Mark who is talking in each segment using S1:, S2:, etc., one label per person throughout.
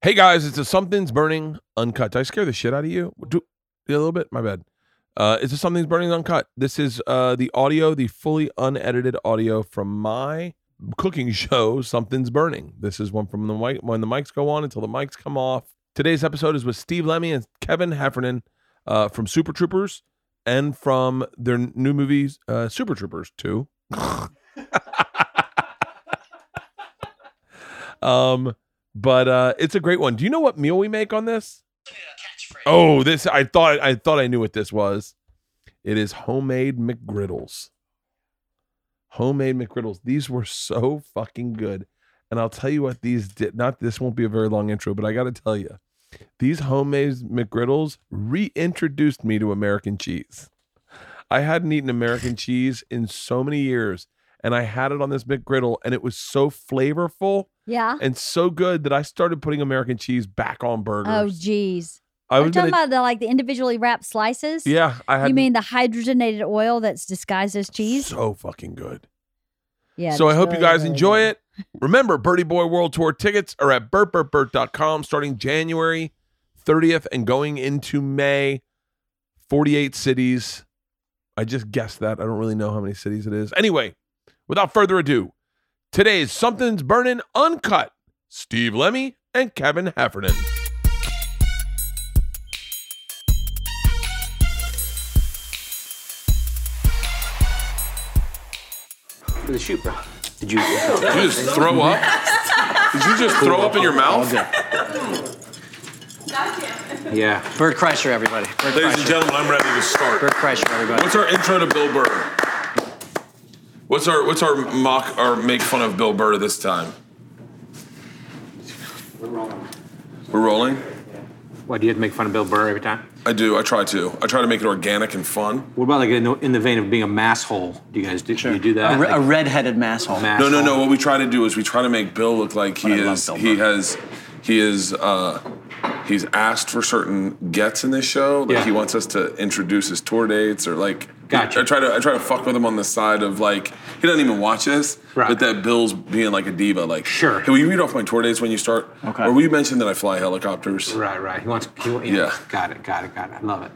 S1: Hey guys, it's a something's burning uncut. Did I scare the shit out of you? Do, yeah, a little bit. My bad. Uh, it's a something's burning uncut. This is uh, the audio, the fully unedited audio from my cooking show. Something's burning. This is one from the mic when the mics go on until the mics come off. Today's episode is with Steve Lemmy and Kevin Heffernan uh, from Super Troopers and from their new movie uh, Super Troopers Two. um but uh it's a great one do you know what meal we make on this oh this i thought i thought i knew what this was it is homemade mcgriddles homemade mcgriddles these were so fucking good and i'll tell you what these did not this won't be a very long intro but i gotta tell you these homemade mcgriddles reintroduced me to american cheese i hadn't eaten american cheese in so many years and i had it on this mcgriddle and it was so flavorful
S2: Yeah.
S1: and so good that I started putting American cheese back on burgers.
S2: Oh, geez.
S1: I
S2: Are you
S1: was
S2: talking
S1: gonna,
S2: about the like the individually wrapped slices?
S1: yeah, I had
S2: You mean the hydrogenated oil that's disguised as cheese?
S1: so fucking good.
S2: Yeah.
S1: so I
S2: that's
S1: hope you
S2: really,
S1: guys
S2: really
S1: enjoy
S2: good.
S1: it. Remember, Birdie Boy World Tour tickets are at burtburtburt.com starting January 30th and going into May. 48 cities. I just guessed that. I don't really know how many cities it is. Anyway, without further ado, today's Something's Burning Uncut, Steve Lemmy and Kevin Heffernan.
S3: for the shoot, bro. Did you?
S1: Did you just throw up? Did you just throw up in your mouth?
S3: yeah. Bird Kreischer, everybody. Bird
S1: Ladies and
S3: Kreischer.
S1: gentlemen, I'm ready to
S3: Bert
S1: start.
S3: Kreischer, everybody.
S1: What's our intro to Bill Burr? What's our what's our mock or make fun of Bill Burr this time?
S3: We're rolling.
S1: We're rolling.
S3: What, do you have to make fun of Bill Burr every time?
S1: I do. I try to. I try to make it organic and fun.
S3: What about like in the, in the vein of being a mass hole? Do you guys do, do you do that?
S4: A, re-
S3: Like,
S4: a redheaded masshole.
S3: mass
S5: No, no,
S3: hole?
S5: no. What we try to do is we try to make Bill look like he
S4: But I love
S5: is.
S4: Bill
S5: He
S4: Burr.
S5: has. He is. Uh, he's asked for certain gets in this show. Like
S3: Yeah.
S5: he wants us to introduce his tour dates or like.
S3: Gotcha.
S5: I try to. I try to fuck with him on the side of like he doesn't even watch this,
S3: Right.
S5: but that Bill's being like a diva. Like
S3: Sure.
S5: Hey, will you read off my tour dates when you start?
S4: Okay.
S5: Or will you mention that I fly helicopters?
S3: Right, right. He wants. He, yeah.
S5: Yeah.
S3: Got it. Got it. Got it. I love it.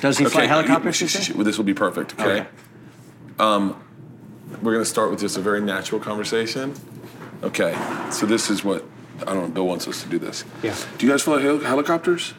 S4: Does he fly
S5: Okay,
S4: helicopters?
S5: you-
S4: You,
S5: sh- sh-
S4: say?
S5: sh- This will be perfect. Okay.
S3: Okay.
S5: Um, we're gonna start with just a very natural conversation. Okay. So this is what I don't know. Bill wants us to do this.
S3: Yeah.
S5: Do you guys fly hel- helicopters?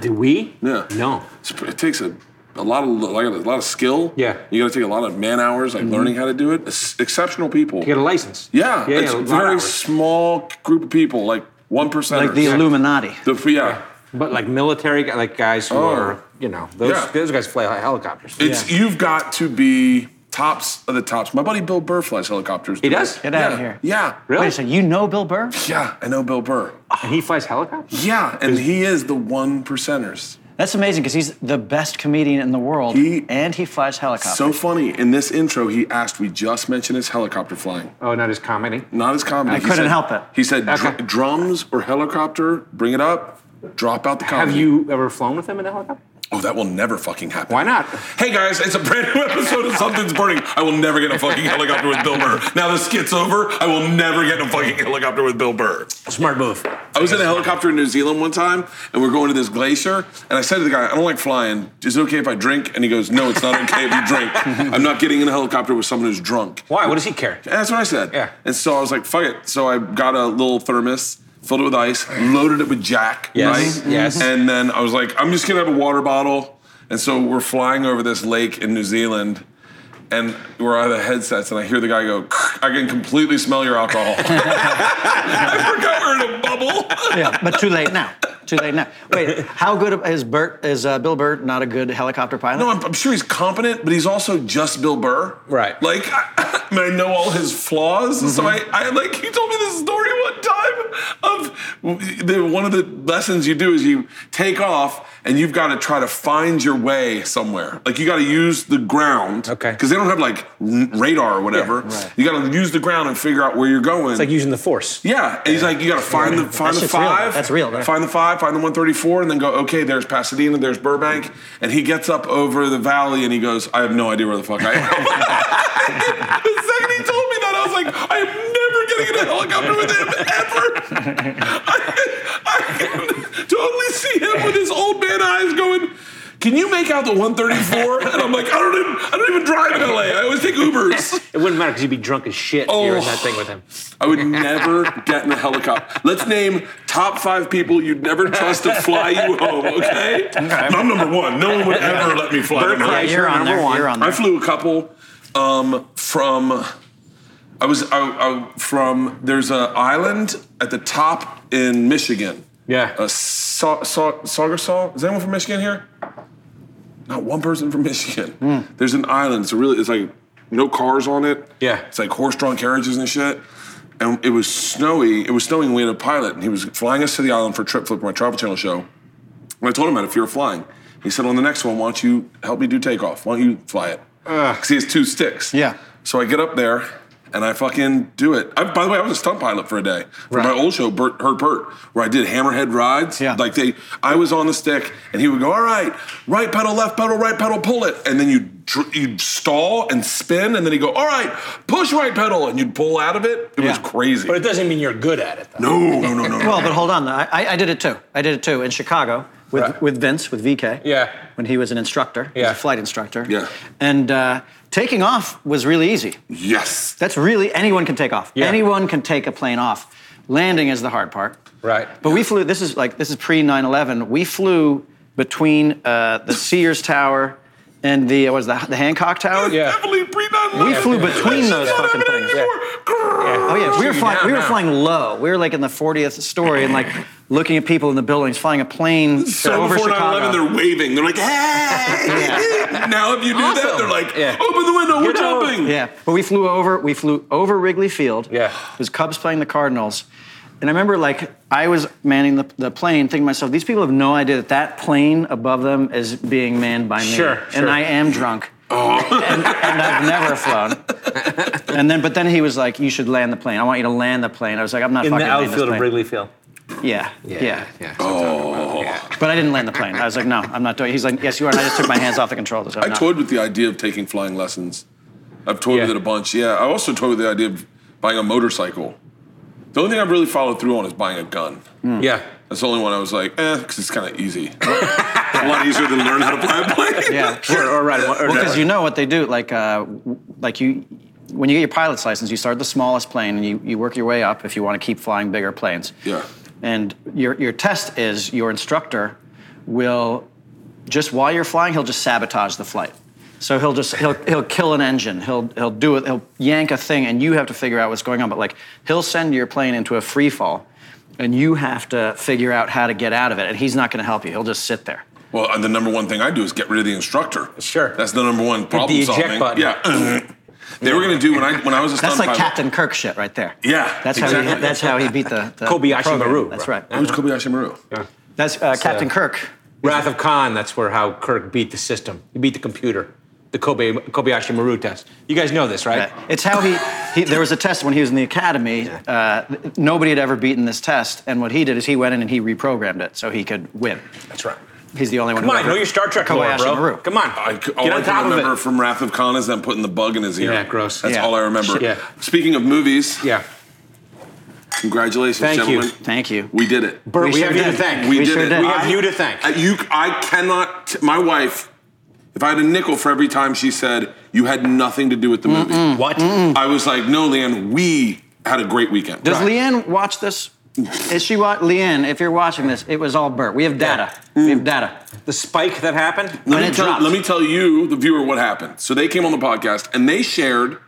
S3: Do we?
S5: Yeah.
S3: No.
S5: It's pr- It takes a, a lot of like a lot of skill.
S3: Yeah.
S5: You got to take a lot of man hours, like learning how to do it. It's exceptional people.
S3: You get a license.
S5: yeah.
S3: Yeah.
S5: It's
S3: yeah, a
S5: a
S3: lot
S5: very
S3: hours.
S5: small group of people, like one percent.
S4: Like the Illuminati.
S5: yeah.
S3: But like military, gu- like guys who
S5: Oh.
S3: are, you know, those
S5: Yeah.
S3: those guys fly hel- helicopters.
S5: It's you've got to be tops of the tops. My buddy Bill Burr flies helicopters.
S3: he does.
S4: Get out
S5: yeah.
S4: of here.
S5: Yeah.
S3: Really?
S4: Wait a second. You know Bill Burr?
S5: Yeah, I know Bill Burr.
S3: And he flies helicopters.
S5: Yeah, and he is the one percenters.
S4: That's amazing because he's the best comedian in the world,
S5: He-
S4: and he flies helicopters.
S5: So funny. In this intro, he asked, we just mentioned his helicopter flying,
S3: Oh, not his comedy.
S5: not his comedy.
S4: I
S5: He
S4: couldn't
S5: said-
S4: help it.
S5: He said, "Dr-
S3: Okay.
S5: drums or helicopter, bring it up, drop out the comedy.
S3: Have you ever flown with him in a helicopter?
S5: Oh, that will never fucking happen.
S3: Why not?
S5: Hey guys, it's a brand new episode of Something's Burning. I will never get a fucking helicopter with Bill Burr. Now the skit's over. I will never get in a fucking helicopter with Bill Burr.
S3: Smart move.
S5: I was in a helicopter in New Zealand one time, and we we're going to this glacier. And I said to the guy, "I don't like flying. Is it okay if I drink?" And he goes, "No, it's not okay if you drink. I'm not getting in a helicopter with someone who's drunk."
S3: Why? What does he care?
S5: And that's what I said.
S3: Yeah.
S5: And so I was like, "Fuck it." So I got a little thermos, filled it with ice, loaded it with Jack.
S3: Yes,
S5: Right?
S3: yes.
S5: And then I was like, "I'm just gonna have a water bottle." And so we're flying over this lake in New Zealand. And we're out of the headsets, and I hear the guy go, I can completely smell your alcohol. I forgot we're in a bubble.
S4: yeah, but too late now. Too late now. Wait, how good is Bert? Is uh, Bill Burr not a good helicopter pilot?
S5: No, I'm, I'm sure he's competent, but he's also just Bill Burr.
S3: Right. Mm-hmm.
S5: Like, I, I, mean, I know all his flaws. So I, I, like, he told me this story one time of the, one of the lessons you do is you take off and you've got to try to find your way somewhere. Like, you got to use the ground.
S3: Okay.
S5: Because they don't have, like, n- radar or whatever.
S4: right.
S5: You got to use the ground and figure out where you're going.
S3: It's like using the force.
S5: Yeah, and he's like, you gotta find the find the
S4: shit's real.
S5: five.
S4: That's real, though.
S5: Find the five, find the one thirty four, and then go. Okay, there's Pasadena, there's Burbank, and he gets up over the valley and he goes, I have no idea where the fuck I am. the second he told me that, I was like, I am never getting in a helicopter with him ever. I, Can you make out the 134? and I'm like, I don't even, I don't even drive in LA. I always take Ubers.
S3: It wouldn't matter because you'd be drunk as shit if you were in that thing with him.
S5: I would never get in a helicopter. Let's name top five people you'd never trust to fly you home. Okay, I'm number one. No one would ever let me fly.
S3: Bert
S5: them home.
S3: Kreischer,
S4: You're on
S3: number
S4: there.
S3: one.
S4: You're on
S5: I
S4: there.
S5: flew a couple um, from. I was I, I, from there's a island at the top in Michigan.
S3: Yeah.
S5: Uh, Sa- Sa- Sagersaw. Is anyone from Michigan here? Not one person from Michigan. There's an island. It's a really. It's like no cars on it.
S3: Yeah.
S5: It's like horse-drawn carriages and shit. And it was snowy. It was snowing. and We had a pilot, and he was flying us to the island for a trip flip for my Travel Channel show. And I told him that if you're flying, he said, on the next one, why don't you help me do takeoff? Why don't you fly it? Because he has two sticks.
S4: Yeah.
S5: So I get up there and I fucking do it. I, by the way, I was a stunt pilot for a day for my old show, Bert, Hurt Bert, where I did hammerhead rides.
S4: Yeah.
S5: Like they, I was on the stick and he would go, all right, right pedal, left pedal, right pedal, pull it. And then you dr- you stall and spin and then he'd go, all right, push right pedal. And you'd pull out of it. It was
S4: Yeah.
S5: crazy.
S3: But it doesn't mean you're good at it, though.
S5: no, no, no, no. no.
S4: Well, but hold on. I, I- I did it too. I did it too in Chicago with,
S5: Right.
S4: with Vince, with VK.
S3: Yeah.
S4: When he was an instructor, he was
S3: Yeah.
S4: a flight instructor.
S5: Yeah.
S4: And uh, taking off was really easy.
S5: yes.
S4: That's really, anyone can take off.
S3: Yeah.
S4: Anyone can take a plane off. Landing is the hard part.
S3: Right.
S4: But we flew, this is like, this is pre 9 11. We flew between uh, the Sears Tower and the, what was the, the Hancock Tower?
S3: Yeah.
S5: Definitely pre-9/11.
S4: We flew between
S5: She's
S4: those
S5: not
S4: fucking
S5: happening
S4: things.
S5: anymore. Grrr.
S4: Oh yeah, we were
S3: Shoot you
S4: flying.
S3: down
S4: We were
S3: now.
S4: flying low. We were like in the 40th story and like looking at people in the buildings, flying a plane
S5: So
S4: over
S5: before 9 11,
S4: Chicago.
S5: they're waving. They're like, hey! now, if you do that,
S3: Awesome.
S5: they're like,
S3: Yeah.
S5: open the window, we're
S3: Get out.
S5: jumping.
S4: Yeah, but we flew over. We flew over Wrigley Field.
S3: Yeah.
S4: it was Cubs playing the Cardinals, and I remember like I was manning the, the plane, thinking to myself, these people have no idea that that plane above them is being manned by me.
S3: Sure,
S4: and
S3: sure. Oh.
S4: I am drunk. and, and I've never flown. And then, but then he was like, "You should land the plane. I want you to land the plane." I was like, "I'm not
S3: In
S4: fucking
S3: the
S4: landing this
S3: outfield of
S4: plane."
S3: Wrigley Field.
S4: Yeah, yeah, Oh.
S3: Yeah.
S5: Oh.
S4: But I didn't land the plane. I was like, no, I'm not doing it. He's like, yes, you are. And I just took my hands off the controls. I'm
S5: I
S4: not.
S5: toyed with the idea of taking flying lessons. I've toyed
S3: Yeah.
S5: with it a bunch. Yeah, I also toyed with the idea of buying a motorcycle. The only thing I've really followed through on is buying a gun.
S3: Mm. Yeah.
S5: That's the only one I was like, eh, because it's kind of easy. a lot easier than learn how to fly a plane.
S4: Yeah.
S3: Or, or right. Or
S4: Well, because
S3: no.
S4: you know what they do. Like, uh, w- like you, when you get your pilot's license, you start the smallest plane and you, you work your way up if you want to keep flying bigger planes.
S5: Yeah.
S4: And your, your test is your instructor will just while you're flying, he'll just sabotage the flight. So he'll just he'll he'll kill an engine. He'll he'll do it. He'll yank a thing, and you have to figure out what's going on. But like he'll send your plane into a free fall, and you have to figure out how to get out of it. And he's not going to help you. He'll just sit there.
S5: Well, and the number one thing I do is get rid of the instructor.
S3: Sure.
S5: That's the number one problem
S3: eject
S5: solving.
S3: button.
S5: Yeah. they were gonna do when I when I was a stunt
S4: That's like
S5: pilot.
S4: Captain Kirk shit right there.
S5: Yeah,
S4: That's how
S5: exactly.
S4: he, that's how he beat the, the
S3: Kobayashi
S4: the program.
S3: Maru,
S4: That's right.
S3: right.
S5: Who's Kobayashi Maru?
S4: That's uh, Captain Kirk.
S3: Wrath of Khan, that's where how Kirk beat the system. He beat the computer. The Kobe, Kobayashi Maru test. You guys know this, right?
S4: Yeah. It's how he, he. There was a test when he was in the academy. Uh, th- nobody had ever beaten this test, and what he did is he went in and he reprogrammed it so he could win.
S3: That's right.
S4: He's the only one.
S3: Come
S4: who
S3: on,
S4: ever,
S3: know your Star Trek lore,
S4: Kobayashi
S3: bro.
S4: Maru. oh,
S3: Come on.
S5: I, c- all
S3: Get
S5: I
S3: on top
S5: can
S3: of
S5: remember
S3: it.
S5: from Wrath of Khan is them putting the bug in his ear.
S3: Yeah, gross.
S5: That's
S4: Yeah.
S5: all I remember.
S3: Yeah.
S5: Speaking of movies,
S3: Yeah.
S5: congratulations,
S3: Thank you.
S5: gentlemen.
S4: Thank you.
S5: We did it.
S3: Bert, we,
S4: sure
S3: have you to
S4: did.
S3: thank.
S5: we,
S4: we
S5: did
S4: sure
S5: it.
S4: did. Uh,
S3: We have
S5: I-
S3: you to thank.
S5: I, you, I cannot. t- my wife, if I had a nickel for every time she said you had nothing to do with the movie,
S3: What?
S5: I was like, no, Leanne, we had a great weekend.
S4: Does Leanne watch this? Is she wa- Leanne? If you're watching this, it was all Bert. We have data. We have data.
S3: The spike that happened?
S4: When
S5: let,
S4: it
S5: me tell,
S4: dropped.
S5: let me tell you, the viewer, what happened. So they came on the podcast and they shared,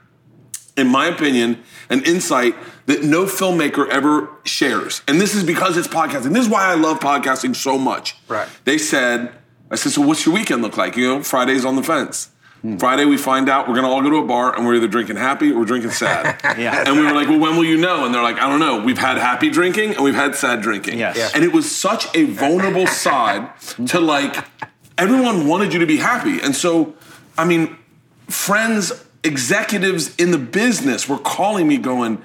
S5: in my opinion, an insight that no filmmaker ever shares. And this is because it's podcasting. This is why I love podcasting so much.
S3: Right.
S5: They said, I said, so what's your weekend look like? You know, Friday's on the fence.
S4: Hmm.
S5: Friday, we find out we're gonna all go to a bar and we're either drinking happy or we're drinking sad.
S4: Yeah.
S5: And we were like, well, when will you know? And they're like, I don't know. We've had happy drinking and we've had sad drinking.
S4: Yes. Yeah.
S5: And it was such a vulnerable side to like everyone wanted you to be happy. And so, I mean, friends, executives in the business were calling me going,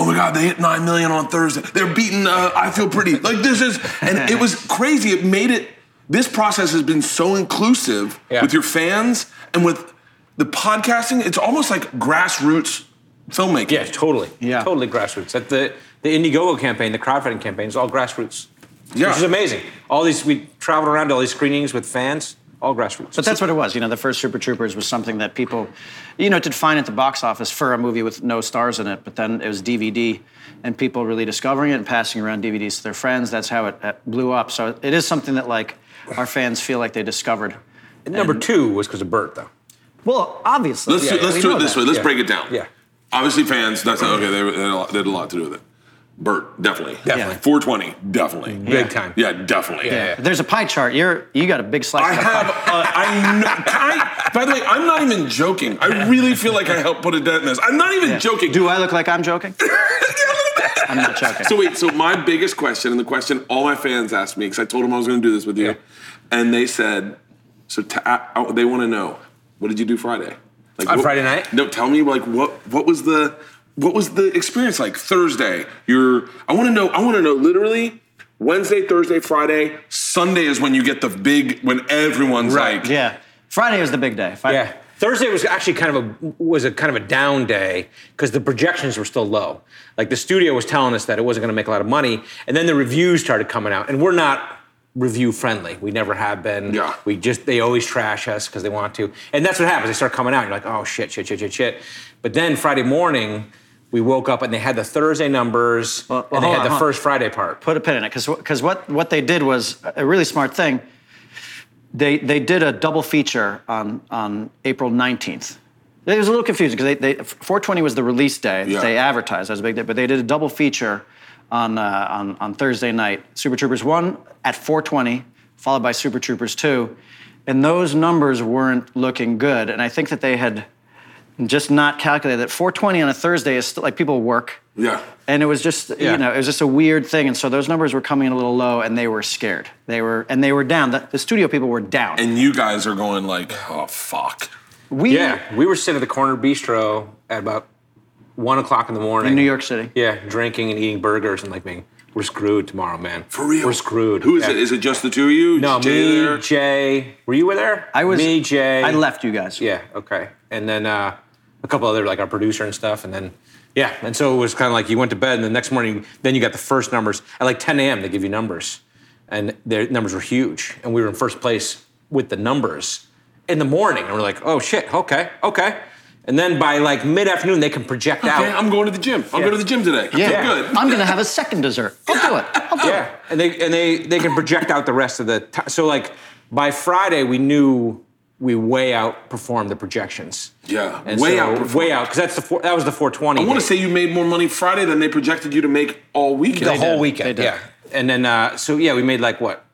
S5: Oh my God, they hit 9 million on Thursday. They're beating uh, I Feel Pretty. Like, this is, and it was crazy. It made it, this process has been so inclusive
S3: Yeah.
S5: with your fans and with the podcasting. It's almost like grassroots filmmaking.
S3: Yeah, totally.
S4: Yeah.
S3: Totally grassroots. At the, the Indiegogo campaign, the crowdfunding campaign, is all grassroots.
S5: Yeah.
S3: Which is amazing. All these, we traveled around to all these screenings with fans. All grassroots.
S4: But that's what it was. You know, the first Super Troopers was something that people, you know, it did fine at the box office for a movie with no stars in it. But then it was DVD, and people really discovering it and passing around DVDs to their friends. That's how it, it blew up. So it is something that like our fans feel like they discovered.
S3: And number two was because of Bert, though.
S4: Well, obviously.
S5: Let's do, let's do it this way. Let's
S3: Yeah.
S5: break it down.
S3: Yeah.
S5: Obviously, fans. That's not, okay. They, were- they, had a lot, they had a lot to do with it. Bert, definitely.
S3: Definitely. Yeah.
S5: 420, definitely.
S3: Big time.
S5: Yeah, definitely.
S3: Yeah.
S4: There's a pie chart. You're you got a big slice.
S5: I
S4: of that
S5: have. Uh,
S4: Pie.
S5: I, know, I. By the way, I'm not even joking. I really feel like I helped put a dent in this. I'm not even joking.
S4: Do I look like I'm joking? I'm not joking.
S5: So wait, so my biggest question, and the question all my fans asked me, because I told them I was going to do this with you, and they said, so t- I, I- they want to know, what did you do Friday? Like
S3: On
S5: what-
S3: Friday night?
S5: No, tell me like what what was the what was the experience like Thursday? You're I want to know. I want to know literally. Wednesday, Thursday, Friday, Sunday is when you get the big when everyone's
S3: Right,
S5: like,
S4: Yeah. Friday is the big day. Friday.
S3: Yeah. Thursday was actually kind of a was a kind of a down day because the projections were still low. Like the studio was telling us that it wasn't going to make a lot of money, and then the reviews started coming out, and we're not review friendly. We never have been.
S5: Yeah.
S3: We just they always trash us because they want to, and that's what happens. They start coming out. You're like, oh shit, shit, shit, shit, shit. But then Friday morning, we woke up and they had the Thursday numbers
S4: Well, well,
S3: and they
S4: hold
S3: had
S4: on,
S3: the
S4: hold on.
S3: first Friday part.
S4: put a pin in it because what, what they did was a really smart thing. They, they did a double feature on, on April 19th. It was a little confusing because they, they, 420 was the release day. that
S5: Yeah.
S4: They advertised as a big day, but they did a double feature on, uh, on, on Thursday night. Super Troopers 1 at 420, followed by Super Troopers 2. And those numbers weren't looking good. And I think that they had just not calculated that 420 on a Thursday is still like people work
S5: yeah.
S4: and it was just
S3: Yeah.
S4: you know it was just a weird thing and so those numbers were coming in a little low and they were scared they were and they were down the, the studio people were down
S5: And you guys are going like, oh fuck.
S4: we
S3: Yeah, we were sitting at the corner bistro at about one o'clock in the morning
S4: in new york city
S3: Yeah, drinking and eating burgers and like being, we're screwed tomorrow, man.
S5: For real.
S3: We're screwed.
S5: Who is
S3: Yeah.
S5: it? Is it just the two of you?
S3: no,
S5: Just Jay
S3: me,
S5: there?
S3: Jay. Were you there?
S4: i was
S3: me, Jay.
S4: i left you guys
S3: Yeah, okay. And then uh, a couple other like our producer and stuff, and then yeah, and so it was kind of like you went to bed, and the next morning, then you got the first numbers at like 10 a.m. They give you numbers, and their numbers were huge, and we were in first place with the numbers in the morning, and we're like, oh shit, okay, okay. And then by like mid-afternoon, they can project out.
S5: Okay, I'm going to the gym. I'm going to the gym today. I feel good.
S4: i'm gonna have a second dessert i'll do it i'll
S5: Oh.
S4: do
S3: Yeah, and they and they they can project out the rest of the time. So like by Friday, we knew we way outperformed the projections.
S5: Yeah,
S3: and
S5: way
S3: so-
S5: outperformed.
S3: way out because that's the four, that was the 420.
S5: I want
S3: date.
S5: to say you made more money Friday than they projected you to make all weekend.
S3: the whole
S4: did.
S3: weekend.
S4: They did.
S3: Yeah, and then uh, so yeah, we made like what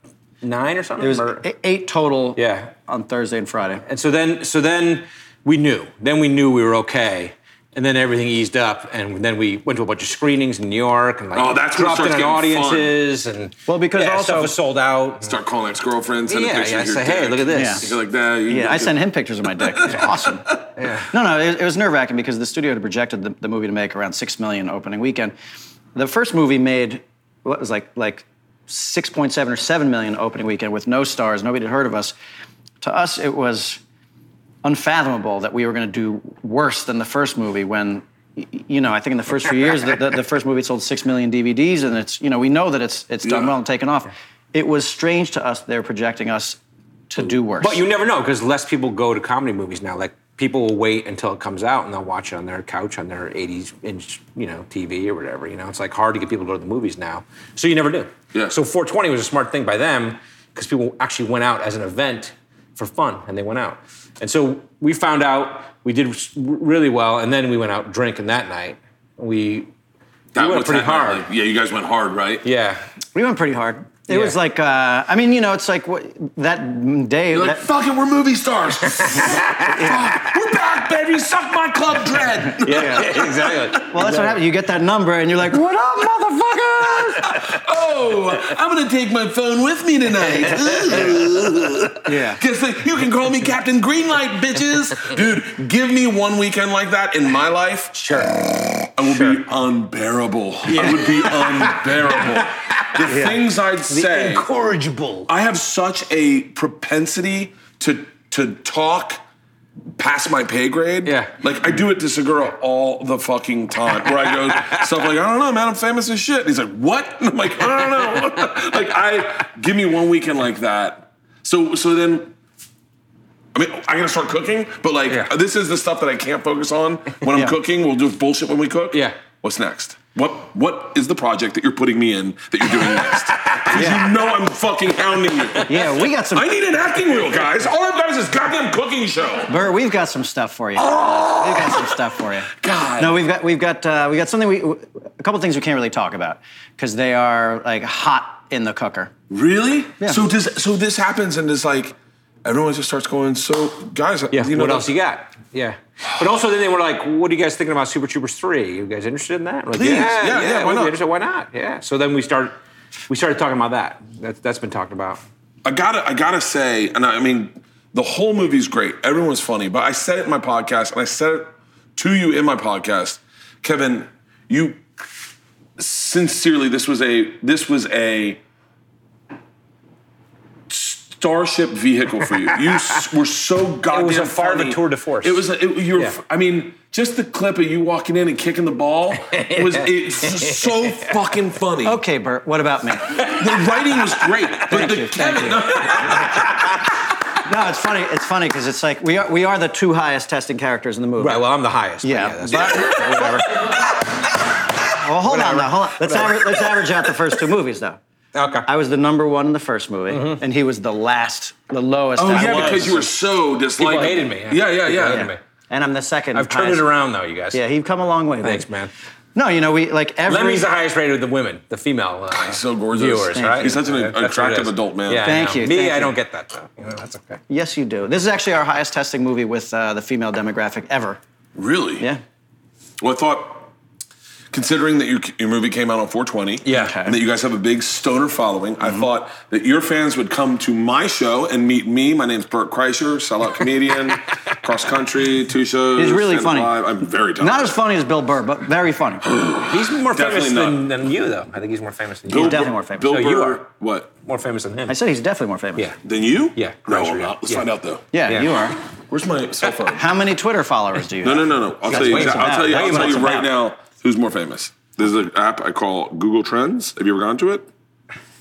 S3: nine or something.
S4: it was
S3: Or-
S4: eight- eight total
S3: Yeah.
S4: on thursday and friday
S3: and so then so then we knew. Then we knew we were okay. And then everything eased up, and then we went to a bunch of screenings in New York, and like
S5: Oh, that's when it
S3: dropped in
S5: starts
S3: on
S5: getting fun.
S3: audiences, and
S4: Well, because
S3: yeah,
S4: also-
S3: stuff was sold out.
S5: Start calling ex girlfriends.
S3: Yeah,
S5: sending
S3: yeah.
S5: pictures
S3: I
S5: of your
S3: say, hey,
S5: dick.
S3: look at this.
S5: You're like that. You
S4: yeah, I sent him pictures of my dick. It's awesome. No, no, it, it was nerve wracking because the studio had projected the, the movie to make around six million opening weekend. The first movie made what was like like six point seven or seven million opening weekend with no stars. Nobody had heard of us. To us, it was unfathomable that we were going to do worse than the first movie when y- y- you know i think in the first few years the, the, the first movie sold 6 million dvds and it's you know we know that it's it's done
S5: Yeah.
S4: well and taken off it was strange to us they were projecting us to do worse
S3: But you never know because less people go to comedy movies now. Like people will wait until it comes out and they'll watch it on their couch on their 80s inch, you know, TV or whatever. You know, it's like hard to get people to go to the movies now. So you never do.
S5: Yeah.
S3: So 420 was a smart thing by them because people actually went out as an event for fun and they went out. And so we found out we did s- really well and then we went out drinking that night. We
S5: That
S3: we went
S5: was
S3: pretty
S5: that night,
S3: hard.
S5: like, yeah, you guys went hard, right?
S3: yeah.
S4: We went pretty hard. It
S3: Yeah.
S4: was like, uh, I mean, you know, it's like what, that day.
S5: You're like,
S4: that,
S5: fuck it, we're movie stars. Fuck, we're back, baby. Suck my club dread.
S3: Yeah, exactly.
S4: well, that's what happened. You get that number, and you're like, "What up, motherfuckers?"
S5: Oh, I'm gonna take my phone with me tonight. Ooh.
S4: Yeah.
S5: Guess what? you can call me Captain Greenlight, bitches. Dude, give me one weekend like that in my life.
S3: Sure.
S5: I would be unbearable. I would be unbearable. The things I'd say.
S3: Incorrigible.
S5: I have such a propensity to to talk past my pay grade.
S3: Yeah.
S5: Like I do it to Segura all the fucking time. Where I go stuff like, I don't know, man, I'm famous as shit. And he's like, what? And I'm like, I don't know. like I give me one weekend like that. So so then I mean, I gotta start cooking, but like
S3: Yeah.
S5: this is the stuff that I can't focus on when I'm
S4: Yeah.
S5: cooking. We'll do bullshit when we cook.
S3: Yeah.
S5: What's next? What What is the project that you're putting me in that you're doing next? 'Cause you know I'm fucking hounding you.
S4: Yeah, we got some.
S5: I need an acting reel, guys. All I've got is this goddamn cooking show.
S4: Burr, we've got some stuff for you. We've got some stuff for you.
S5: Oh! God.
S4: No, we've got we've got uh, we got something we a couple things we can't really talk about because they are like hot in the cooker.
S5: Really?
S4: Yeah.
S5: So does so this happens and it's like everyone just starts going. So guys,
S3: Yeah.
S5: you know
S3: what else you got? Yeah. But also, then they were like, "What are you guys thinking about Super Troopers 3? You guys interested in that?" We're like,
S5: Please. Yeah, yeah, why
S3: we'd be
S5: not?"
S3: interested. Why not? Yeah. So then we start, we started talking about that. That that's been talked about.
S5: I gotta, I gotta say, and I, I mean, the whole movie's great. Everyone's funny, but I said it in my podcast, and I said it to you in my podcast, Kevin. You sincerely, this was a, this was a starship vehicle for you. You s- were so goddamn.
S3: a far
S5: funny.
S3: the tour de force.
S5: It was. a- It, you were,
S3: Yeah.
S5: I mean, just the clip of you walking in and kicking the ball was it's so fucking funny.
S4: Okay, Bert, what about me?
S5: The writing was great, but
S4: Thank
S5: the
S4: you, thank
S5: Kevin.
S4: you. No, it's funny. It's funny because it's like we are we are the two highest testing characters in the movie.
S3: Right. Well, I'm the highest. but
S4: Yeah.
S3: that's-
S4: but- whatever. Well, hold on now. Hold on. Let's average, let's average out the first two movies though.
S3: Okay.
S4: I was the number one in the first movie,
S3: Mm-hmm.
S4: and he was the last, the lowest.
S5: Oh
S4: I
S5: yeah,
S4: was.
S5: because you were so disliked.
S3: People hated me.
S5: Yeah, yeah, yeah.
S3: People
S5: yeah.
S3: hated me.
S4: And I'm the second.
S3: I've turned it
S4: highest-
S3: around though, you guys.
S4: Yeah, you've come a long way.
S3: Thanks,
S4: babe.
S3: man.
S4: No, you know we like every.
S3: Lemmy's the highest rated of the women, the female. Uh,
S5: He's so gorgeous.
S3: Viewers,
S5: Thank
S3: right?
S5: you. He's such an
S3: That's what it
S5: attractive
S3: is.
S5: adult man.
S3: Yeah, I
S4: Thank
S3: know.
S4: you,
S3: Me,
S4: thank
S3: I
S4: you.
S3: don't get that though. You know, that's okay.
S4: Yes, you do. This is actually our highest testing movie with uh, the female demographic ever.
S5: Really?
S4: Yeah.
S5: Well, I thought, considering that your, your movie came out on 420,
S3: Yeah.
S5: and that you guys have a big stoner following,
S4: Mm-hmm.
S5: I thought that your fans would come to my show and meet me. My name's Burt Kreischer, sellout comedian, cross country, two shows.
S4: He's really
S5: stand-up
S4: funny.
S5: live. I'm very talented.
S4: Not as funny as Bill Burr, but very funny.
S3: He's more
S5: Definitely
S3: famous than, than you though. I think he's more famous than you.
S4: He's definitely more famous.
S5: Bill
S3: No,
S5: Burr,
S3: you are.
S5: What?
S3: More famous than him.
S4: I said he's definitely more famous.
S3: Yeah.
S5: Than you?
S3: Yeah,
S5: No,
S3: Kreischer,
S5: I'm
S3: yeah.
S5: not. Let's
S3: Yeah.
S5: find out though.
S4: Yeah,
S3: Yeah.
S4: you are.
S5: Where's my cell phone?
S4: How many Twitter followers do you
S5: No,
S4: have?
S5: no, no, no. I'll
S4: That's
S5: tell you.
S4: way
S5: Exactly,
S4: too
S5: I'll tell you.
S4: bad.
S5: I'll
S4: Way
S5: tell you
S4: too
S5: right
S4: bad.
S5: now who's more famous. There's an app I call Google Trends. Have you ever gone to it?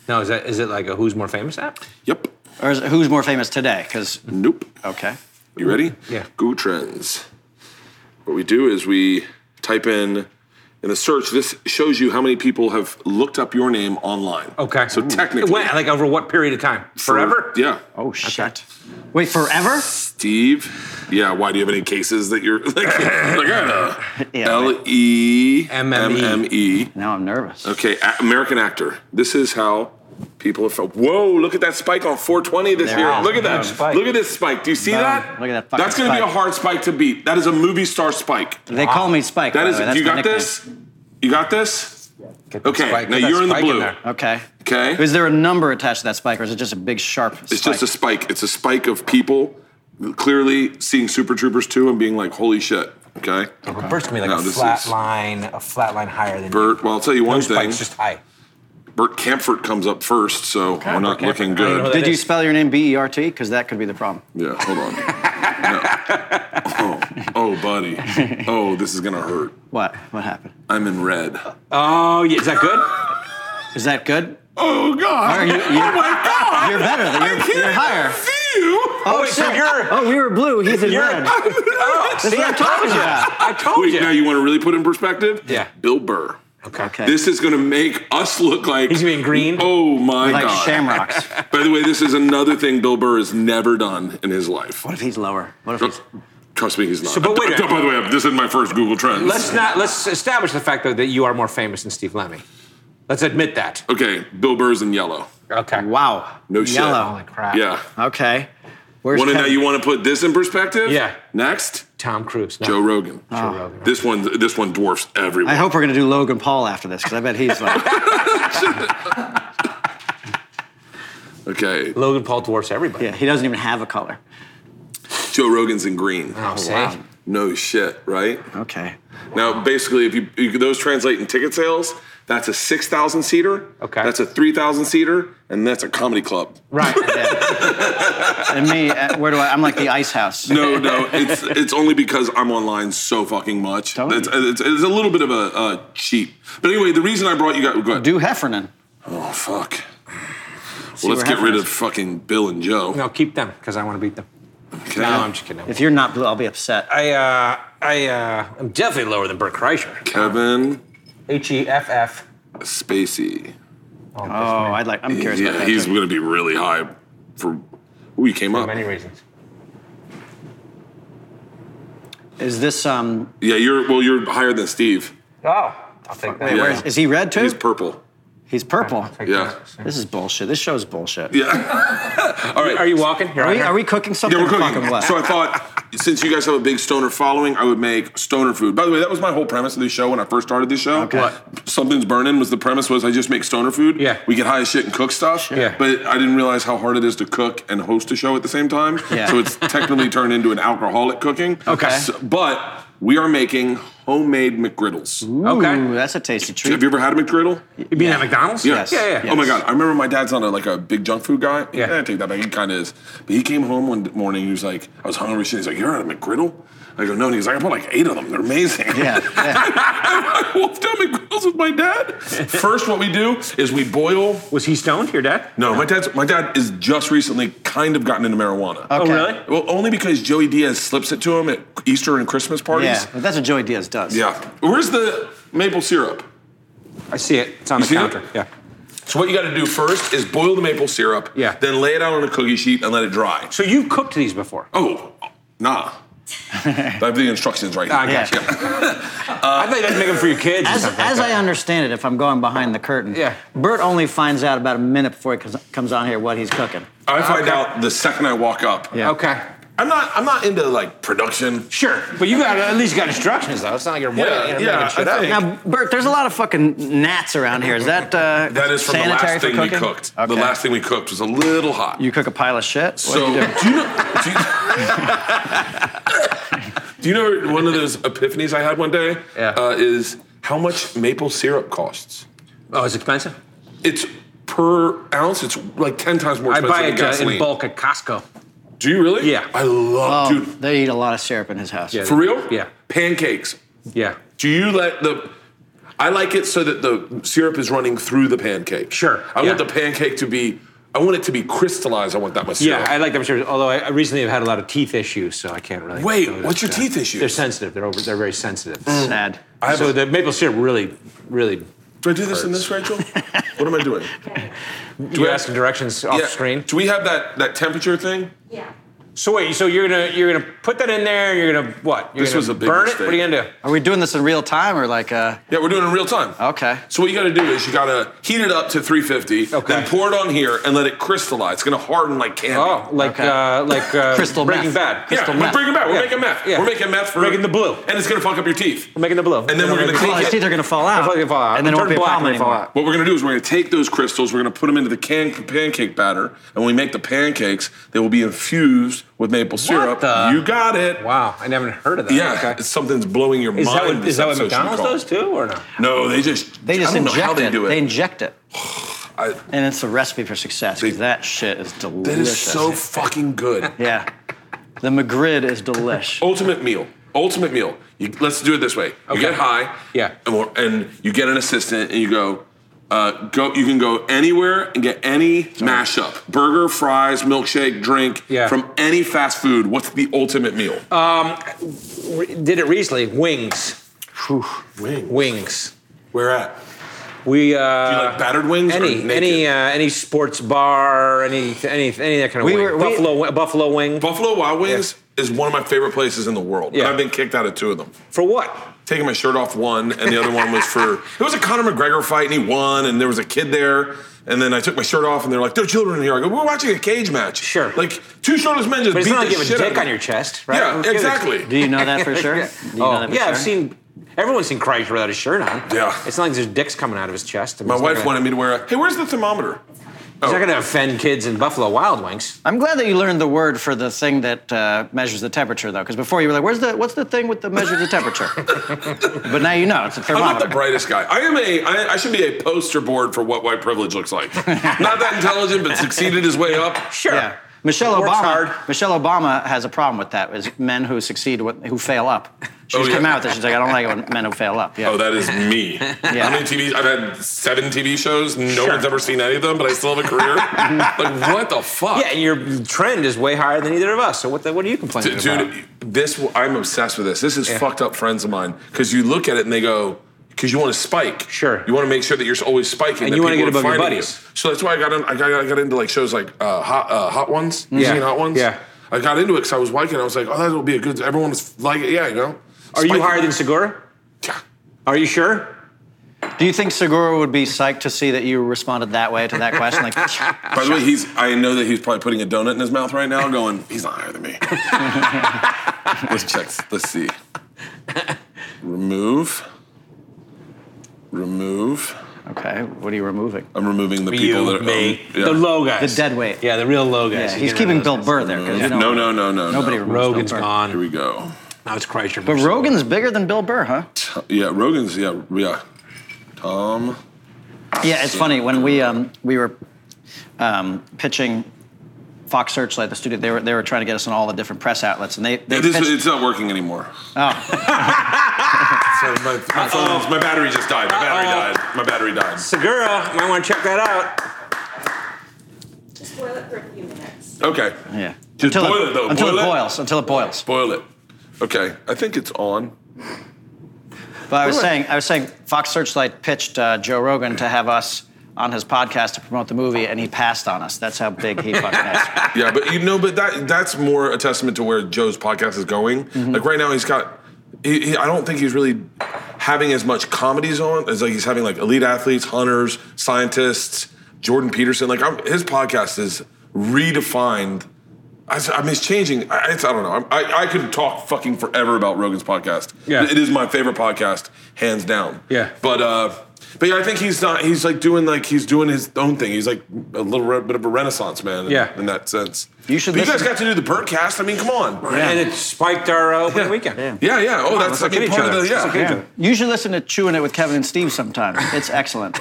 S3: No, is that is it like a who's more famous app?
S5: Yep.
S4: Or is, who's more famous today? Because,
S5: Nope.
S4: okay.
S5: You ready?
S3: Yeah.
S5: Google Trends. What we do is we type in in the search. This shows you how many people have looked up your name online.
S3: Okay.
S5: So technically,
S3: When, like over what period of time?
S5: for-
S3: Forever?
S5: Yeah.
S4: Oh, shit. Wait, forever?
S5: Steve. Yeah. Why do you have any cases that you're like? like I don't know.
S4: Yeah.
S5: L E M
S3: MME.
S5: M E.
S4: Now I'm nervous.
S5: Okay, a- American actor. This is how people have felt. Whoa, look at that spike on 420 this
S4: There
S5: year.
S4: it is.
S5: Look at that.
S4: Huge spike.
S5: Look at this spike. Do you see
S4: Boom.
S5: that?
S4: Look at that fucking
S5: That's going to be a
S4: spike.
S5: hard spike to beat. That is a movie star spike.
S4: They call me Spike.
S5: That
S4: by
S5: is,
S4: the way. That's
S5: you
S4: my
S5: got
S4: nickname.
S5: this? You got this?
S3: Get that
S5: Okay,
S3: spike-
S5: now
S3: get that
S5: you're in the
S3: spike
S5: blue.
S3: there.
S4: Okay.
S5: Okay.
S4: Is there a number attached to that spike, or is it just a big, sharp spike?
S5: It's just a spike. It's a spike of people clearly seeing Super Troopers 2 and being like, holy shit. Okay.
S3: First to me like
S5: No,
S3: a
S5: this
S3: flat
S5: is-
S3: line, a flat line higher than you.
S5: Bert, well, I'll tell you one
S3: No
S5: thing.
S3: spikes, just high.
S5: Bert Camford comes up first, so we're not
S3: Bert
S5: looking
S3: Kampfert. I don't know
S5: good.
S3: that-
S4: Did you
S3: is.
S4: spell your name B E R T? Because that could be the problem.
S5: Yeah, hold on. No. Oh, oh, buddy. Oh, this is gonna hurt.
S4: What? What happened?
S5: I'm in red.
S3: Oh yeah, is that good?
S4: Is that good?
S5: Oh God!
S4: Are you- you-
S5: oh my God!
S4: You're better than-
S5: I
S4: you're-
S5: can't
S4: you're higher.
S5: See you.
S4: Oh,
S3: wait, so
S4: shit.
S3: you're-
S4: Oh, we were blue. He's in
S3: You're-
S4: red.
S3: oh,
S4: That's
S3: see,
S4: what I'm
S3: I told
S4: talking
S3: you.
S4: about.
S3: I told
S5: Wait,
S3: you.
S5: now you want to really put it in perspective?
S3: Yeah.
S5: Bill Burr.
S3: okay.
S4: Okay.
S5: This is gonna make us look like
S3: He's being green.
S5: Oh my
S4: like
S5: God!
S4: shamrocks.
S5: By the way, this is another thing Bill Burr has never done in his life.
S4: what if he's lower? What if he's?
S5: Trust me, he's not.
S3: So, but wait a-
S5: By the way, this is my first Google Trends.
S3: Let's not let's establish the fact though that you are more famous than Steve Lemmy. Let's admit that.
S5: okay, Bill Burr's in yellow.
S3: Okay.
S4: Wow.
S5: No shit.
S4: Yellow.
S3: Holy crap.
S5: Yeah.
S4: Okay. Where's
S5: Want to know
S4: Kevin?
S5: you want to put this in perspective?
S3: Yeah.
S5: Next,
S3: Tom Cruise. No,
S5: Joe Rogan.
S3: Joe Rogan.
S5: This one, this one dwarfs
S4: I
S5: everyone.
S4: hope we're gonna do Logan Paul after this because I bet he's like.
S5: Okay,
S3: Logan Paul dwarfs everybody.
S4: yeah, he doesn't even have a color.
S5: Joe Rogan's in green.
S3: Oh, see?
S5: No shit, right?
S4: Okay.
S5: Now, basically, if you, you those translate in ticket sales, that's a six thousand seater.
S3: Okay.
S5: That's a three thousand seater, and that's a comedy club.
S3: Right.
S4: Yeah. and me, uh, where do I? I'm like the ice house.
S5: No, no, it's it's only because I'm online so fucking much.
S4: Tell me.
S5: It's, it's, it's a little bit of a uh, cheap. But anyway, the reason I brought you guys. Go ahead.
S4: Do Heffernan.
S5: Oh fuck. Well, let's
S4: what
S5: get rid
S4: happens.
S5: of fucking Bill and Joe.
S3: no, keep them because I want to beat them.
S5: kidding.
S3: No, I'm just kidding.
S4: If you're not blue, I'll be upset.
S3: I, uh, I, uh, I'm definitely lower than Bert Kreischer.
S5: Kevin
S3: H E F F.
S5: Spacey.
S4: oh, I'd like. I'm curious about
S5: Yeah,
S4: that.
S5: he's
S4: too.
S5: going to be really high for who he came
S3: For
S5: up.
S3: many reasons.
S4: Is this um?
S5: Yeah, you're well, you're higher than Steve.
S3: Oh, I'll take that.
S5: Yeah.
S4: Where is, is he red too?
S5: He's purple.
S4: He's purple.
S5: Yeah.
S4: This is bullshit. This show's bullshit.
S5: Yeah. All right.
S3: Are you walking? You're
S4: Are
S3: on
S4: we,
S3: here.
S4: are we cooking something?
S5: Yeah, we're
S4: or Fucking
S5: cooking.
S4: what?
S5: So I thought, since you guys have a big stoner following, I would make stoner food. By the way, that was my whole premise of this show when I first started this show.
S4: Okay.
S5: What? Something's burning was the premise was I just make stoner food.
S3: Yeah.
S5: We get high as shit and cook stuff.
S3: Yeah.
S5: But I didn't realize how hard it is to cook and host a show at the same time.
S4: Yeah.
S5: So it's technically turned into an alcoholic cooking.
S4: Okay.
S5: So- but we are making homemade McGriddles.
S3: Okay.
S4: Ooh, that's a tasty treat.
S5: Have you ever had a McGriddle?
S3: You mean at McDonald's?
S5: Yeah.
S4: Yes.
S3: Yeah, yeah.
S5: Oh my
S4: Yes.
S5: God! I remember my dad's not a, like a big junk food guy.
S3: Yeah.
S5: Eh, I take that back. He kind of is. But he came home one morning. He was like, I was hungry. Shit. He's like, you're at a McGriddle. I go, no. And he's like, I put like eight of them. They're amazing.
S4: Yeah, yeah.
S5: I wolfed down McGriddles with my dad. First, what we do is we boil.
S3: Was he stoned, your dad?
S5: No, my dad's my dad is just recently kind of gotten into marijuana.
S3: Oh,
S4: Okay.
S3: really?
S5: Well, only because Joey Diaz slips it to him at Easter and Christmas parties.
S4: Yeah, but that's what Joey Diaz does.
S5: Yeah. Where's the maple syrup?
S3: I see it. It's on
S5: You
S3: the
S5: see it?
S3: counter. Yeah.
S5: So what you got to do first is boil the maple syrup.
S3: Yeah.
S5: Then lay it out on a cookie sheet and let it dry.
S3: So you've cooked these before.
S5: Oh, nah. I have the instructions right here.
S3: I gotcha. Uh, I thought you had to make them for your kids. or
S4: As,
S3: something like
S4: as
S3: that.
S4: I understand it, if I'm going behind the curtain,
S3: Yeah.
S4: Bert only finds out about a minute before he comes, comes on here what he's cooking.
S5: I find
S3: Okay.
S5: out the second I walk up.
S4: Yeah.
S3: Okay.
S5: I'm not. I'm not into like production.
S3: Sure. But you got at least you got instructions though. It's not like you're waiting.
S5: Yeah,
S3: you're
S5: yeah,
S3: making shit
S5: I
S3: up.
S5: think-
S4: Now, Bert, there's a lot of fucking gnats around here. Is that uh,
S5: That is from the
S4: sanitary
S5: last
S4: for
S5: thing we
S4: cooking?
S5: cooked.
S4: Okay.
S5: The last thing we cooked was a little hot.
S4: You cook a pile of shit.
S5: so
S4: what do you do?
S5: do you know? Do you, do you know one of those epiphanies I had one day?
S3: Yeah.
S5: Uh, is how much maple syrup costs?
S3: Oh, it's expensive.
S5: It's per ounce. It's like ten times more
S3: I
S5: expensive
S3: buy
S5: than
S3: it uh,
S5: gasoline.
S3: in bulk at Costco.
S5: Do you really?
S3: Yeah.
S5: I love,
S4: Oh,
S5: dude.
S4: they eat a lot of syrup in his house.
S3: Yeah.
S5: For real?
S3: Yeah.
S5: Pancakes.
S3: Yeah.
S5: Do you let the? I like it so that the syrup is running through the pancake.
S3: Sure,
S5: I want
S3: yeah.
S5: the pancake to be. I want it to be crystallized. I want that much syrup.
S3: Yeah, I like them sure. Although I, I recently have had a lot of teeth issues, so I can't really.
S5: Wait,
S3: go to
S5: what's your
S3: that.
S5: teeth issues?
S3: They're sensitive. They're over. They're very sensitive.
S4: Sad.
S5: have
S3: so
S5: a-
S3: the maple syrup really, really.
S5: do I do this in this, Rachel? what am I doing?
S3: Do you ask directions off
S5: Yeah.
S3: screen?
S5: Do we have that that temperature thing?
S2: Yeah.
S3: So wait, so you're gonna you're gonna put that in there? You're gonna what? You're
S5: This
S3: gonna
S5: was a big
S3: burn it.
S5: mistake.
S3: What are you gonna do?
S4: Are we doing this in real time or like? Uh,
S5: Yeah, we're doing it in real time.
S4: okay.
S5: So what you got to do is you got to heat it up to 350,
S3: Okay.
S5: then pour it on here and let it crystallize. It's gonna harden like candy.
S3: Oh, like
S4: Okay.
S3: uh, like uh,
S4: Crystal
S3: Breaking
S4: meth.
S3: Bad.
S5: yeah,
S4: crystal
S5: we're
S4: meth.
S5: bringing back. We're
S3: Yeah.
S5: making meth.
S3: Yeah.
S5: We're making meth for
S3: Making the blue.
S5: and it's gonna fuck up your teeth.
S3: We're making the blue. And
S5: then we're gonna
S4: Well, oh, his teeth are gonna fall out.
S3: They're gonna fall out.
S4: And then it
S3: Turn
S4: won't be a
S3: black
S4: problem
S3: and they fall
S4: anymore.
S3: out.
S5: What we're gonna do is we're gonna take those crystals, we're gonna put them into the can pancake batter, and when we make the pancakes, they will be infused with maple syrup.
S3: the-
S5: You got it.
S3: Wow, I never heard of that.
S5: Yeah,
S3: Okay.
S5: it's something's blowing your
S3: Is that
S5: mind.
S3: what, is that what
S5: episode should be
S3: McDonald's
S5: called.
S3: does too, or no?
S5: No, they just
S4: They just
S5: I don't know how
S4: inject
S5: they
S4: it.
S5: do it.
S4: They inject it,
S5: I-
S4: and it's a recipe for success. 'cause that shit is delicious.
S5: that is so fucking good.
S4: yeah. The McGrid is delish.
S5: Ultimate meal. Ultimate meal. You, let's do it this way. You
S3: Okay.
S5: get high.
S3: Yeah.
S5: And, we're- and you get an assistant, and you go. Uh, go. You can go anywhere and get any mashup: burger, fries, milkshake, drink
S3: Yeah.
S5: from any fast food. What's the ultimate meal?
S3: Re- Um, did it recently. Wings.
S5: Wings.
S3: Wings.
S5: Where at?
S3: We uh,
S5: Do you like battered wings or
S3: Any
S5: naked?
S3: any uh, any sports bar, any any any of that kind of
S4: We
S3: wing.
S4: were- we-
S3: buffalo wi- buffalo wing
S5: Buffalo Wild Wings is one of my favorite places in the world. And
S3: Yeah.
S5: I've been kicked out of two of them.
S3: for what?
S5: taking my shirt off one, and the other one was for it was a Conor McGregor fight, and he won, and there was a kid there. And then I took my shirt off, and they're like, "There are children in here." I go, "We're watching a cage match."
S3: Sure.
S5: Like two shirtless men just
S3: But it's
S5: beat
S3: not like
S5: the
S3: you have a
S5: shit out
S3: dick
S5: of
S3: on
S5: me.
S3: your chest, right? Who
S5: Yeah,
S3: cares?
S5: exactly.
S4: Do you know that for sure?
S3: Yeah.
S4: Do you know that
S3: Oh,
S4: for
S3: yeah, I've
S4: sure?
S3: seen. Everyone's seen Kreischer without his shirt on.
S5: Yeah.
S3: It's not like there's dicks coming out of his chest. I mean,
S5: My
S3: he's not
S5: wife
S3: gonna-
S5: wanted me to wear a. Hey, where's the thermometer?
S3: He's not going to offend kids in Buffalo Wild Wings.
S4: I'm glad that you learned the word for the thing that uh, measures the temperature, though, because before you were like, "Where's the what's the thing with the measures the temperature?" but now you know it's a
S5: I'm not the
S4: thermometer.
S5: brightest guy. I am a. I, I should be a poster board for what white privilege looks like. not that intelligent, but succeeded his way up.
S3: Sure.
S4: Yeah. Michelle
S3: Works
S4: Obama.
S3: hard.
S4: Michelle Obama has a problem with that. Is men who succeed with, who fail up. She
S5: Oh,
S4: just
S5: yeah.
S4: came out with it. She's like, I don't like it when men who fail up. Yeah.
S5: Oh, that is me. How many TV? I've had seven TV shows. No
S4: Sure.
S5: one's ever seen any of them, but I still have a career. like what the fuck?
S3: Yeah, and your trend is way higher than either of us. So what the, what are you complaining
S5: D-
S3: about?
S5: dude, this I'm obsessed with this. This is fucked up friends of mine because you look at it and they go because you want to spike.
S3: Sure.
S5: You want to make sure that you're always spiking.
S3: And
S5: that
S3: you wanna
S5: people
S3: get
S5: are
S3: above your
S5: finding
S3: buddies.
S5: you. So that's why I got in, I got I got into like shows like uh, hot uh, hot ones. You
S3: Yeah.
S5: seen hot ones.
S3: Yeah.
S5: I got into it because I was liking. it. I was like, oh, that will be a good. Everyone was like, it. yeah, you know.
S3: Are you
S5: Spiking.
S3: higher than Segura?
S5: Yeah.
S3: Are you sure?
S4: Do you think Segura would be psyched to see that you responded that way to that question? Like, yeah,
S5: By the way, he's. I know that he's probably putting a donut in his mouth right now, going, he's not higher than me. let's check. Let's see. Remove. Remove.
S4: okay, what are you removing?
S5: I'm removing the people that are.
S3: me,
S5: um, yeah.
S3: the low guys,
S4: The dead weight.
S3: Yeah, the real low guys.
S4: Yeah,
S3: You
S4: he's
S3: get
S4: keeping
S3: rid of
S4: Bill
S3: those.
S4: Burr there because
S5: No, no, no, no, no.
S4: Nobody removes
S3: Rogan's
S4: Bill Burr.
S5: Here
S3: gone.
S5: we go.
S3: Now it's Kreischer.
S4: But Rogan's bigger than Bill Burr, huh?
S5: Yeah, Rogan's. Yeah, yeah. Tom.
S4: Yeah, it's funny when we um, we were um, pitching Fox Searchlight, the studio. They were they were trying to get us on all the different press outlets, and they they
S5: This,
S4: pitched-
S5: it's not working anymore. Oh. Sorry, my, my,
S4: Oh.
S5: phone, Um, my battery just died. My battery
S3: Uh-oh.
S5: died. My battery died.
S3: Segura, might want to check that out.
S6: Just boil it for a few minutes.
S5: Okay.
S4: yeah
S5: Just
S4: until
S5: boil it, though.
S4: until
S5: Boil
S4: it
S5: it.
S4: boils until it boils.
S5: Boil it. Okay. I think it's on.
S4: But I was saying I was saying Fox Searchlight pitched uh, Joe Rogan to have us on his podcast to promote the movie, and he passed on us. That's how big he fucking is.
S5: Yeah, but you know, but that that's more a testament to where Joe's podcast is going.
S3: Mm-hmm.
S5: Like right now, he's got. He, he, I don't think he's really having as much comedies on as like he's having like elite athletes, hunters, scientists, Jordan Peterson. Like I'm, his podcast is redefined. I, s- I mean, it's changing. I, it's, I don't know. I'm- I, I could talk fucking forever about Rogan's podcast.
S3: Yeah.
S5: it is my favorite podcast, hands down.
S3: Yeah.
S5: but uh, but yeah, I think he's not. He's like doing like he's doing his own thing. He's like a little re- bit of a renaissance man. in-
S3: Yeah.
S5: in that sense.
S4: You should
S5: But You guys
S4: listen.
S5: got to do the bird cast. I mean, come on.
S3: And it spiked our uh, opening weekend.
S5: Yeah, yeah. Oh, that's
S3: let's
S5: like
S3: look at each
S5: part of
S3: other.
S5: the yeah.
S3: Let's look at each other.
S4: You should listen to Chewing It with Kevin and Steve sometimes. It's excellent.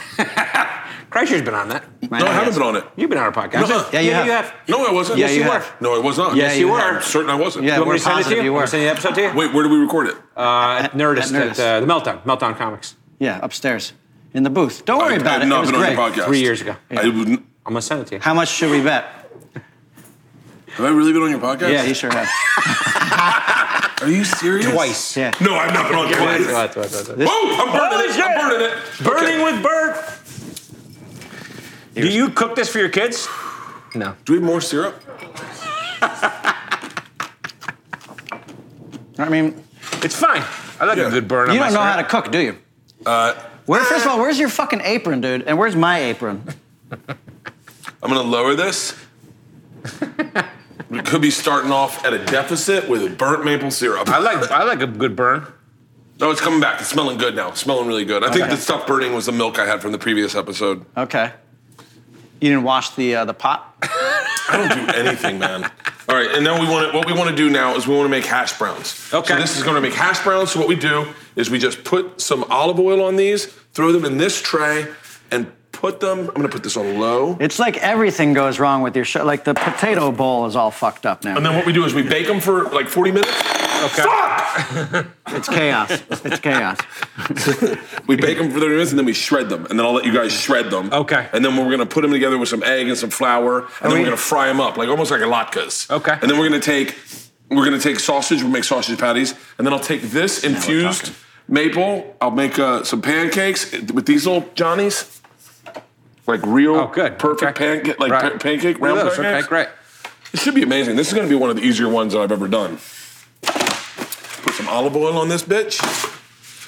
S3: Kreischer's been on that.
S5: No, I haven't been on it.
S3: You've been on our podcast.
S5: No.
S4: Yeah, you have.
S5: No, I wasn't.
S3: Yes,
S4: Yeah,
S3: you,
S4: you
S3: were.
S4: have.
S5: No, I was not.
S3: Yes, you were.
S5: I'm certain I wasn't.
S4: Yeah.
S3: You want me
S4: We're
S3: to send it to
S4: positive
S3: you?
S4: you were.
S3: Want me to Send the episode to you?
S5: Wait, where did we record it?
S3: Uh, at Nerdist,
S4: at
S3: at, uh, the Meltdown, Meltdown Comics,
S4: Yeah, upstairs in the booth. Don't worry
S5: I-
S4: about
S5: I've
S4: it.
S5: not
S4: it was
S5: been
S4: great.
S5: on your podcast.
S3: three years ago.
S5: I wouldn't-
S3: I'm gonna send it to you.
S4: How much should we bet?
S5: have I really been on your podcast?
S4: Yeah, he sure has.
S5: Are you serious?
S3: Twice.
S4: Yeah.
S5: No, I've not been on twice.
S3: Twice, twice, twice, twice.
S5: Whoa, I'm burning
S3: Holy
S5: it.
S3: shit.
S5: I'm burning it.
S3: Burning
S5: Okay.
S3: with Bert. Do you cook this for your kids? No.
S5: Do we have more syrup?
S4: I mean,
S3: It's fine. I like
S5: Yeah.
S3: a good burn. on
S4: you
S3: my
S4: don't know how to
S3: syrup.
S4: cook, do you?
S5: Uh,
S4: Where, first of all, where's your fucking apron, dude? And where's my apron?
S5: I'm gonna lower this. we could be starting off at a deficit with burnt maple syrup.
S3: I like I like a good burn.
S5: No, it's coming back. It's smelling good now. It's smelling really good. I think the stuff burning was the milk I had from the previous episode.
S4: Okay. You didn't wash the uh, the pot.
S5: I don't do anything, man. All right, and now we want to, what we want to do now is we want to make hash browns.
S3: Okay.
S5: So this is going to make hash browns. So what we do is we just put some olive oil on these, throw them in this tray, and put them. I'm going to put this on low.
S4: It's like everything goes wrong with your show. Like the potato bowl is all fucked up
S5: And
S4: now.
S5: then what we do is we bake them for like 40 minutes.
S3: Okay.
S4: It's chaos. It's chaos.
S5: We bake them for 30 minutes and then we shred them. And then I'll let you guys shred them.
S3: Okay.
S5: And then we're gonna put them together with some egg and some flour. And then
S4: we-
S5: we're gonna fry them up, like almost like latkes.
S3: Okay.
S5: And then we're gonna take we're gonna take sausage, we'll make sausage patties, and then I'll take this infused
S4: talking.
S5: maple. I'll make uh, some pancakes with these little Johnnies. Like real
S3: Oh, good.
S5: perfect
S3: Okay.
S5: pancake like
S3: Right.
S5: pa- pancake,
S3: Look
S5: round
S3: at those.
S5: pancakes.
S3: Okay, great.
S5: It should be amazing. This is gonna be one of the easier ones that I've ever done. Put some olive oil on this bitch.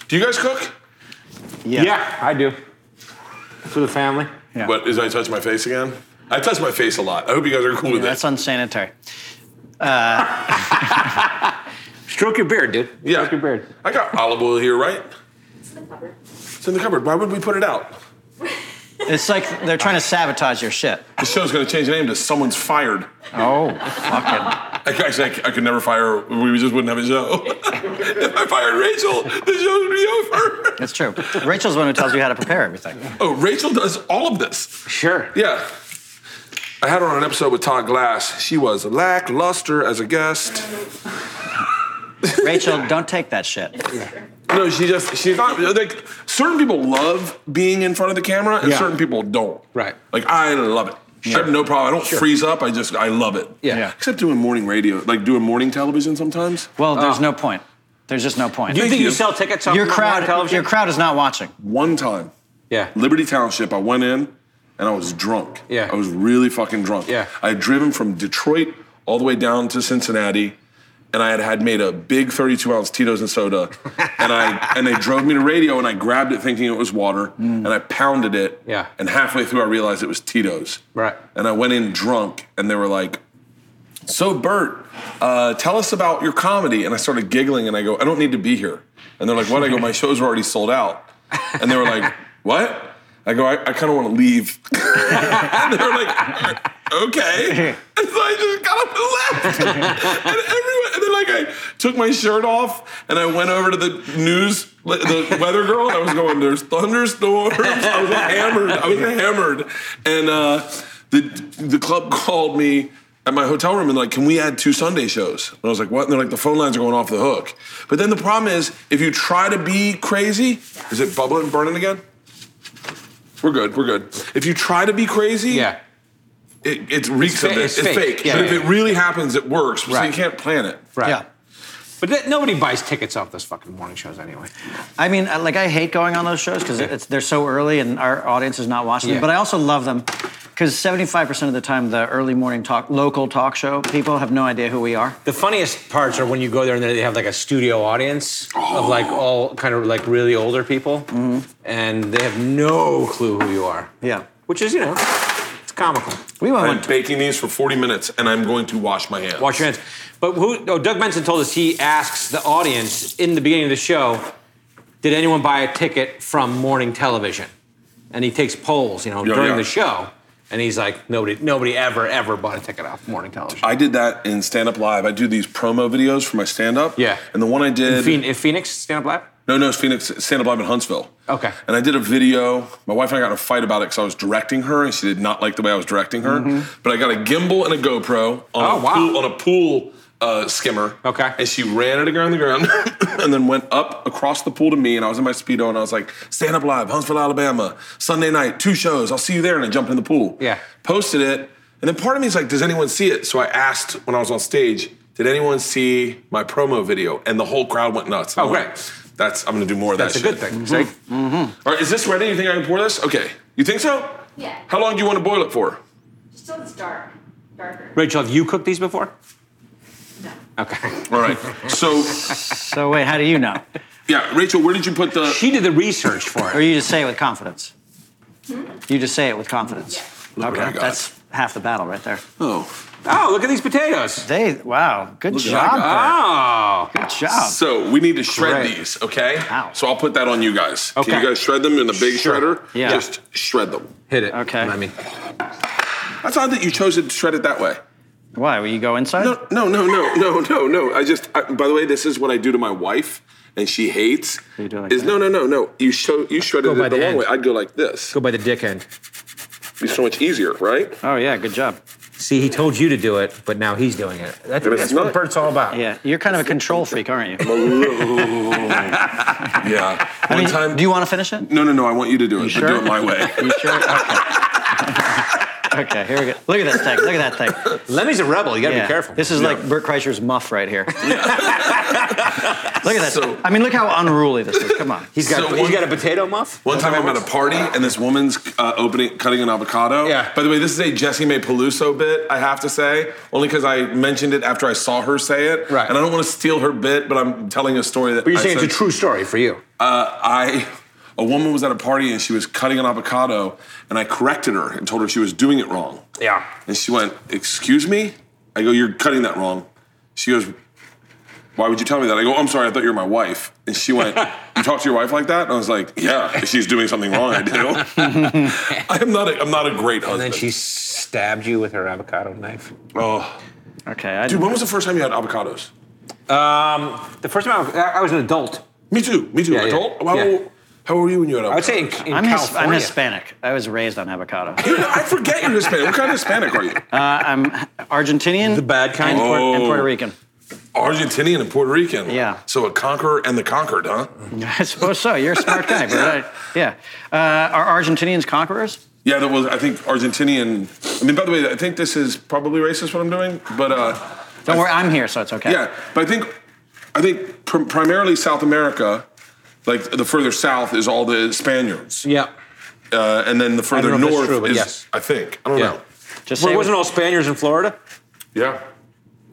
S5: Do you guys cook?
S4: Yeah.
S3: Yeah, I do. For the family.
S4: Yeah.
S5: What is I touch my face again? I touch my face a lot. I hope you guys are cool with
S4: That's
S5: that.
S4: unsanitary.
S3: Stroke your beard, dude.
S5: Yeah.
S3: Stroke your beard.
S5: I got olive oil here, right?
S6: It's in the cupboard.
S5: It's in the cupboard. Why would we put it out?
S4: It's like they're trying to sabotage your shit.
S5: The show's gonna change the name to Someone's Fired.
S4: Oh, fucking.
S5: I, actually, I, c- I could never fire. We just wouldn't have a show. if I fired Rachel, the show would be over.
S4: It's true. Rachel's the one who tells you how to prepare everything.
S5: Oh, Rachel does all of this.
S3: Sure.
S5: Yeah. I had her on an episode with Todd Glass. She was lackluster as a guest.
S4: Rachel, don't take that shit.
S5: No, she just she's not like certain people love being in front of the camera and
S3: Yeah.
S5: certain people don't.
S3: Right.
S5: Like I love it. I have no problem. I don't freeze up. I just I love it.
S3: Yeah. Yeah.
S5: Except doing morning radio, like doing morning television sometimes.
S4: Well, there's no point. There's just no point.
S3: Do you
S5: Thank
S3: think you,
S5: you.
S3: sell tickets on
S4: your
S3: on
S4: crowd,
S3: television?
S4: your crowd is not watching.
S5: One time,
S3: yeah.
S5: Liberty Township, I went in and I was drunk.
S3: Yeah.
S5: I was really fucking drunk.
S3: Yeah.
S5: I had driven from Detroit all the way down to Cincinnati. And I had, had made a big 32 ounce Tito's and soda, and I and they drove me to radio, and I grabbed it thinking it was water, and I pounded it,
S3: Mm. Yeah.
S5: and halfway through I realized it was Tito's,
S3: Right.
S5: And I went in drunk, and they were like, "So Bert, uh, tell us about your comedy," and I started giggling, and I go, "I don't need to be here," and they're like, "What?" I go, "My shows are already sold out," and they were like, "What?" I go, "I, I kind of want to leave," and they were like, "Okay," and so I just got up and left, and everyone, and then like I took my shirt off, and I went over to the news. The weather girl, and I was going. There's thunderstorms. I was hammered. I was hammered, and uh, the the club called me at my hotel room and like, can we add two Sunday shows? And I was like, what? And they're like, the phone lines are going off the hook. But then the problem is, if you try to be crazy, is it bubbling, burning again? We're good. We're good. If you try to be crazy,
S3: Yeah.
S5: it, it reeks
S3: fa-
S5: of it.
S3: it's
S5: It's,
S3: fake.
S5: fake.
S3: Yeah,
S5: but
S3: yeah,
S5: if it
S3: yeah.
S5: really happens, it works. So you
S3: Right.
S5: can't plan it.
S3: Right.
S4: Yeah.
S3: But that, nobody buys tickets off those fucking morning shows anyway.
S4: I mean, I- like I hate going on those shows because it's they're so early and our audience is not watching
S3: Yeah.
S4: them. But I also love them because 75% of the time, the early morning talk, local talk show people have no idea who we are.
S3: The funniest parts are when you go there and they have like a studio audience of like
S5: Oh.
S3: all kind of like really older people,
S5: Mm-hmm.
S3: and they have no clue who you are.
S4: Yeah.
S3: Which is you know, it's comical.
S4: We went.
S5: I'm baking these for 40 minutes, and I'm going to wash my hands.
S3: Wash your hands. But who? Oh, Doug Benson told us he asks the audience in the beginning of the show, "Did anyone buy a ticket from morning television?" And he takes polls, you know,
S5: Yeah,
S3: during
S5: yeah.
S3: the show, and he's like, "Nobody, nobody ever, ever bought a ticket off morning television."
S5: I did that in stand up live. I do these promo videos for my stand up.
S3: Yeah.
S5: And the one I did.
S3: Phoen- if Phoenix stand up live.
S5: No, no, it's Phoenix stand up live in Huntsville.
S3: Okay.
S5: And I did a video. My wife and I got in a fight about it because I was directing her and she did not like the way I was directing her. But I got a gimbal and a GoPro on
S3: Mm-hmm.
S5: a
S3: Oh, wow.
S5: pool, on a pool uh, skimmer.
S3: Okay.
S5: And she ran it around the ground and then went up across the pool to me. And I was in my Speedo and I was like, stand up live, Huntsville, Alabama, Sunday night, two shows. I'll see you there. And I jumped in the pool.
S3: Yeah.
S5: Posted it. And then part of me is like, does anyone see it? So I asked when I was on stage, did anyone see my promo video? And the whole crowd went nuts.
S3: Oh,
S5: I'm like,
S3: great.
S5: That's I'm gonna do more of that.
S3: That's a
S5: shit.
S3: good thing. See?
S5: All right, is this ready? You think I can pour this? Okay. You think so?
S7: Yeah.
S5: How long do you want to boil it for?
S7: Just till it's dark. Darker.
S3: Rachel, have you cooked these before?
S7: No.
S3: Okay.
S5: All right. So,
S4: So wait, how do you know?
S5: yeah, Rachel, where did you put the?
S3: She did the research for
S4: Or
S3: it.
S4: you just say it with confidence. You just say it with confidence.
S5: Look what I
S4: Okay,
S5: got.
S4: that's half the battle right there.
S5: Oh.
S3: Oh, look at these potatoes.
S4: They wow, good
S5: Look at
S4: job,
S3: Oh.
S4: Bert. good job.
S5: So we need to shred
S3: Great.
S5: these, okay?
S4: Ow.
S5: So I'll put that on you guys.
S3: Okay.
S5: Can you guys shred them in the big
S3: Sure.
S5: shredder?
S4: Yeah.
S5: Just shred them.
S3: Hit it.
S4: Okay.
S3: I mean,
S5: That's odd that you chose to shred it that way.
S4: Why? Will you go inside?
S5: No, no, no, no, no, no, no. I just. I, by the way, this is what I do to my wife, and she hates.
S4: You do it like
S5: is
S4: that.
S5: no, no, no, no. You show you shredded
S3: Go by
S5: it the
S3: the
S5: long
S3: end.
S5: way. I'd go like this.
S3: go by the dick end.
S5: Be so much easier, right?
S4: Oh yeah, good job.
S3: See, he told you to do it, but now he's doing it. That's,
S5: But it's
S3: that's what
S5: not-
S3: Bert's all about.
S4: Yeah, you're kind of a control freak, aren't you?
S5: yeah.
S4: I
S5: One
S4: mean,
S5: time.
S4: do you want to finish it?
S5: No, no, no. I want you to do it,
S4: sure?
S5: but do it my way.
S4: You sure? Okay. okay, here we go. Look at that thing. Look at that thing.
S3: Lemmy's a rebel. You gotta
S4: Yeah.
S3: be careful.
S4: This is like Bert Kreischer's muff right here. look at that.
S5: So-
S4: I mean, look how unruly this is. Come on.
S3: he's got,
S5: so
S3: he's
S5: one-
S3: got a potato muff.
S5: One time I'm at a party and this woman's uh, opening, cutting an avocado.
S3: Yeah.
S5: By the way, this is a Jessie May Peluso bit. I have to say, only because I mentioned it after I saw her say it.
S3: Right.
S5: And I don't want to steal her bit, but I'm telling a story that.
S3: But you're
S5: I
S3: saying
S5: said-
S3: it's a true story for you.
S5: uh, I a woman was at a party and she was cutting an avocado, and I corrected her and told her she was doing it wrong.
S3: Yeah.
S5: And she went, "Excuse me." I go, "You're cutting that wrong." She goes, "Why would you tell me that?" I go, "I'm sorry. I thought you were my wife." And she went, "You talk to your wife like that?" And I was like, "Yeah, if she's doing something wrong, I do." I am not. A, I'm not a great husband.
S3: And then she stabbed you with her avocado knife.
S5: Oh,
S4: Okay. I,
S5: dude, when was the first time you had avocados?
S3: Um, the first time I was, I was an adult.
S5: Me too. Me too.
S3: Yeah,
S5: I
S3: yeah,
S5: told. Well,
S3: yeah.
S5: How old were you when you were
S3: I
S5: out?
S3: would say in, in
S4: I'm, his, I'm
S3: California.
S4: Hispanic. I was raised on avocado.
S5: I forget you're Hispanic. What kind of Hispanic are you?
S4: I'm Argentinian.
S3: The bad kind?
S4: And, Puerto, and Puerto
S5: Oh.
S4: Rican.
S5: Argentinian and Puerto Rican.
S4: Yeah.
S5: So a conqueror and the conquered, huh?
S4: I suppose so. You're a smart guy, but I, yeah. Uh, are Argentinians conquerors?
S5: Yeah, that was. I think Argentinian. I mean, by the way, I think this is probably racist what I'm doing, but uh,
S4: Don't worry, I'm here, so it's okay.
S5: yeah. But I think, I think pr- primarily South America, like the further south is all the Spaniards,
S3: Yeah.
S5: uh, and then the further
S3: know if that's
S5: north
S3: true, but
S5: is.
S3: yes.
S5: I think. I don't
S3: Yeah.
S5: know.
S4: Just
S3: Well,
S4: say
S3: it wasn't all Spaniards in Florida?
S5: Yeah.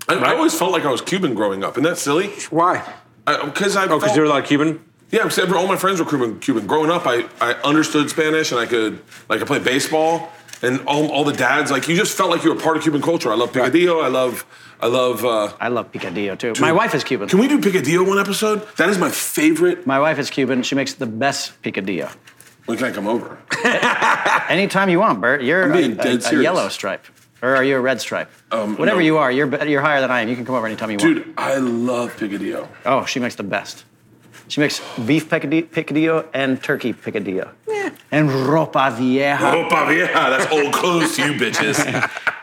S5: I, I always felt like I was Cuban growing up, and that's silly.
S3: Why?
S5: Because I,
S3: Oh, because
S5: felt-
S3: there were a lot of Cuban?
S5: Yeah, because every- all my friends were Cuban. Cuban. Growing up, I, I understood Spanish and I could like I played baseball and all, all the dads like you just felt like you were part of Cuban culture. I love picadillo. I love I love. Uh,
S4: I love picadillo too. My wife is Cuban.
S5: Can we do picadillo one episode? That is my favorite.
S4: My wife is Cuban. She makes the best picadillo.
S5: When can I come over?
S4: Anytime you want, Bert. You're
S5: I'm being
S4: a,
S5: dead
S4: a- a
S5: serious.
S4: yellow stripe, or are you a red stripe?
S5: Um,
S4: Whatever
S5: no.
S4: you are, you're be- you're higher than I am. You can come over anytime you want.
S5: Dude, I love picadillo.
S4: Oh, she makes the best. She makes beef picadi- picadillo and turkey picadillo. Yeah. And ropa vieja.
S5: Ropa vieja, Ah, that's old clothes to you bitches.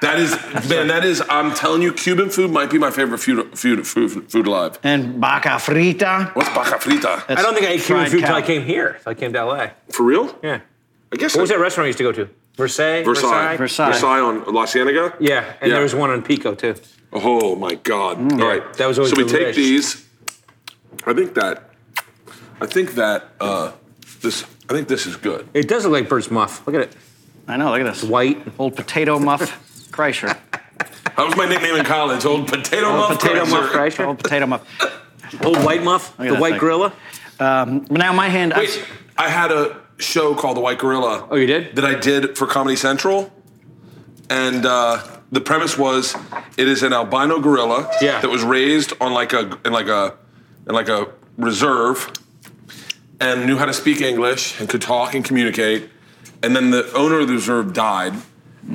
S5: That is, man, that is, I'm telling you, Cuban food might be my favorite food, food, food, food alive.
S4: And baca frita.
S5: What's baja frita?
S3: I don't think I ate Cuban
S4: Fried
S3: food until
S4: cow.
S3: I came here, until I came to LA.
S5: For real?
S3: Yeah.
S5: I guess
S3: What was that restaurant I used to go to? Versailles?
S5: Versailles.
S4: Versailles.
S5: Versailles on La Cienega?
S3: Yeah, and there was one on Pico too.
S5: Oh my God!
S3: Mm.
S5: All right,
S3: That was always
S5: so. We
S3: the
S5: take
S3: wish.
S5: these. I think that. I think that uh, this. I think this is good.
S3: It does look like bird's muff. Look at it.
S4: I know. Look at this.
S3: White.
S4: Old potato muff Kreischer.
S5: That was my nickname in college. Old potato muff.
S3: potato
S5: Kreitzer.
S3: muff Kreischer.
S4: Old potato muff.
S3: Old white muff.
S4: at
S3: The
S4: that
S3: white
S4: thing.
S3: gorilla.
S4: Um, but now my hand.
S5: Wait, I had a show called The White Gorilla.
S3: Oh, you did?
S5: That I did for Comedy Central, and uh, the premise was it is an albino gorilla.
S3: Yeah.
S5: That was raised on like a in like a in like a reserve, and knew how to speak English and could talk and communicate. And then the owner of the reserve died,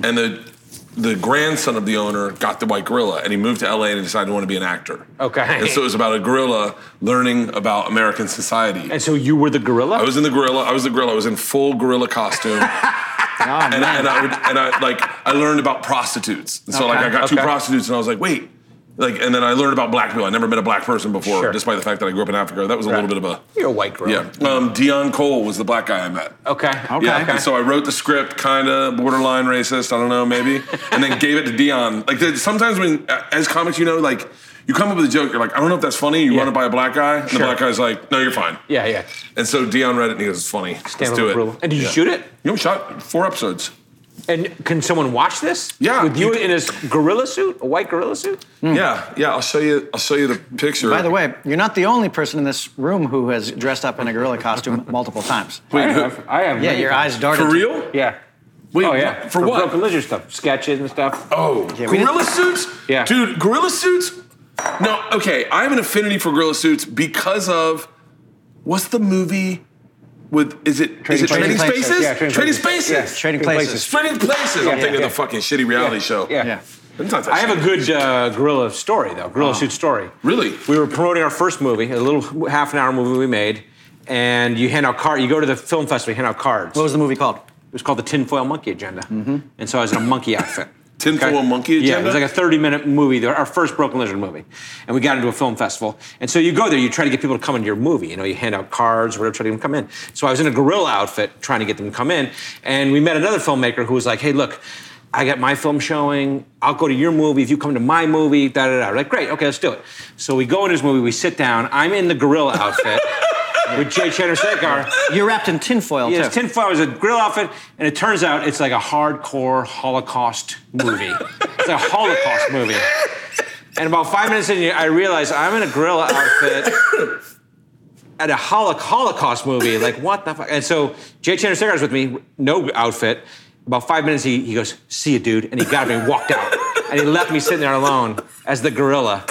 S5: and the the grandson of the owner got the white gorilla, and he moved to LA and decided he wanted to be an actor.
S3: Okay.
S5: And so it was about a gorilla learning about American society.
S3: And so you were the gorilla?
S5: I was in the gorilla. I was the gorilla. I was in full gorilla costume, and, and I would, and I like I learned about prostitutes. And so like I got two
S3: okay.
S5: prostitutes, and I was like, wait, like, and then I learned about black people. I never met a black person before,
S3: Sure.
S5: despite the fact that I grew up in Africa. That was a little bit of
S3: You're a white
S5: a
S3: gorilla.
S5: yeah. Um, Dion Cole was the black guy I met.
S3: Okay. Okay.
S5: Yeah, and so I wrote the script, kind of borderline racist. I don't know, maybe, and then gave it to Dion. Like there's- sometimes when, as comics, you know, like you come up with a joke, you're like, I don't know if that's funny. You
S3: Yeah.
S5: run it by a black guy, and the
S3: Sure.
S5: black guy's like, No, you're fine.
S3: yeah, yeah.
S5: And so Dion read it and he goes, it's funny.
S3: Stand
S5: Let's do
S3: up
S5: it.
S3: gorilla. And did you shoot it?
S5: You know, we shot four episodes.
S3: And can someone watch this?
S5: Yeah.
S3: With you in his gorilla suit, a white gorilla suit?
S5: Hmm. Yeah, yeah. I'll show you. I'll show you the picture.
S4: By the way, you're not the only person in this room who has dressed up in a gorilla costume multiple times.
S5: Wait,
S3: I
S5: who-
S3: have. I have
S4: Yeah,
S3: many
S4: your eyes
S3: times.
S4: darted.
S5: for real?
S3: Yeah.
S5: Wait,
S3: oh yeah.
S5: wh- For what?
S3: Broken lizard stuff, sketches and stuff.
S5: oh,
S4: we
S5: gorilla suits.
S3: Yeah.
S5: dude, gorilla suits. No, okay. I have an affinity for gorilla suits because of what's the movie with? Is it is it Trading
S4: Places.
S5: Spaces?
S3: Yeah, Trading Places.
S5: Spaces.
S3: Yeah.
S4: Trading
S3: Trading
S4: places.
S5: Trading Places. I'm thinking
S3: yeah.
S5: of the fucking shitty reality show.
S3: Yeah.
S4: Yeah.
S5: It's not that
S3: I have a
S5: shitty.
S3: good uh, gorilla story though. Gorilla suit story.
S5: Really?
S3: We were promoting our first movie, a little half an hour movie we made, and you hand out cards. You go to the film festival, you hand out cards.
S4: What was the movie called?
S3: It was called the Tinfoil Monkey Agenda. And so I was in a monkey outfit.
S5: Mm-hmm. Tinfoil Monkey
S3: Yeah,
S5: Agenda?
S3: it was like a 30 minute movie, the- our first Broken Lizard movie. And we got into a film festival. And so you go there, you try to get people to come into your movie. You know, you hand out cards, whatever, try to get them to come in. So I was in a gorilla outfit trying to get them to come in. And we met another filmmaker who was like, hey, look, I got my film showing. I'll go to your movie if you come to my movie. Da da da. We're like, great, okay, let's do it. So we go in his movie. We sit down. I'm in the gorilla outfit with Jay Chandrasekhar.
S4: You're wrapped in tinfoil
S3: Yeah, it's
S4: too.
S3: tinfoil. It was a grill outfit, and it turns out it's like a hardcore Holocaust movie. it's a Holocaust movie. And about five minutes in, I realize I'm in a grill outfit at a holo- Holocaust movie. Like, what the fuck? And so Jay Chandrasekhar's with me, no outfit. About five minutes, he, he goes, "See you, dude," and he grabbed me and walked out, and he left me sitting there alone as the gorilla.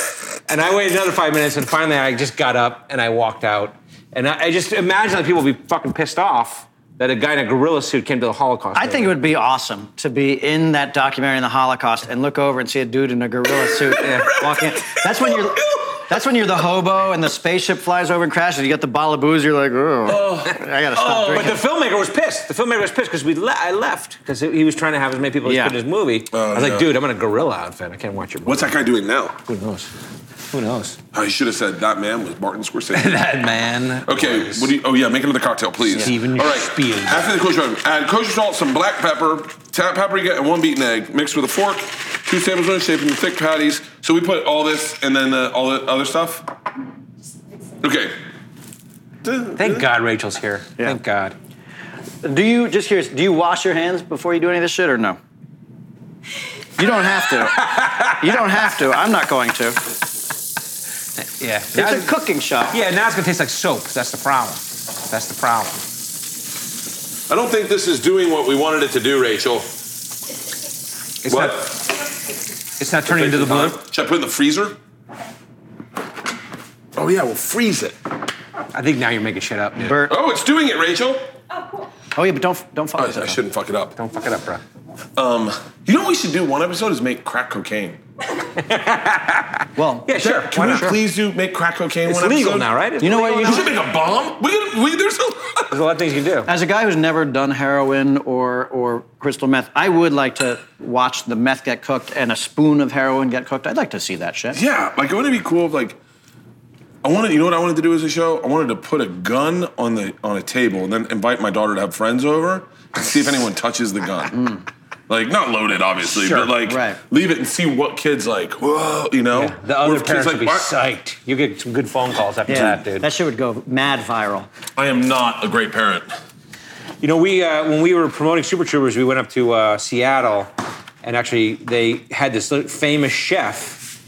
S3: And I waited another five minutes, and finally, I just got up and I walked out. And I, I just imagine that people would be fucking pissed off that a guy in a gorilla suit came to the Holocaust.
S4: I think it would be awesome to be in that documentary on the Holocaust and look over and see a dude in a gorilla suit walking. uh, That's when you're. That's when you're the hobo and the spaceship flies over and crashes. You got the bottle of booze. You're like, oh, I gotta stop
S3: But the
S4: drinking.
S3: filmmaker was pissed. The filmmaker was pissed because we le- I left because he was trying to have as many people as
S4: Yeah.
S3: good in his movie. I was
S6: yeah.
S3: like, dude, I'm in a gorilla outfit. I can't watch your movie.
S6: Oh, What's that guy doing now?
S3: Who knows? Who knows?
S6: I should have said that man was Martin Scorsese.
S3: That man.
S6: Okay,
S3: was-
S6: what do you, oh yeah, make another cocktail, please.
S3: Steven
S6: All right.
S3: Spielberg.
S6: After the kosher item, add kosher salt, some black pepper, ta- paprika, and one beaten egg. Mixed with a fork, two tablespoons, shaped into thick patties. So we put all this and then uh, all the other stuff. Okay.
S3: Thank God Rachel's here.
S4: Yeah.
S3: Thank God.
S4: Do you just curious? Do you wash your hands before you do any of this shit or no? You don't have to. You don't have to. I'm not going to. It's
S3: Yeah.
S4: a
S3: Now-
S4: cooking shop.
S3: yeah, now it's gonna taste like soap. That's the problem. That's the problem.
S6: I don't think this is doing what we wanted it to do, Rachel.
S3: It's
S6: What?
S3: not it's not turning into the blue.
S6: Should I put it in the freezer? Oh yeah, we'll freeze it.
S3: I think now you're making shit up, dude.
S4: Bert.
S6: Oh, it's doing it, Rachel.
S7: Oh, cool.
S4: Oh yeah, but don't don't fuck
S6: I,
S4: with
S6: I
S4: it.
S6: shouldn't fuck it up.
S3: Don't fuck it up, bro.
S6: Um, you know what we should do one episode is make crack cocaine.
S4: Well,
S3: Yeah, sure.
S6: Can
S3: Why
S6: we
S3: not?
S6: please do make crack cocaine
S3: It's
S6: one
S3: legal
S6: episode?
S3: now, right? It's
S4: You know what
S3: legal
S4: you
S6: We
S3: now.
S6: should make a bomb. We, can, we there's
S3: There's a
S6: a
S3: lot of things you can do.
S4: As a guy who's never done heroin or, or crystal meth, I would like to watch the meth get cooked and a spoon of heroin get cooked. I'd like to see that shit.
S6: yeah. Like wouldn't it be cool if like I wanted. You know what I wanted to do as a show? I wanted to put a gun on the on a table and then invite my daughter to have friends over and see if anyone touches the gun. Like not loaded, obviously,
S3: Mm. Sure,
S6: but like
S4: right.
S6: leave it and see what kids like. Whoa, you know.
S3: Yeah, the
S6: Or
S3: other
S6: if kids
S3: parents
S6: like,
S3: will be
S6: "Why-
S3: psyched. You get some good phone calls after that, dude.
S4: That shit would go mad viral.
S6: I am not a great parent.
S3: You know, we uh, when we were promoting Super Troopers, we went up to uh, Seattle, and actually they had this li- famous chef,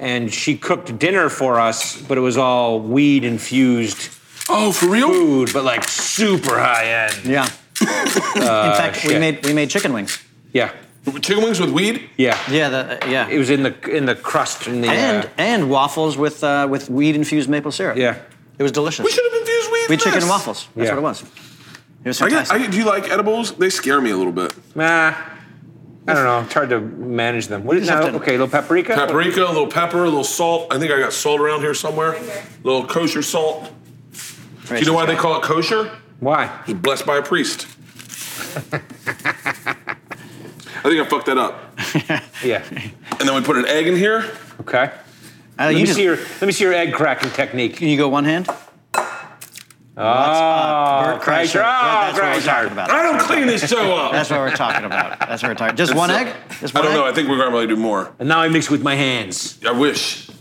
S3: and she cooked dinner for us, but it was all weed infused
S6: Oh, for real?
S3: food, but like super high end.
S4: Yeah.
S6: Uh,
S4: In fact, we
S3: shit.
S4: made we made chicken wings.
S3: Yeah,
S6: Chicken wings with weed?
S3: yeah.
S4: Yeah, the, uh, yeah.
S3: It was in the in the crust in the uh,
S4: and and waffles with uh, with weed infused maple syrup.
S3: yeah.
S4: It was delicious.
S6: We should have infused weed.
S4: We
S6: in
S4: had chicken
S6: this.
S4: and waffles. That's
S3: Yeah.
S4: what it was. It was
S6: I get,
S4: fantastic.
S6: I get, do you like edibles? They scare me a little bit.
S3: Nah, I don't know. It's hard to manage them. What is
S4: Just have
S3: now?
S4: to-
S3: Okay, a little paprika.
S6: Paprika, a little pepper, a little salt. I think I got salt around here somewhere.
S7: here.
S6: A little kosher salt. Do
S4: Right,
S6: you know why
S4: so-
S6: they call it kosher?
S3: Why?
S6: It was blessed by a priest. I think I fucked that up.
S3: Yeah.
S6: And then we put an egg in here.
S3: Okay.
S4: Uh,
S3: Let
S4: you
S3: me
S4: just-
S3: see your let me see your egg cracking technique.
S4: Can you go one hand?
S3: Oh,
S6: Ah,
S4: Bert
S3: Kreischer.
S4: Kreischer.
S3: Oh,
S4: Yeah, that's what we're
S3: Kreischer.
S4: talking about.
S6: I don't clean this show up.
S4: That's what we're talking about. That's what we're talking. Just one
S6: So-
S4: egg? Just
S6: I
S4: one
S6: don't know.
S4: egg?
S6: I think we're gonna probably do more.
S3: And now I mix with my hands.
S6: I wish. I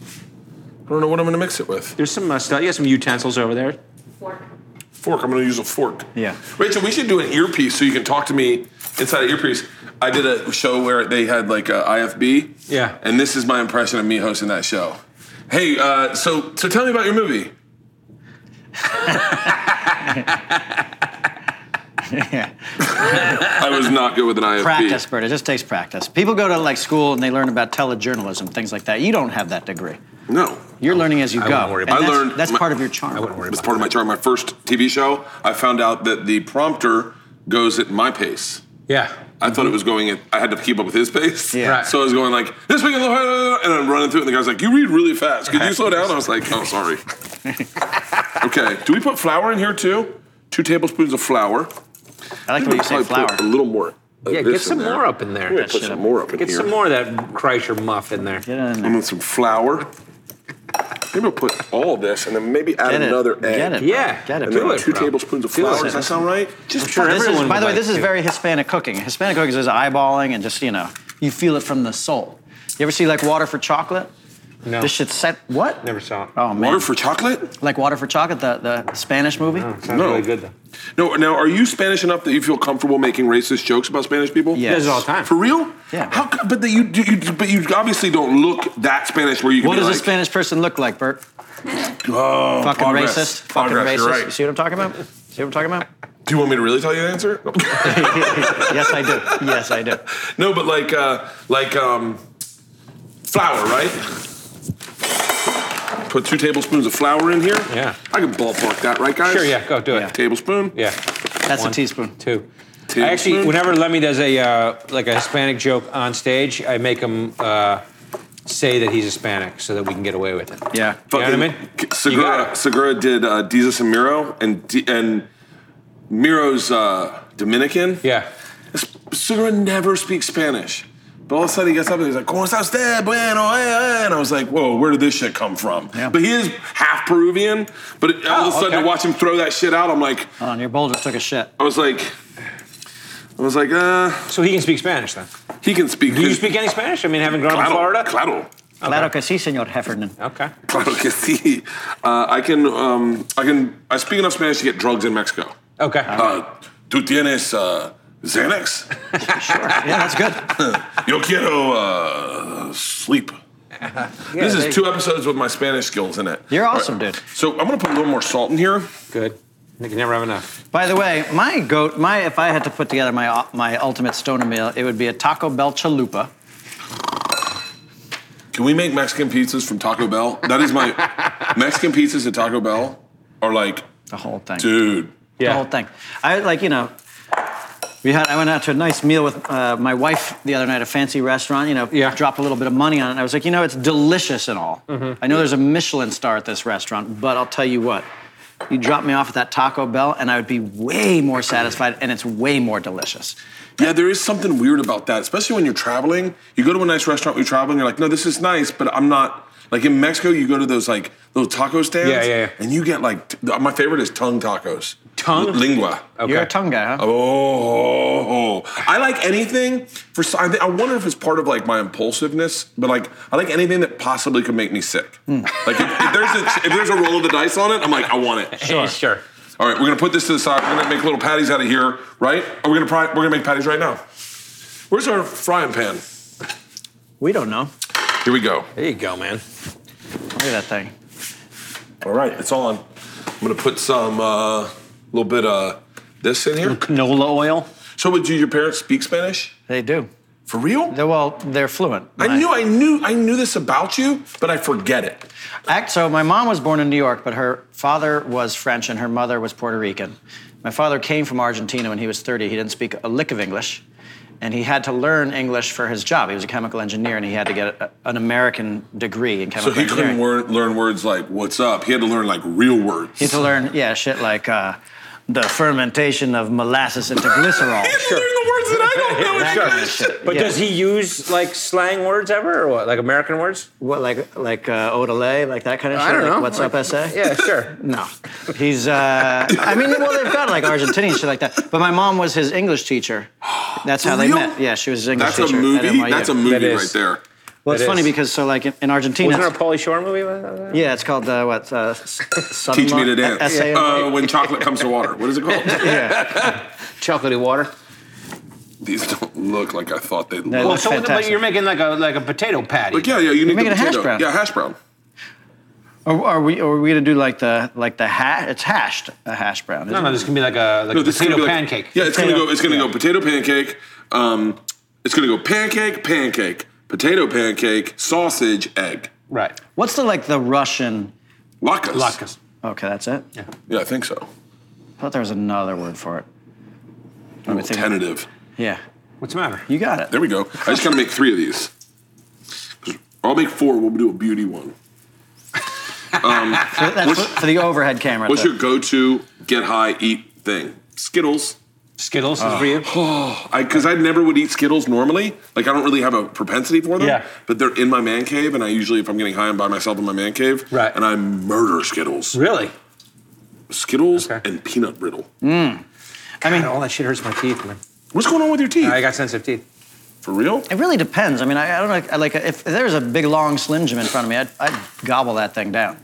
S6: don't know what I'm gonna mix it with.
S3: There's some uh, stuff. You got some utensils over there.
S7: Fork.
S6: Fork. I'm gonna use a fork.
S4: Yeah.
S6: Rachel, we should do an earpiece so you can talk to me inside an earpiece. I did a show where they had like a IFB.
S3: Yeah.
S6: And this is my impression of me hosting that show. Hey, uh, so so tell me about your movie. I was not good with an IFB.
S4: Practice, Bert. It just takes practice. People go to like school and they learn about telejournalism, things like that. You don't have that degree.
S6: No.
S4: You're learning as you go.
S3: wouldn't worry
S4: and
S3: about
S6: it. I
S4: that's,
S6: learned
S4: that's
S6: my-
S4: part of your charm.
S3: I wouldn't worry
S6: It was
S3: about
S6: part of my charm. My first TV show, I found out that the prompter goes at my pace.
S3: Yeah.
S6: I
S3: Mm-hmm.
S6: thought it was going. At, I had to keep up with his pace.
S4: Yeah. Right.
S6: So I was going like this week, in the- and I'm running through it. And the guy's like, "You read really fast. Could you slow down?" I was like, "Oh, sorry." okay. Do we put flour in here too? Two tablespoons of flour.
S4: I like the way you say flour.
S6: a little more. of
S3: Yeah,
S6: this
S3: get some
S6: in there.
S3: more up in there.
S6: I'm gonna
S3: That
S6: put
S4: shit
S6: some
S4: up.
S6: more up in
S3: Get
S6: here.
S3: some more of that Kreischer muff in there.
S4: Get it in
S6: I
S4: there.
S6: want some flour. Maybe I'll put all this and then maybe add
S4: Get it.
S6: another egg.
S4: Get it.
S3: Yeah.
S4: Get it.
S6: And
S3: Do
S6: then
S3: it,
S6: two
S3: bro.
S6: tablespoons of
S3: Do
S6: flour.
S3: it.
S6: Does that sound right? Just
S3: sure
S4: This is-
S3: everyone
S4: by
S3: would
S4: the way,
S3: like
S4: this is
S3: to.
S4: very Hispanic cooking. Hispanic cooking is eyeballing and just, you know, you feel it from the soul. You ever see like water for chocolate?
S3: No.
S4: This shit's set. What?
S3: Never saw it.
S4: Oh, man.
S6: water for chocolate?
S4: like Water for Chocolate, the, the Spanish movie?
S3: Oh, it sounds
S6: No.
S3: really good though.
S6: No. Now, are you Spanish enough that you feel comfortable making racist jokes about Spanish people?
S4: Yeah.
S3: He does it all the time.
S6: For real?
S4: Yeah.
S6: How? co- But the, you, do- you, do- but you obviously don't look that Spanish where you can
S4: What
S6: be
S4: does
S6: like,
S4: a Spanish person look like, Bert?
S6: Oh,
S4: Fucking
S6: progress,
S4: racist. Fucking racist.
S6: progress, you're
S4: You
S6: right.
S4: see what I'm talking about? See what I'm talking about?
S6: Do you want me to really tell you the answer?
S4: yes, I do. Yes, I do.
S6: no, but like, uh, like um, flour, right? Put two tablespoons of flour in here.
S3: Yeah.
S6: I can ballpark that, right, guys?
S3: Sure. Yeah. Go do it.
S6: Tablespoon.
S3: Yeah.
S4: That's
S3: One,
S4: a teaspoon.
S3: Two.
S6: Tablespoon.
S3: I actually, whenever Lemmy does a uh, like a Hispanic joke on stage, I make him uh, say that he's Hispanic so that we can get away with it.
S4: Yeah.
S3: You know what I mean? You got
S6: Segura,
S3: it.
S6: Segura did uh, Jesus and Miro, and D- and Miro's uh, Dominican.
S3: Yeah.
S6: S- Segura never speaks Spanish. But all of a sudden he gets up and he's like, ¿Cómo está usted? Bueno, eh, eh." And I was like, whoa, where did this shit come from?
S4: Yeah.
S6: But he is half Peruvian. But it- all of a
S3: Oh,
S6: sudden
S3: okay.
S6: to watch him throw that shit out, I'm like,
S4: Hold on, your boulder took a shit.
S6: I was like, I was like, uh,
S3: So he can speak Spanish then.
S6: he can speak.
S3: Do you speak any Spanish? I mean, having grown up in
S6: Claro,
S3: Florida?
S6: Claro.
S4: Claro que sí, señor Heffernan.
S3: Okay.
S6: Claro que sí. Uh, I can, um, I can, I speak enough Spanish to get drugs in Mexico.
S3: Okay.
S6: Uh, tú tienes uh, Xanax?
S4: Yeah, that's good.
S6: Yo quiero uh, sleep. this
S3: there
S6: is two episodes with my Spanish skills in it.
S4: You're
S6: All
S4: awesome, dude.
S6: So I'm gonna put a little more salt in here.
S3: Good. You can never have enough.
S4: By the way, my goat, my if I had to put together my my ultimate stoner meal, it would be a Taco Bell chalupa.
S6: Can we make Mexican pizzas from Taco Bell? That is my Mexican pizzas at Taco Bell are like,
S4: The whole thing.
S6: dude.
S4: The whole thing. I like you know. We had. I went out to a nice meal with uh, my wife the other night, a fancy restaurant. You know,
S3: Yeah.
S4: dropped a little bit of money on it. And I was like, you know, it's delicious and all. I know there's a Michelin star at this restaurant, but I'll tell you what. You drop me off at that Taco Bell, and I would be way more satisfied, and it's way more delicious.
S6: Yeah, there is something weird about that, especially when you're traveling. You go to a nice restaurant, when you're traveling, you're like, no, this is nice, but I'm not. Like in Mexico, you go to those like little taco stands,
S3: Yeah, yeah, yeah.
S6: and you get like t- my favorite is tongue tacos,
S3: Tongue? Oh.
S6: lingua.
S3: Okay.
S4: You're a tongue guy, huh?
S6: Oh, I like anything for. s- I, thi- I wonder if it's part of like my impulsiveness, but like I like anything that possibly could make me sick.
S3: Hmm.
S6: Like if, if there's a if there's a roll of the dice on it, I'm like I want it.
S3: Sure. Sure.
S6: All right, we're gonna put this to the side. We're gonna make little patties out of here, right? Are we gonna pry, we're gonna make patties right now? Where's our frying pan?
S4: We don't know.
S6: Here we go.
S3: There you go, man.
S4: Look at that thing.
S6: All right, it's on. I'm gonna put some uh, little bit of this in here.
S4: Canola oil.
S6: So, would you, your parents speak Spanish
S4: They do.
S6: for real?
S4: They're, well, they're fluent.
S6: I knew, I knew, I knew this about you, but I forget it.
S4: Act, so my mom was born in New York, but her father was French and her mother was Puerto Rican. My father came from Argentina when he was 30. He didn't speak a lick of English, and he had to learn English for his job. He was a chemical engineer, and he had to get a, an American degree in
S6: So
S4: chemical
S6: he
S4: engineering.
S6: couldn't wor- learn words like "what's up." He had to learn like real words.
S4: He had to learn, yeah, shit like uh, the fermentation of molasses into glycerol.
S6: He had to learn the words that I don't know
S4: That
S6: in
S4: kind of
S6: English.
S4: shit.
S3: But
S4: Yeah.
S3: does he use like slang words ever or what? Like American words?
S4: What, like like uh, Odelay, like that kind of shit?
S3: I don't
S4: like
S3: know.
S4: What's
S3: Like-
S4: up, SA?
S3: Yeah, sure.
S4: No, he's. Uh, I mean, well, they've got like Argentinian shit like that. But my mom was his English teacher. That's how
S6: For
S4: they
S6: real?
S4: met. Yeah, she was his English
S6: That's a
S4: teacher. at
S6: movie.
S4: NYU.
S6: That's a movie
S3: That is.
S6: right there.
S4: Well, it's
S3: It
S4: funny
S3: is.
S4: because so like in, in Argentina,
S3: Wasn't there a
S4: it's-
S3: Pauly Shore movie about that?
S4: yeah, it's called uh, what? Uh, s- son-in-law-
S6: Teach me to
S4: uh,
S6: dance.
S4: essay-
S6: Uh, when chocolate comes to water. What is it called?
S4: yeah.
S3: Chocolatey water.
S6: These don't look like I thought they'd
S4: No,
S6: look.
S3: Well,
S4: That's
S3: so but
S4: fantastic.
S3: you're making like a like a potato patty.
S6: Like, yeah, yeah, you need
S4: making
S6: the
S4: a hash
S6: potato.
S4: brown.
S6: Yeah, hash brown.
S4: Are, are we are we gonna do like the like the hash? It's hashed a hash brown.
S3: No,
S4: Isn't
S3: no,
S4: it?
S3: this can be like a like
S6: No,
S3: a
S6: this is
S3: potato
S6: gonna be like-
S3: pancake.
S6: Yeah, it's gonna
S4: Potato.
S6: go. It's gonna go potato pancake. Um, it's gonna go pancake, pancake, potato pancake, sausage, egg,
S3: Right.
S4: What's the like the Russian?
S6: latkes.
S3: Latkes.
S4: Okay, that's it. Yeah.
S6: Yeah, I think so.
S4: I thought there was another word for it.
S6: A little
S4: think-
S6: tentative.
S4: Yeah,
S3: What's the matter?
S4: you got it.
S6: There we go. I just gotta make three of these. I'll make four. We'll do a beauty one.
S4: For- that's
S6: What's-
S4: for, for the overhead camera.
S6: What's
S4: though.
S6: your go-to get high eat thing? Skittles.
S3: Skittles is for you.
S6: I because I never would eat Skittles normally. Like I don't really have a propensity for them.
S3: Yeah.
S6: But they're in my man cave, and I usually, if I'm getting high, I'm by myself in my man cave.
S3: Right.
S6: And I murder Skittles.
S3: Really?
S6: Skittles
S3: Okay.
S6: and peanut brittle.
S3: I mean, all that shit hurts my teeth, man.
S6: What's going on with your teeth?
S3: I got sensitive teeth.
S6: For real?
S4: It really depends. I mean, I, I don't know. I Like, if there's a big long Slim Jim in front of me, I'd, I'd gobble that thing down.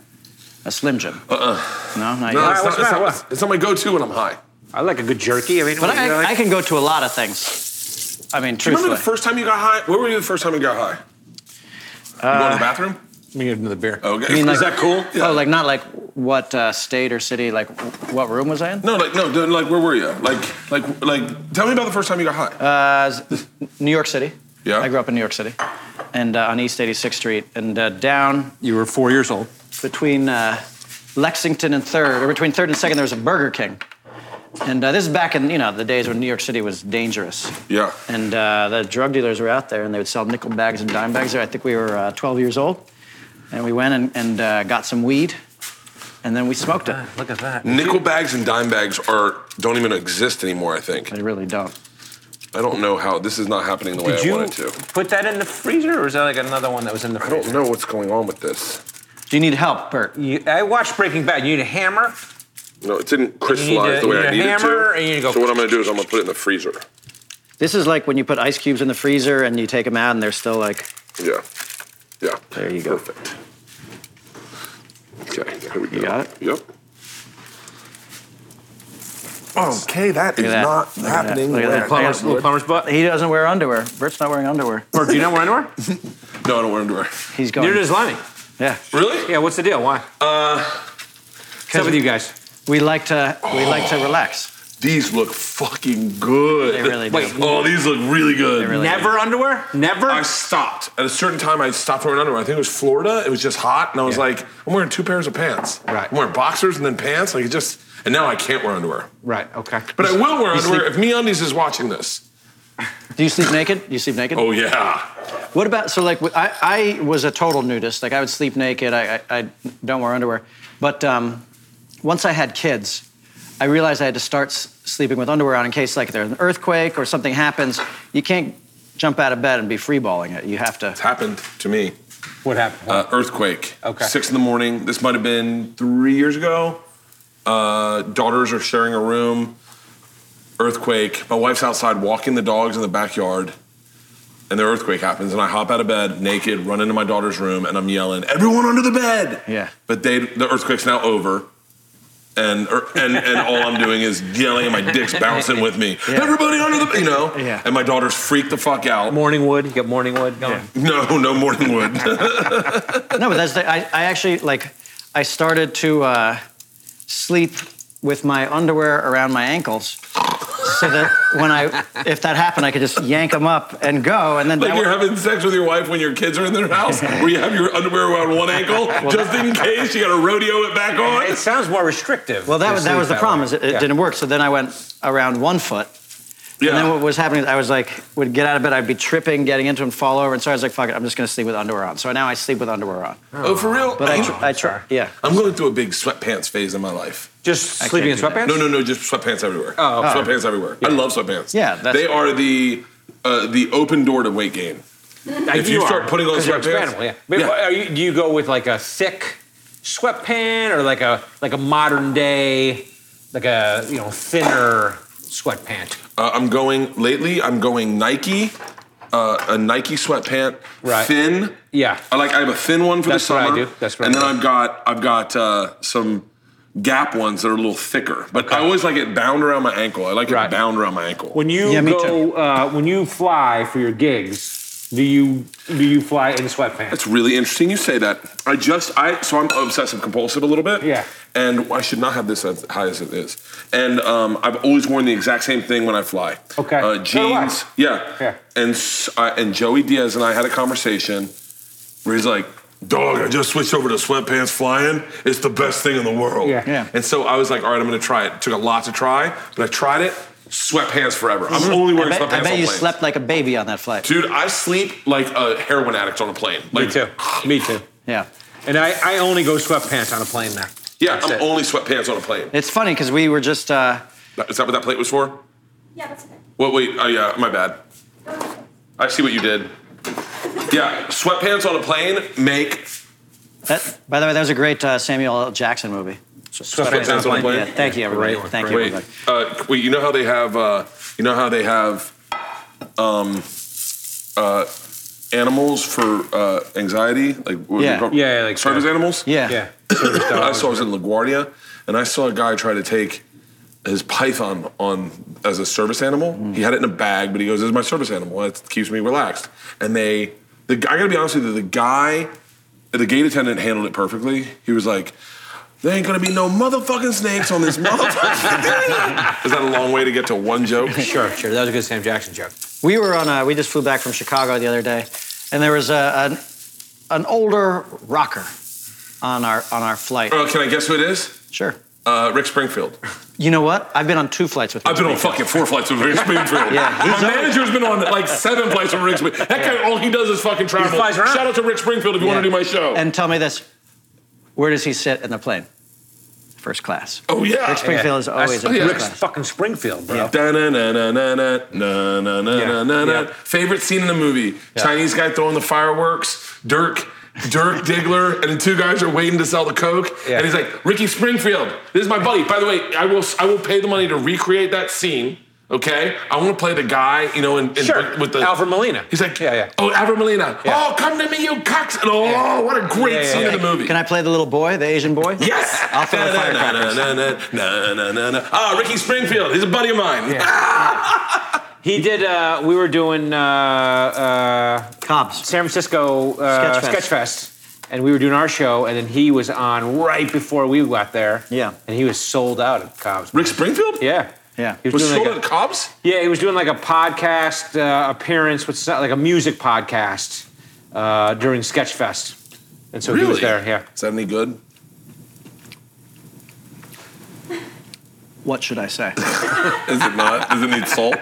S4: A Slim Jim. Uh-uh. No, not
S6: No,
S4: yet.
S6: it's,
S3: what's
S6: not,
S3: the
S6: it's,
S3: matter?
S6: not, it's not my go-to when I'm high.
S3: I like a good jerky. I mean,
S4: But
S3: you know,
S4: I,
S3: like-
S4: I can go to a lot of things. I mean,
S6: Do you
S4: truthfully.
S6: remember the first time you got high? Where were you the first time you got high? you going to the bathroom?
S3: Let me get another beer.
S6: Okay.
S4: I mean, like-
S6: Is that cool?
S4: Oh, like not like what uh, state or city? Like what room was I in?
S6: No, like no, dude, like where were you? Like, like, like. Tell me about the first time you got high.
S4: Uh, s- New York City.
S6: Yeah.
S4: I grew up in New York City, and uh, on East 86th Street, and uh, down
S3: You were four years old.
S4: between uh, Lexington and Third, or between Third and Second, there was a Burger King, And uh, this is back in you know the days when New York City was dangerous.
S6: Yeah.
S4: And uh, the drug dealers were out there, and they would sell nickel bags and dime bags. There, I think we were uh, 12 years old, and we went and, and uh, got some weed, and then we smoked it.
S3: Ah, Look at that.
S6: Nickel bags and dime bags are don't even exist anymore. I think.
S4: I really don't.
S6: I don't know how this is not happening the way
S3: Did
S6: I
S3: you
S6: wanted to.
S3: put that in the freezer, or is that like another one that was in the
S6: I
S3: freezer?
S6: don't know what's going on with this.
S4: Do you need help, Bert?
S3: You, I watched Breaking Bad. You need a hammer.
S6: No, it didn't crystallize
S3: a-
S6: the way
S3: you
S6: I
S3: need a
S6: needed
S3: hammer,
S6: to.
S3: and you need to go-
S6: So what I'm gonna do is I'm gonna put it in the freezer.
S4: This is like when you put ice cubes in the freezer and you take them out, and they're still like.
S6: Yeah. Yeah.
S4: There you go.
S6: Perfect. Okay, here we go.
S4: got it?
S6: Yep. Okay, that is
S4: at that.
S6: not
S4: Look at that.
S6: happening.
S4: Look at
S6: where
S4: that.
S6: I thought
S3: Plumber's,
S6: it would.
S3: little plumber's butt.
S4: He doesn't wear underwear. Bert's not wearing underwear.
S3: Or do you not wear underwear?
S6: No, I don't wear underwear.
S4: He's going.
S3: Neither does Lonnie.
S4: Yeah.
S6: Really?
S3: Yeah, what's the deal? Why? What's up with you guys?
S4: We like to we like to relax.
S6: These look fucking good.
S4: They really do.
S3: Wait,
S6: Oh, these look really good.
S4: really-
S3: Never underwear? Never?
S6: I stopped at a certain time. I stopped wearing underwear. I think it was Florida. It was just hot, and I was
S3: Yeah.
S6: like, I'm wearing two pairs of pants.
S3: Right.
S6: I'm wearing boxers and then pants. Like it just. And now I can't wear underwear.
S3: Right, okay.
S6: But I will wear
S3: You
S6: underwear
S3: sleep-
S6: if MeUndies is watching this.
S4: Do you sleep naked? Do you sleep naked?
S6: Oh yeah.
S4: What about so like I, I was a total nudist. Like I would sleep naked. I I, I don't wear underwear. But um, once I had kids, I realized I had to start s- sleeping with underwear on in case like there's an earthquake or something happens. You can't jump out of bed and be freeballing it. You have to.
S6: It's happened to me.
S3: What happened?
S6: Uh, earthquake.
S3: Okay.
S6: Six in the morning. This might have been three years ago. Uh, daughters are sharing a room. Earthquake. My wife's outside walking the dogs in the backyard, and the earthquake happens. And I hop out of bed naked, run into my daughter's room, and I'm yelling, "Everyone under the bed!"
S4: Yeah.
S6: But they, the earthquake's now over. And, er- and and all I'm doing is yelling, and my dick's bouncing with me.
S4: Yeah.
S6: Everybody under the, you know.
S4: Yeah.
S6: And my daughter's freaked the fuck out.
S3: morning wood? You got morning wood going?
S6: No, no morning wood.
S4: No, but that's the, I I actually like I started to uh, sleep with my underwear around my ankles. So that when I, if that happened, I could just yank them up and go, and then
S6: Like
S4: that
S6: you're
S4: would-
S6: having sex with your wife when your kids are in their house, where you have your underwear around one ankle just in case you got to rodeo it back on.
S3: It sounds more restrictive.
S4: Well, that
S3: to
S4: was that
S3: sleep
S4: was the problem.
S3: way.
S4: Is it, it
S3: Yeah.
S4: didn't work. So then I went around one foot, and then
S6: Yeah.
S4: what was happening? is I was like, would get out of bed, I'd be tripping, getting into it, and fall over. And so I was like, fuck it, I'm just gonna sleep with underwear on. So now I sleep with underwear on.
S6: Oh, for real?
S4: But I,
S6: You-
S4: tr- I tr- yeah.
S6: I'm going through a big sweatpants phase in my life.
S3: Just sleeping in
S4: can't do
S3: sweatpants?
S6: No, no, no, just sweatpants everywhere.
S3: Oh, okay.
S6: sweatpants everywhere. I love sweatpants.
S4: Yeah, that's-
S6: they are the uh, the open door to weight gain.
S3: I-
S6: If you
S3: are,
S6: start putting on
S3: 'cause you're
S6: sweatpants-
S3: expandable, yeah. But
S6: Yeah.
S3: Are you, do you go with like a thick sweatpant or like a like a modern day, like a you know thinner sweatpant?
S6: Uh, I'm going lately. I'm going Nike, uh, a Nike sweatpant,
S3: Right.
S6: thin.
S3: Yeah.
S6: I like. I have a thin one for
S3: That's
S6: the
S3: what I
S6: summer.
S3: do. That's what
S6: And
S3: I
S6: then
S3: do.
S6: I've got I've got uh, some Gap ones that are a little thicker. But I always like it bound around my ankle. I like
S3: Right.
S6: it bound around my ankle.
S3: When you
S4: Yeah, me
S3: go, uh, when you fly for your gigs, do you do you fly in sweatpants?
S6: That's really interesting. You say that. I just I so I'm obsessive compulsive a little bit.
S3: Yeah.
S6: And I should not have this as high as it is. And um, I've always worn the exact same thing when I fly.
S3: Okay.
S6: Uh,
S3: So do I.
S6: jeans. yeah.
S3: Yeah.
S6: And s- I- and Joey Diaz and I had a conversation where he's like. Dog, I just switched over to sweatpants flying. It's the best thing in the world.
S3: Yeah. Yeah.
S6: And so I was like, all right, I'm gonna try it. Took a lot to try, but I tried it. Sweatpants forever. I'm only
S4: Mm-hmm. I
S6: wearing
S4: bet,
S6: sweatpants.
S4: I bet
S6: on
S4: you
S6: planes.
S4: slept like a baby on that flight.
S6: Dude, I sleep like a heroin addict on a plane. Like,
S3: Me too. Me too.
S4: Yeah.
S3: And I, I only go sweatpants on a plane now.
S6: Yeah,
S3: That's
S6: I'm
S3: it.
S6: only sweatpants on a plane.
S4: It's funny because we were just. Uh,
S6: That- Is that what that plate was for?
S7: Yeah, that's okay.
S6: What? Wait. Oh yeah, my bad. I see what you did. Yeah, sweatpants on a plane make
S4: that, by the way, that was a great uh, Samuel L. Jackson movie.
S3: Sweatpants on a plane.
S4: Yeah, thank you, everybody.
S3: Great one,
S4: Thank you,
S3: great
S6: Wait,
S4: everybody.
S6: uh, wait. You know how they have, uh, you know how they have, um, uh, animals for uh, anxiety, like what are they
S4: Yeah.
S6: called?
S3: Yeah, yeah, like
S6: service
S3: that.
S6: animals.
S4: Yeah.
S3: Yeah.
S6: I saw I was in LaGuardia, and I saw a guy try to take his python on as a service animal. He had it in a bag, but he goes, "This is my service animal. It keeps me relaxed." And they, the guy- I gotta be honest with you, the guy, the gate attendant handled it perfectly. He was like. There ain't gonna be no motherfucking snakes on this motherfucking thing. Is that a long way to get to one joke?
S3: Sure, sure. That was a good Sam Jackson joke.
S4: We were on a, we just flew back from Chicago the other day, and there was a, an, an older rocker on our on our flight.
S6: Uh, can I guess who it is?
S4: Sure.
S6: Uh, Rick Springfield.
S4: You know what? I've been on two flights with.
S6: I've been on fucking four flights with Rick Springfield.
S4: Yeah,
S6: My
S4: he's always-
S6: manager's been on like seven flights with Rick Springfield. That guy, all he does is fucking travel.
S3: flies around.
S6: Shout out to Rick Springfield if you want to do my show.
S4: And tell me this: Where does he sit in the plane? First class.
S6: oh yeah.
S4: Rick Springfield is always in
S6: yeah.
S4: first
S6: Rick
S4: class.
S3: fucking Springfield, bro.
S6: Da-na-na-na-na-na-na-na-na-na.
S3: Yeah.
S6: Favorite scene in the movie: Chinese guy throwing the fireworks. Dirk, Dirk Diggler, and the two guys are waiting to sell the coke.
S3: Yeah.
S6: And he's like, "Ricky Springfield, this is my buddy. By the way, I will I will pay the money to recreate that scene." Okay, I want to play the guy, you know, in, in-
S3: Sure.
S6: with the
S3: Alfred Molina.
S6: He's like,
S3: Yeah, yeah.
S6: Oh, Alfred Molina.
S3: Yeah.
S6: Oh, come to me, you cocks! And oh, what a great
S3: Yeah, yeah,
S6: scene
S3: yeah.
S6: in the movie.
S4: Can I play the little boy, the Asian boy?
S6: Yes.
S4: I'll throw the firecrackers.
S6: Ah, Ricky Springfield. He's a buddy of mine.
S3: He did. Uh, we were doing uh, uh,
S4: Cops.
S3: San Francisco uh,
S4: Sketchfest.
S3: Sketchfest, and we were doing our show, and then he was on right before we got there.
S4: Yeah.
S3: and he was sold out at Cobb's.
S6: Rick Springfield.
S3: Yeah,
S4: Yeah.
S3: He was,
S6: Was
S3: doing
S6: sold
S3: like a,
S6: at Cobb's.
S3: yeah, he was doing like a podcast uh, appearance, which is not- like a music podcast uh, during Sketchfest, and so he was there. Yeah,
S6: Is that any good?
S4: What should I say?
S6: Is it not? Does it need salt?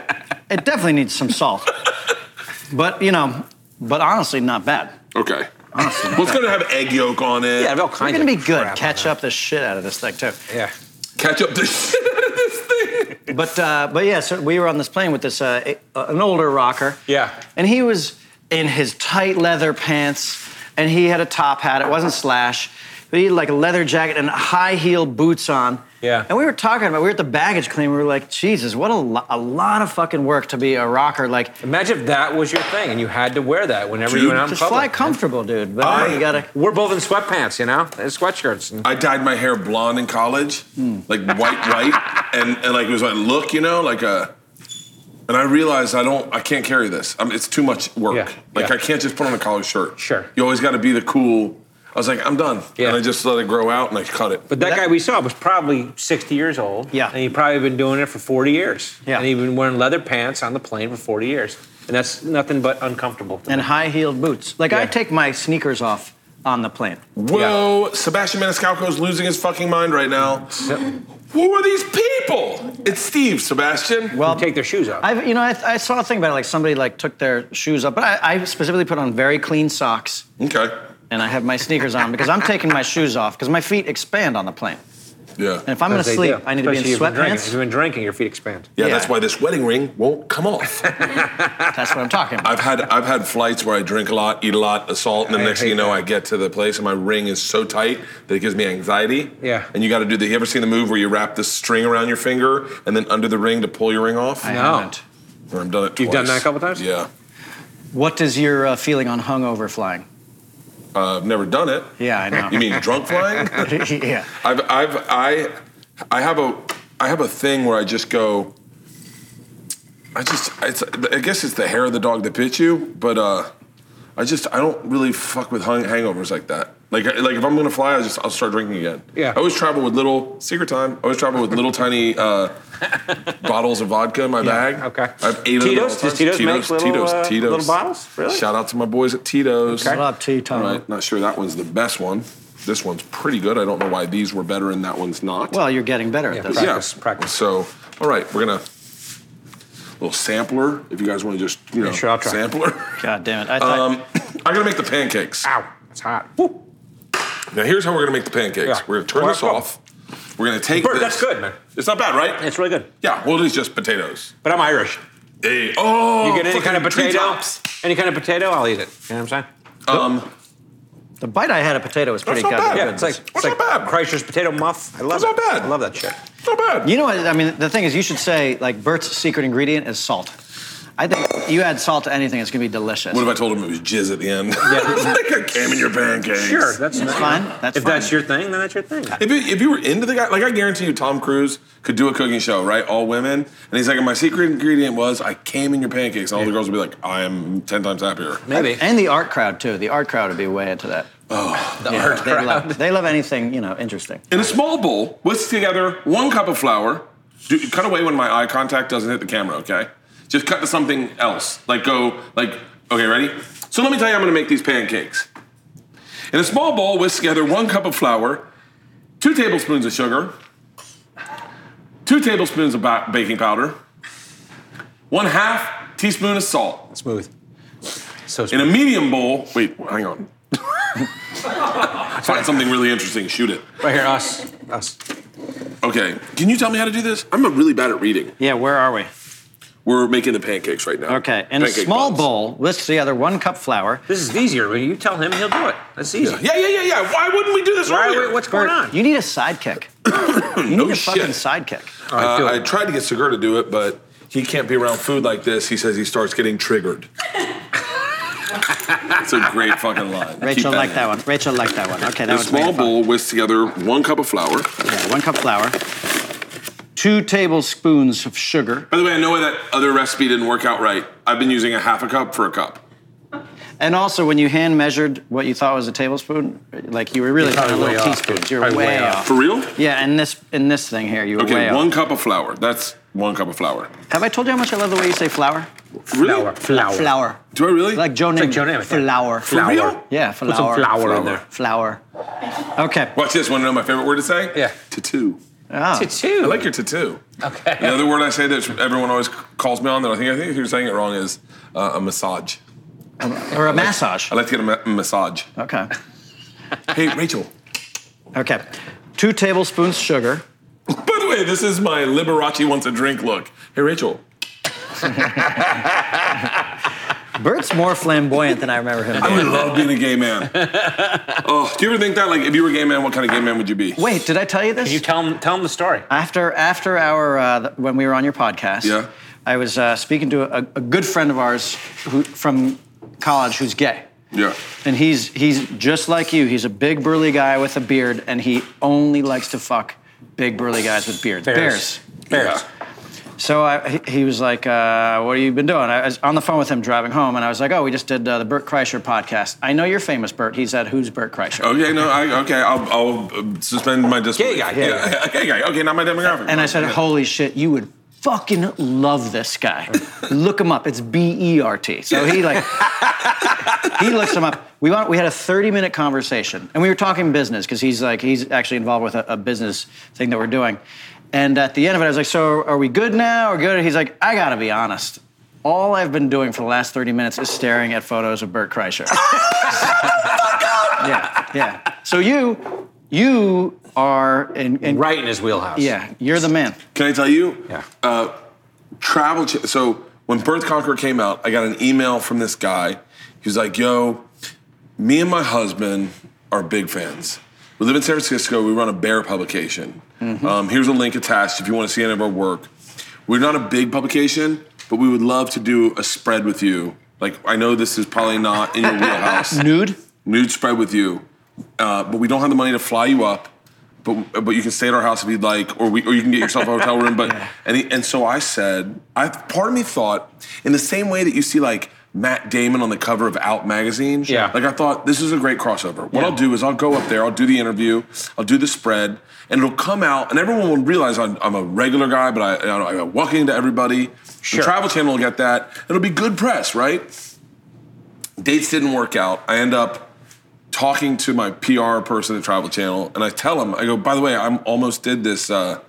S4: It definitely needs some salt. but you know, but honestly, not bad.
S6: Okay. Well, it's gonna have egg yolk on it.
S3: yeah, all
S4: We're
S3: kinds
S4: gonna
S3: of
S4: be good.
S3: crap.
S4: Catch up the shit out of this thing too.
S3: Yeah,
S6: Ketchup the shit out of this thing.
S4: But uh, but yeah, so we were on this plane with this uh, a- uh, an older rocker.
S3: Yeah.
S4: And he was in his tight leather pants, and he had a top hat. It wasn't slash, but he had like a leather jacket and high heel boots on.
S3: Yeah.
S4: And we were talking about we were at the baggage claim. We were like, Jesus, what a, lo- a lot of fucking work to be a rocker. Like,
S3: imagine if that was your thing, and you had to wear that whenever you
S6: Dude,
S3: went out in
S4: just
S3: public.
S4: fly comfortable, dude. But
S3: Oh,
S6: I-
S4: you gotta.
S3: We're both in sweatpants, you know, and sweatshirts. And
S6: I dyed my hair blonde in college,
S3: Hmm.
S6: like white, white, and, and like it was like look, you know, like a. And I realized I don't, I can't carry this. I mean, it's too much work.
S3: Yeah,
S6: Like
S3: yeah.
S6: I can't just put on a collared shirt.
S3: Sure.
S6: You always got to be the cool. I was like, I'm done,
S3: Yeah.
S6: and I just let it grow out and I cut it.
S3: But that,
S4: That-
S3: guy we saw was probably 60 years old.
S4: Yeah.
S3: And he'd probably been doing it for 40 years.
S4: Yeah.
S3: And he'd been wearing leather pants on the plane for 40 years. And that's nothing but uncomfortable. to
S4: And
S3: me.
S4: high heeled boots. Like I
S3: Yeah.
S4: take my sneakers off on the plane.
S6: Whoa, Sebastian Maniscalco's losing his fucking mind right now. Who are these people? It's Steve, Sebastian.
S4: Well,
S3: They'd take their shoes off.
S4: I've, you know, I, I saw a thing about it, like somebody like took their shoes up, but I, I specifically put on very clean socks
S6: Okay.
S4: and I have my sneakers on because I'm taking my shoes off because my feet expand on the plane.
S6: Yeah.
S4: And if I'm going to
S3: They
S4: sleep,
S3: do.
S4: I need to be in
S3: Especially if you've been drinking. If
S4: sweatpants.
S3: you've been drinking, your feet expand.
S6: yeah,
S4: yeah.
S6: that's why this wedding ring won't come off.
S4: That's what I'm talking about.
S6: I've had I've had flights where I drink a lot, eat a lot, assault, and the
S3: I
S6: next thing
S3: hate
S6: you know,
S3: that.
S6: I get to the place and my ring is so tight that it gives me anxiety.
S3: Yeah.
S6: And you got to do the. You ever seen the move where you wrap the string around your finger and then under the ring to pull your ring off?
S4: I
S3: No.
S4: haven't.
S6: Or I've done it. Twice.
S3: You've done that a couple times?
S6: Yeah.
S4: What is your uh, feeling on hungover flying?
S6: Uh, I've never done it.
S4: Yeah, I know.
S6: You mean drunk flying?
S4: yeah.
S6: I've, I've, I, I have a, I have a thing where I just go. I just, it's, I guess it's the hair of the dog that bit you, but uh, I just, I don't really fuck with hung, hangovers like that. Like, like if I'm gonna fly, I just, I'll start drinking again.
S3: Yeah.
S6: I always travel with little secret time. I always travel with little tiny uh, bottles of vodka in my bag.
S3: okay.
S6: I have eight
S3: Tito's?
S6: of them. all
S3: Does
S6: the time.
S3: Tito's make little, uh, little bottles? Really?
S6: Shout out to my boys at Tito's.
S4: What up, T-Tone?
S3: Um,
S6: Right. Not sure that one's the best one. This one's pretty good. I don't know why these were better and that one's not.
S4: Well, you're getting better at this.
S3: Yeah. practice, practice.
S6: So, all right, we're gonna little sampler. If you guys want to just you know
S3: sure, I'll try.
S6: sampler.
S4: God damn it. I thought,
S6: Um, I'm gonna make the pancakes.
S3: Ow. It's hot. Woo.
S6: Now here's how we're gonna make the pancakes.
S3: Yeah.
S6: We're gonna turn
S3: Well,
S6: this
S3: well.
S6: off. We're gonna take
S3: Bert,
S6: this.
S3: that's good, man.
S6: It's not bad, right?
S3: It's really good.
S6: yeah. Well, it's just potatoes.
S3: But I'm Irish.
S6: Hey, oh,
S3: You get any
S6: fucking
S3: kind of
S6: tree
S3: potato,
S6: tops.
S3: any kind of potato, I'll eat it. You know what I'm saying?
S6: Um,
S4: the bite I had of potato was pretty
S6: That's not
S4: goddamn
S6: bad.
S3: Yeah,
S4: good.
S3: it's like,
S6: What's
S3: it's like
S6: not bad?
S3: Kreischer's potato muff. I love
S6: What's
S3: it.
S6: not bad?
S3: I love that shit.
S6: not bad.
S4: You know what? I mean, the thing is, you should say like Bert's secret ingredient is salt. I think you add salt to anything, it's gonna be delicious.
S6: what if I told him it was jizz at the end? like I came in your pancakes.
S3: Sure, that's
S4: That's
S3: nice.
S4: fine. That's
S3: If
S4: fine.
S3: that's your thing, then that's your thing.
S6: If you, if you were into the guy, like I guarantee you, Tom Cruise could do a cooking show, right? All women, and he's like, my secret ingredient was I came in your pancakes. And all the girls would be like, I am ten times happier.
S3: Maybe.
S4: and the art crowd too. The art crowd would be way into that.
S6: Oh,
S4: The art they Love, they love anything you know interesting.
S6: in a small bowl, whisk together one cup of flour. Do, cut away when my eye contact doesn't hit the camera, okay? Just cut to something else. Like go, like, okay, ready? So let me tell you, I'm gonna make these pancakes. In a small bowl, whisk together one cup of flour, two tablespoons of sugar, two tablespoons of ba- baking powder, one half teaspoon of salt.
S3: Smooth. So
S6: In
S3: smooth.
S6: a medium bowl, wait, hang on. Find something really interesting, shoot it.
S3: right here, us. Us.
S6: Okay, can you tell me how to do this? I'm really bad at reading.
S4: Yeah, where are we?
S6: We're making the pancakes right now.
S4: Okay, in a
S6: Pancake
S4: small
S6: balls.
S4: bowl, whisk together one cup flour.
S3: This is easier. When you tell him, he'll do it. That's easy.
S6: Yeah, yeah, yeah, yeah. Why wouldn't we do this
S3: Why-
S6: earlier?
S3: what's going on?
S4: You need a sidekick. You
S6: No
S4: need a fucking
S6: shit.
S4: sidekick.
S6: Uh,
S3: feel
S6: I
S3: it.
S6: tried to get Segura to do it, but he can't be around food like this. He says he starts getting triggered. It's a great fucking line.
S4: Rachel
S6: Keep
S4: liked
S6: in.
S4: that one. Rachel liked that one. Okay, that
S6: A
S4: one's made
S6: small
S4: of flour.
S6: bowl whisks together one cup of flour.
S4: Yeah, one cup flour. Two tablespoons of sugar.
S6: By the way, I know why that other recipe didn't work out right. I've been using a half a cup for a cup.
S4: And also, when you hand measured what you thought was a tablespoon, like you were really
S3: You're probably
S4: trying little
S3: way off,
S4: teaspoons.
S3: dude.
S4: You're
S3: Probably
S4: way,
S3: way
S4: off.
S3: off.
S6: For real?
S4: Yeah, and this in this thing here, you were way
S6: Okay,
S4: off.
S6: one cup of flour. That's one cup of flour.
S4: Have I told you how much I love the way you say flour?
S6: Really?
S3: Flour. Flour.
S4: Flour.
S6: Do I really?
S4: Like Joe
S3: It's like
S4: Namath.
S3: Joe Namath. yeah.
S4: Flour.
S3: Flour.
S6: real?
S4: Yeah,
S3: Put some
S4: flour.
S3: flour, in there.
S4: Flour. Okay.
S6: Watch this. Want to know my favorite word to say?
S3: Yeah.
S6: Tattoo.
S4: Ah.
S6: I
S3: Tattoo.
S6: like your tattoo.
S3: Okay.
S6: The other word I say that everyone always calls me on that I think I think you're saying it wrong is uh, a massage.
S4: Or a massage.
S6: I like to get a, ma- massage.
S4: Okay.
S6: Hey, Rachel.
S4: Okay. Two tablespoons sugar.
S6: By the way, this is my Liberace wants a drink look. Hey, Rachel.
S4: Bert's more flamboyant than I remember him.
S6: I
S4: being.
S6: would love being a gay man. oh, do you ever think that? Like, if you were a gay man, what kind of gay man would you be?
S4: Wait, did I tell you this?
S3: You tell him. Tell him the story.
S4: after after our uh, th- when we were on your podcast,
S6: Yeah.
S4: I was uh, speaking to a, a good friend of ours who, from college who's gay,
S6: Yeah.
S4: and he's he's just like you. He's a big burly guy with a beard, and he only likes to fuck big burly guys with beards.
S3: Bears. Bears.
S6: Yeah.
S4: So I, he- he was like, uh, "What have you been doing?" I was on the phone with him driving home, and I was like, "Oh, we just did uh, the Bert Kreischer podcast. I know you're famous, Bert. He's at Who's Bert Kreischer?"
S6: Okay, no, I, okay, I'll, I'll uh, suspend my disbelief.
S3: Gay guy, gay
S6: yeah. Gay guy, okay, not my demographic.
S4: And I said, "Holy shit, you would fucking love this guy. Look him up. It's B E R T." So he like he looks him up. We want, we had a 30 minute conversation, and we were talking business because he's like he's actually involved with a, a business thing that we're doing. And at the end of it, I was like, "So are we good now or good?" He's like, "I gotta be honest." All I've been doing for the last 30 minutes is staring at photos of Bert Kreischer. yeah, yeah. So you, you are, in, in,
S3: Right in his wheelhouse.
S4: yeah, you're the man.
S6: Can I tell you?
S3: Yeah.
S6: Uh, travel. Ch- so when Birth Conqueror came out, I got an email from this guy. He was like, "Yo, me and my husband are big fans. We live in San Francisco. We run a bear publication. Um, here's a link attached if you want to see any of our work. We're not a big publication, but we would love to do a spread with you. Like I know this is probably not in your wheelhouse.
S4: Nude?
S6: nude spread with you, uh, but we don't have the money to fly you up. But but you can stay at our house if you'd like, or we or you can get yourself a hotel room. But and he, and so I said, I part of me thought in the same way that you see like. Matt Damon on the cover of Out magazine.
S3: Yeah.
S6: Like I thought, this is a great crossover. What I'll do is I'll go up there, I'll do the interview, I'll do the spread, and it'll come out, and everyone will realize I'm, I'm a regular guy, but I, I, I got walking to everybody. The Travel Channel will get that. It'll be good press, right? dates didn't work out. I end up talking to my PR person at Travel Channel, and I tell him, I go, by the way, I'm almost did this uh,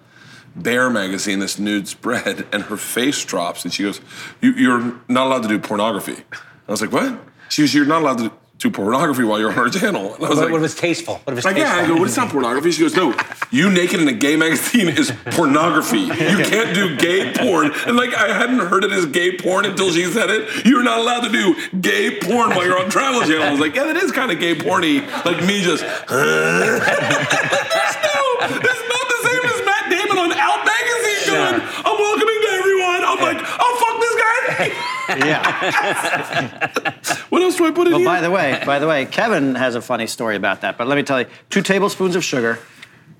S6: Bear magazine, this nude spread, and her face drops, and she goes, you, "You're not allowed to do pornography." I was like, "What?" She goes, "You're not allowed to do pornography while you're on our channel." And I was
S3: What,
S6: like,
S3: what if it's tasteful? What if it's
S6: like,
S3: tasteful?
S6: yeah, I go, well, it's not pornography. She goes, no, you naked in a gay magazine is pornography. You can't do gay porn. And like, I hadn't heard it as gay porn until she said it. You're not allowed to do gay porn while you're on Travel Channel. I was like, yeah, that is kind of gay porny. Like me just, it's, no, it's not the same as Matt Damon on Out Magazine going, I'm welcoming to everyone. I'm like, I'll fuck this guy.
S4: Yeah.
S6: what else do I put in
S4: Well,
S6: here?
S4: by the way, by the way, Kevin has a funny story about that. But let me tell you: two tablespoons of sugar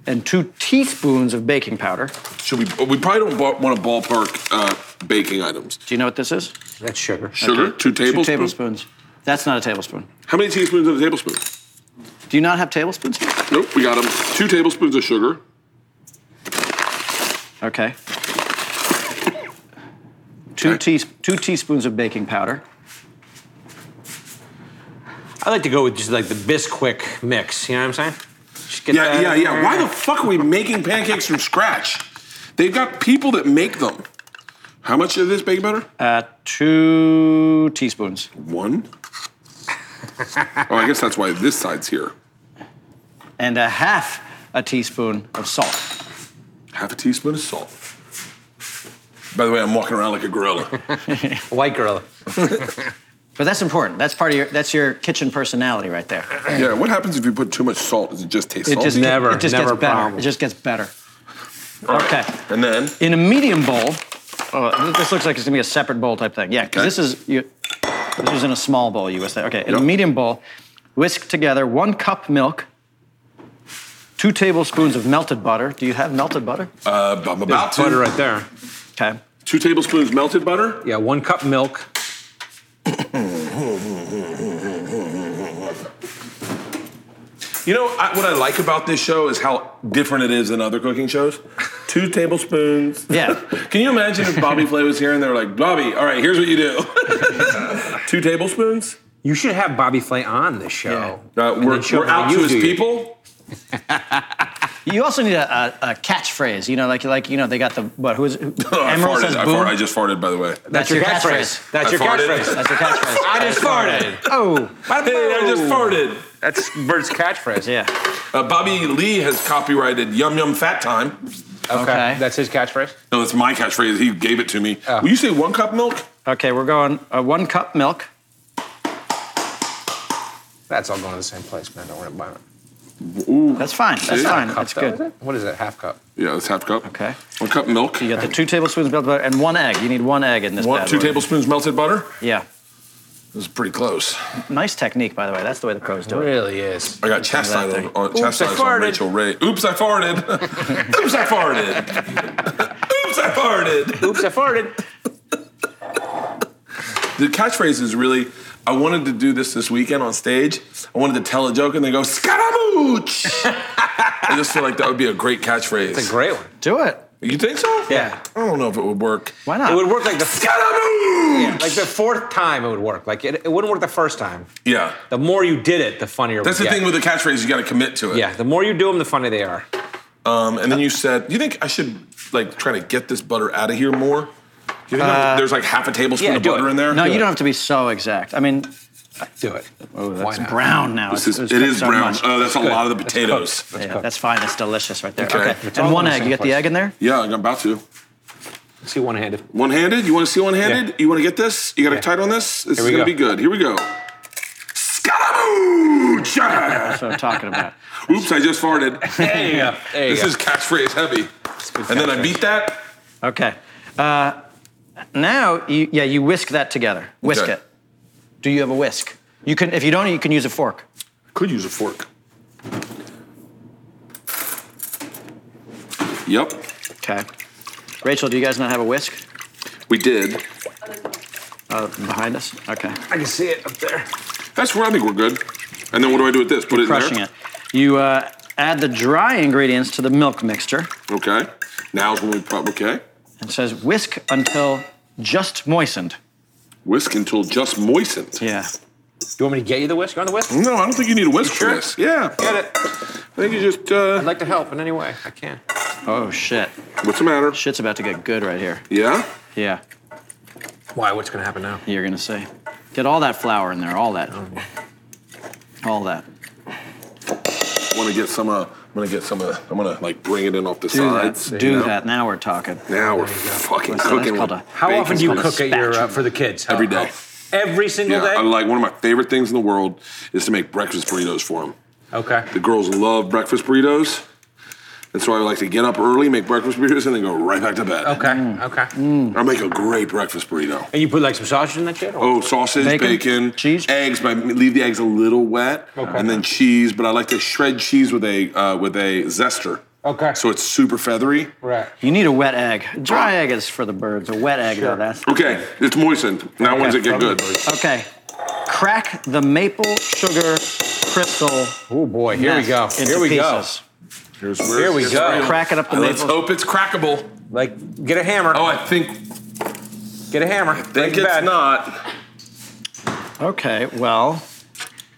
S4: and two teaspoons of baking powder. Do
S6: Should we, we probably don't want to ballpark uh, baking items.
S4: you know what this is?
S3: That's sugar.
S6: Sugar, two tablespoons.
S4: Two tablespoons. That's not a tablespoon.
S6: How many teaspoons of a tablespoon?
S4: Do you not have tablespoons? here?
S6: Nope, we got them. Two tablespoons of sugar.
S4: Okay. Two,
S6: Okay.
S4: teas two teaspoons of baking powder.
S3: I like to go with just like the Bisquick mix. You know what I'm saying? Just get
S6: Yeah,
S3: that-
S6: yeah, yeah. Why the fuck are we making pancakes from scratch? They've got people that make them. How much of this baking powder?
S4: Uh, two teaspoons.
S6: One. oh, I guess that's why this side's here.
S4: And a half a teaspoon of salt.
S6: Half a teaspoon of salt. By the way, I'm walking around like a gorilla.
S3: White girl.
S4: But that's important. That's part of your, that's your kitchen personality right there.
S6: yeah, what happens if you put too much salt? Does it just taste
S4: It
S6: salty?
S4: just,
S3: Never,
S4: it just
S3: never
S4: gets better.
S3: problem.
S4: It just gets better.
S6: All right.
S4: Okay.
S6: And then
S4: In a medium bowl, oh, this looks like it's gonna be a separate bowl type thing. Yeah, 'cause
S6: Okay.
S4: this is you, this is in a small bowl you whisk that. Okay, in a
S6: Yep.
S4: medium bowl, whisk together one cup milk, two tablespoons of melted butter. Do you have melted butter?
S6: uh, I'm about
S3: That's
S6: to.
S3: butter right there.
S4: Okay.
S6: Two tablespoons melted butter.
S3: Yeah, one cup milk.
S6: You know I, what I like about this show is how different it is than other cooking shows. Two tablespoons.
S4: Yeah.
S6: Can you imagine if Bobby Flay was here and they were like, Bobby, all right, here's what you do. Two tablespoons.
S3: You should have Bobby Flay on this show.
S6: Uh,
S3: And
S6: we're
S3: then show
S6: we're
S3: him how
S6: out
S3: you
S6: to his
S3: do it.
S6: people.
S4: You also need a, a, a catchphrase. You know, like like you know they got the what? Who's
S6: Oh, I,
S4: Emerald
S6: farted,
S4: says
S6: I,
S4: boom.
S6: farted, I just farted, by the way.
S4: That's your catchphrase.
S3: That's
S6: I
S3: your
S6: farted.
S3: catchphrase.
S4: That's your catchphrase.
S3: I just farted.
S4: oh,
S6: Hey, I just farted.
S3: That's Bert's catchphrase.
S4: yeah.
S6: Uh, Bobby Lee has copyrighted Yum Yum Fat Time.
S3: Okay.
S4: Okay.
S3: That's his catchphrase.
S6: No, that's my catchphrase. He gave it to me.
S3: Oh.
S6: Will you say one cup milk?
S4: Okay, we're going uh, one cup milk.
S3: That's all going to the same place, man. Don't worry about it.
S4: That's fine. That's
S6: Yeah.
S4: fine.
S3: Cup,
S4: That's
S3: though, is
S4: good.
S3: it? What is it? Half cup.
S6: Yeah, that's half cup.
S4: Okay.
S6: One cup milk.
S4: You got the two tablespoons of melted butter and one egg. You need one egg in this.
S6: One,
S4: bad
S6: two
S4: boy.
S6: tablespoons melted butter.
S4: Yeah.
S6: This is pretty close.
S4: Nice technique, by the way. That's the way the pros do it.
S3: Really is.
S6: I got chastised on, on,
S3: I
S6: chastised on
S3: farted.
S6: Rachel Ray. Oops, I farted. Oops, I farted. Oops, I farted.
S3: Oops, I farted.
S6: The catchphrase is really. I wanted to do this this weekend on stage. I wanted to tell a joke and they go scaramouche. I just feel like that would be a great catchphrase.
S3: It's a great one.
S4: Do it.
S6: you think so?
S3: Yeah.
S6: I don't know if it would work.
S4: Why not?
S3: It would work like the
S6: Scaramouche.
S3: like the fourth time it would work. Like it, it wouldn't work the first time.
S6: Yeah.
S3: The more you did it, the funnier. it
S6: That's the
S3: would
S6: thing
S3: get.
S6: with the catchphrase. You got to commit to it.
S3: Yeah, the more you do them, the funnier they are.
S6: Um, and then you said, you think I should like try to get this butter out of here more? Do you think I'm- there's like half a tablespoon
S3: Uh, yeah,
S6: of
S3: do
S6: butter
S3: it.
S6: in there?
S4: no,
S3: do
S4: you
S3: it.
S4: don't have to be so exact. I mean,
S3: Do it.
S4: oh,
S3: Why
S4: that's
S3: not?
S4: brown now.
S6: This
S4: It's-
S6: is,
S4: it's
S6: it
S4: got
S6: is
S4: so
S6: brown.
S4: much.
S6: Oh, that's a lot of the potatoes.
S4: yeah, that's fine. That's delicious right there.
S6: Okay.
S4: Okay.
S6: It's
S3: all
S4: And one
S3: in the
S4: egg.
S3: same
S4: You got the
S3: place.
S4: egg in there?
S6: Yeah, I'm about to.
S3: See one-handed.
S6: One handed? You want to see one handed?
S3: Yeah.
S6: You want to get this? You got to
S3: Yeah.
S6: tight on this? This
S3: Here
S6: is
S3: we
S6: going to
S3: go.
S6: be good. Here we go. Scaramouche!
S4: That's what I'm talking about.
S6: Oops, I just farted.
S3: There you go. There you
S6: this
S3: go.
S6: is catchphrase heavy. And then I beat that.
S4: Okay. Uh, now, you, yeah, you whisk that together. Whisk
S6: Okay.
S4: it. Do you have a whisk? You can, if you don't, you can use a fork.
S6: Could use a fork. Yep,
S4: Okay. Rachel, do you guys not have a whisk
S6: we did.
S7: Oh,
S4: uh, behind us? Okay.
S3: I can see it up there.
S6: That's where I think we're good. And then what do I do with this? Put it
S4: Crushing
S6: in
S4: it. You uh, add the dry ingredients to the milk mixture.
S6: there. Okay. Now's when we pop. Okay.
S4: It says whisk until just moistened.
S6: Whisk until just moistened.
S4: Yeah.
S3: You want me to get you the whisk? You want the whisk?
S6: No, I don't think you need a whisk for this. Yeah.
S3: Get it.
S6: I think you just.
S3: I'd
S6: Uh,
S3: like to help in any way I can.
S4: Oh shit.
S6: what's the matter?
S4: Shit's about to get good right here.
S6: Yeah.
S4: Yeah.
S3: Why? What's gonna happen now?
S4: You're gonna see. Get all that flour in there. All that. All that.
S6: Want to get some? Uh, I'm gonna get some. Uh, I'm gonna like bring it in off the
S4: Do
S6: sides.
S4: that.
S6: you
S4: Do
S6: know?
S4: that. Now we're talking.
S6: Now we're fucking
S4: That's- that's
S6: cooking.
S4: called
S6: with
S4: a-
S3: How often
S6: bacon.
S3: do you
S4: on a
S3: cook at your uh,
S4: spatula.
S3: for the kids? How-
S6: Every day.
S3: how- Every single
S6: Yeah,
S3: day.
S6: I like one of my favorite things in the world is to make breakfast burritos for them.
S3: okay.
S6: The girls love breakfast burritos, and so I like to get up early, make breakfast burritos, and then go right back to bed.
S3: Okay. Okay.
S6: I make a great breakfast burrito.
S3: And you put like some sausage in that shit? Or?
S6: Oh, sausage,
S4: Bacon,
S6: bacon,
S4: cheese?
S6: eggs. But I leave the eggs a little wet,
S3: Okay.
S6: and then cheese. But I like to shred cheese with a uh, with a zester.
S3: Okay.
S6: So it's super feathery.
S3: right.
S4: You need a wet egg.
S3: Ah.
S4: Dry egg is for the birds. A wet egg, though, that's.
S6: Okay, it's moistened. Now
S4: Okay,
S6: when's it get good?
S4: Okay. Crack the maple sugar crystal.
S3: Oh boy. Here we
S4: nest
S3: go.
S4: into
S3: Here we go.
S4: pieces.
S6: Here's where-
S3: Here we
S6: here's
S3: go.
S6: where-
S4: Crack it up the
S6: And Let's
S4: maple.
S6: hope it's crackable.
S3: Like, get a hammer.
S6: Oh, I think
S3: Get a hammer. Break
S6: think
S3: the
S6: it's
S3: bed.
S6: not.
S4: Okay, well,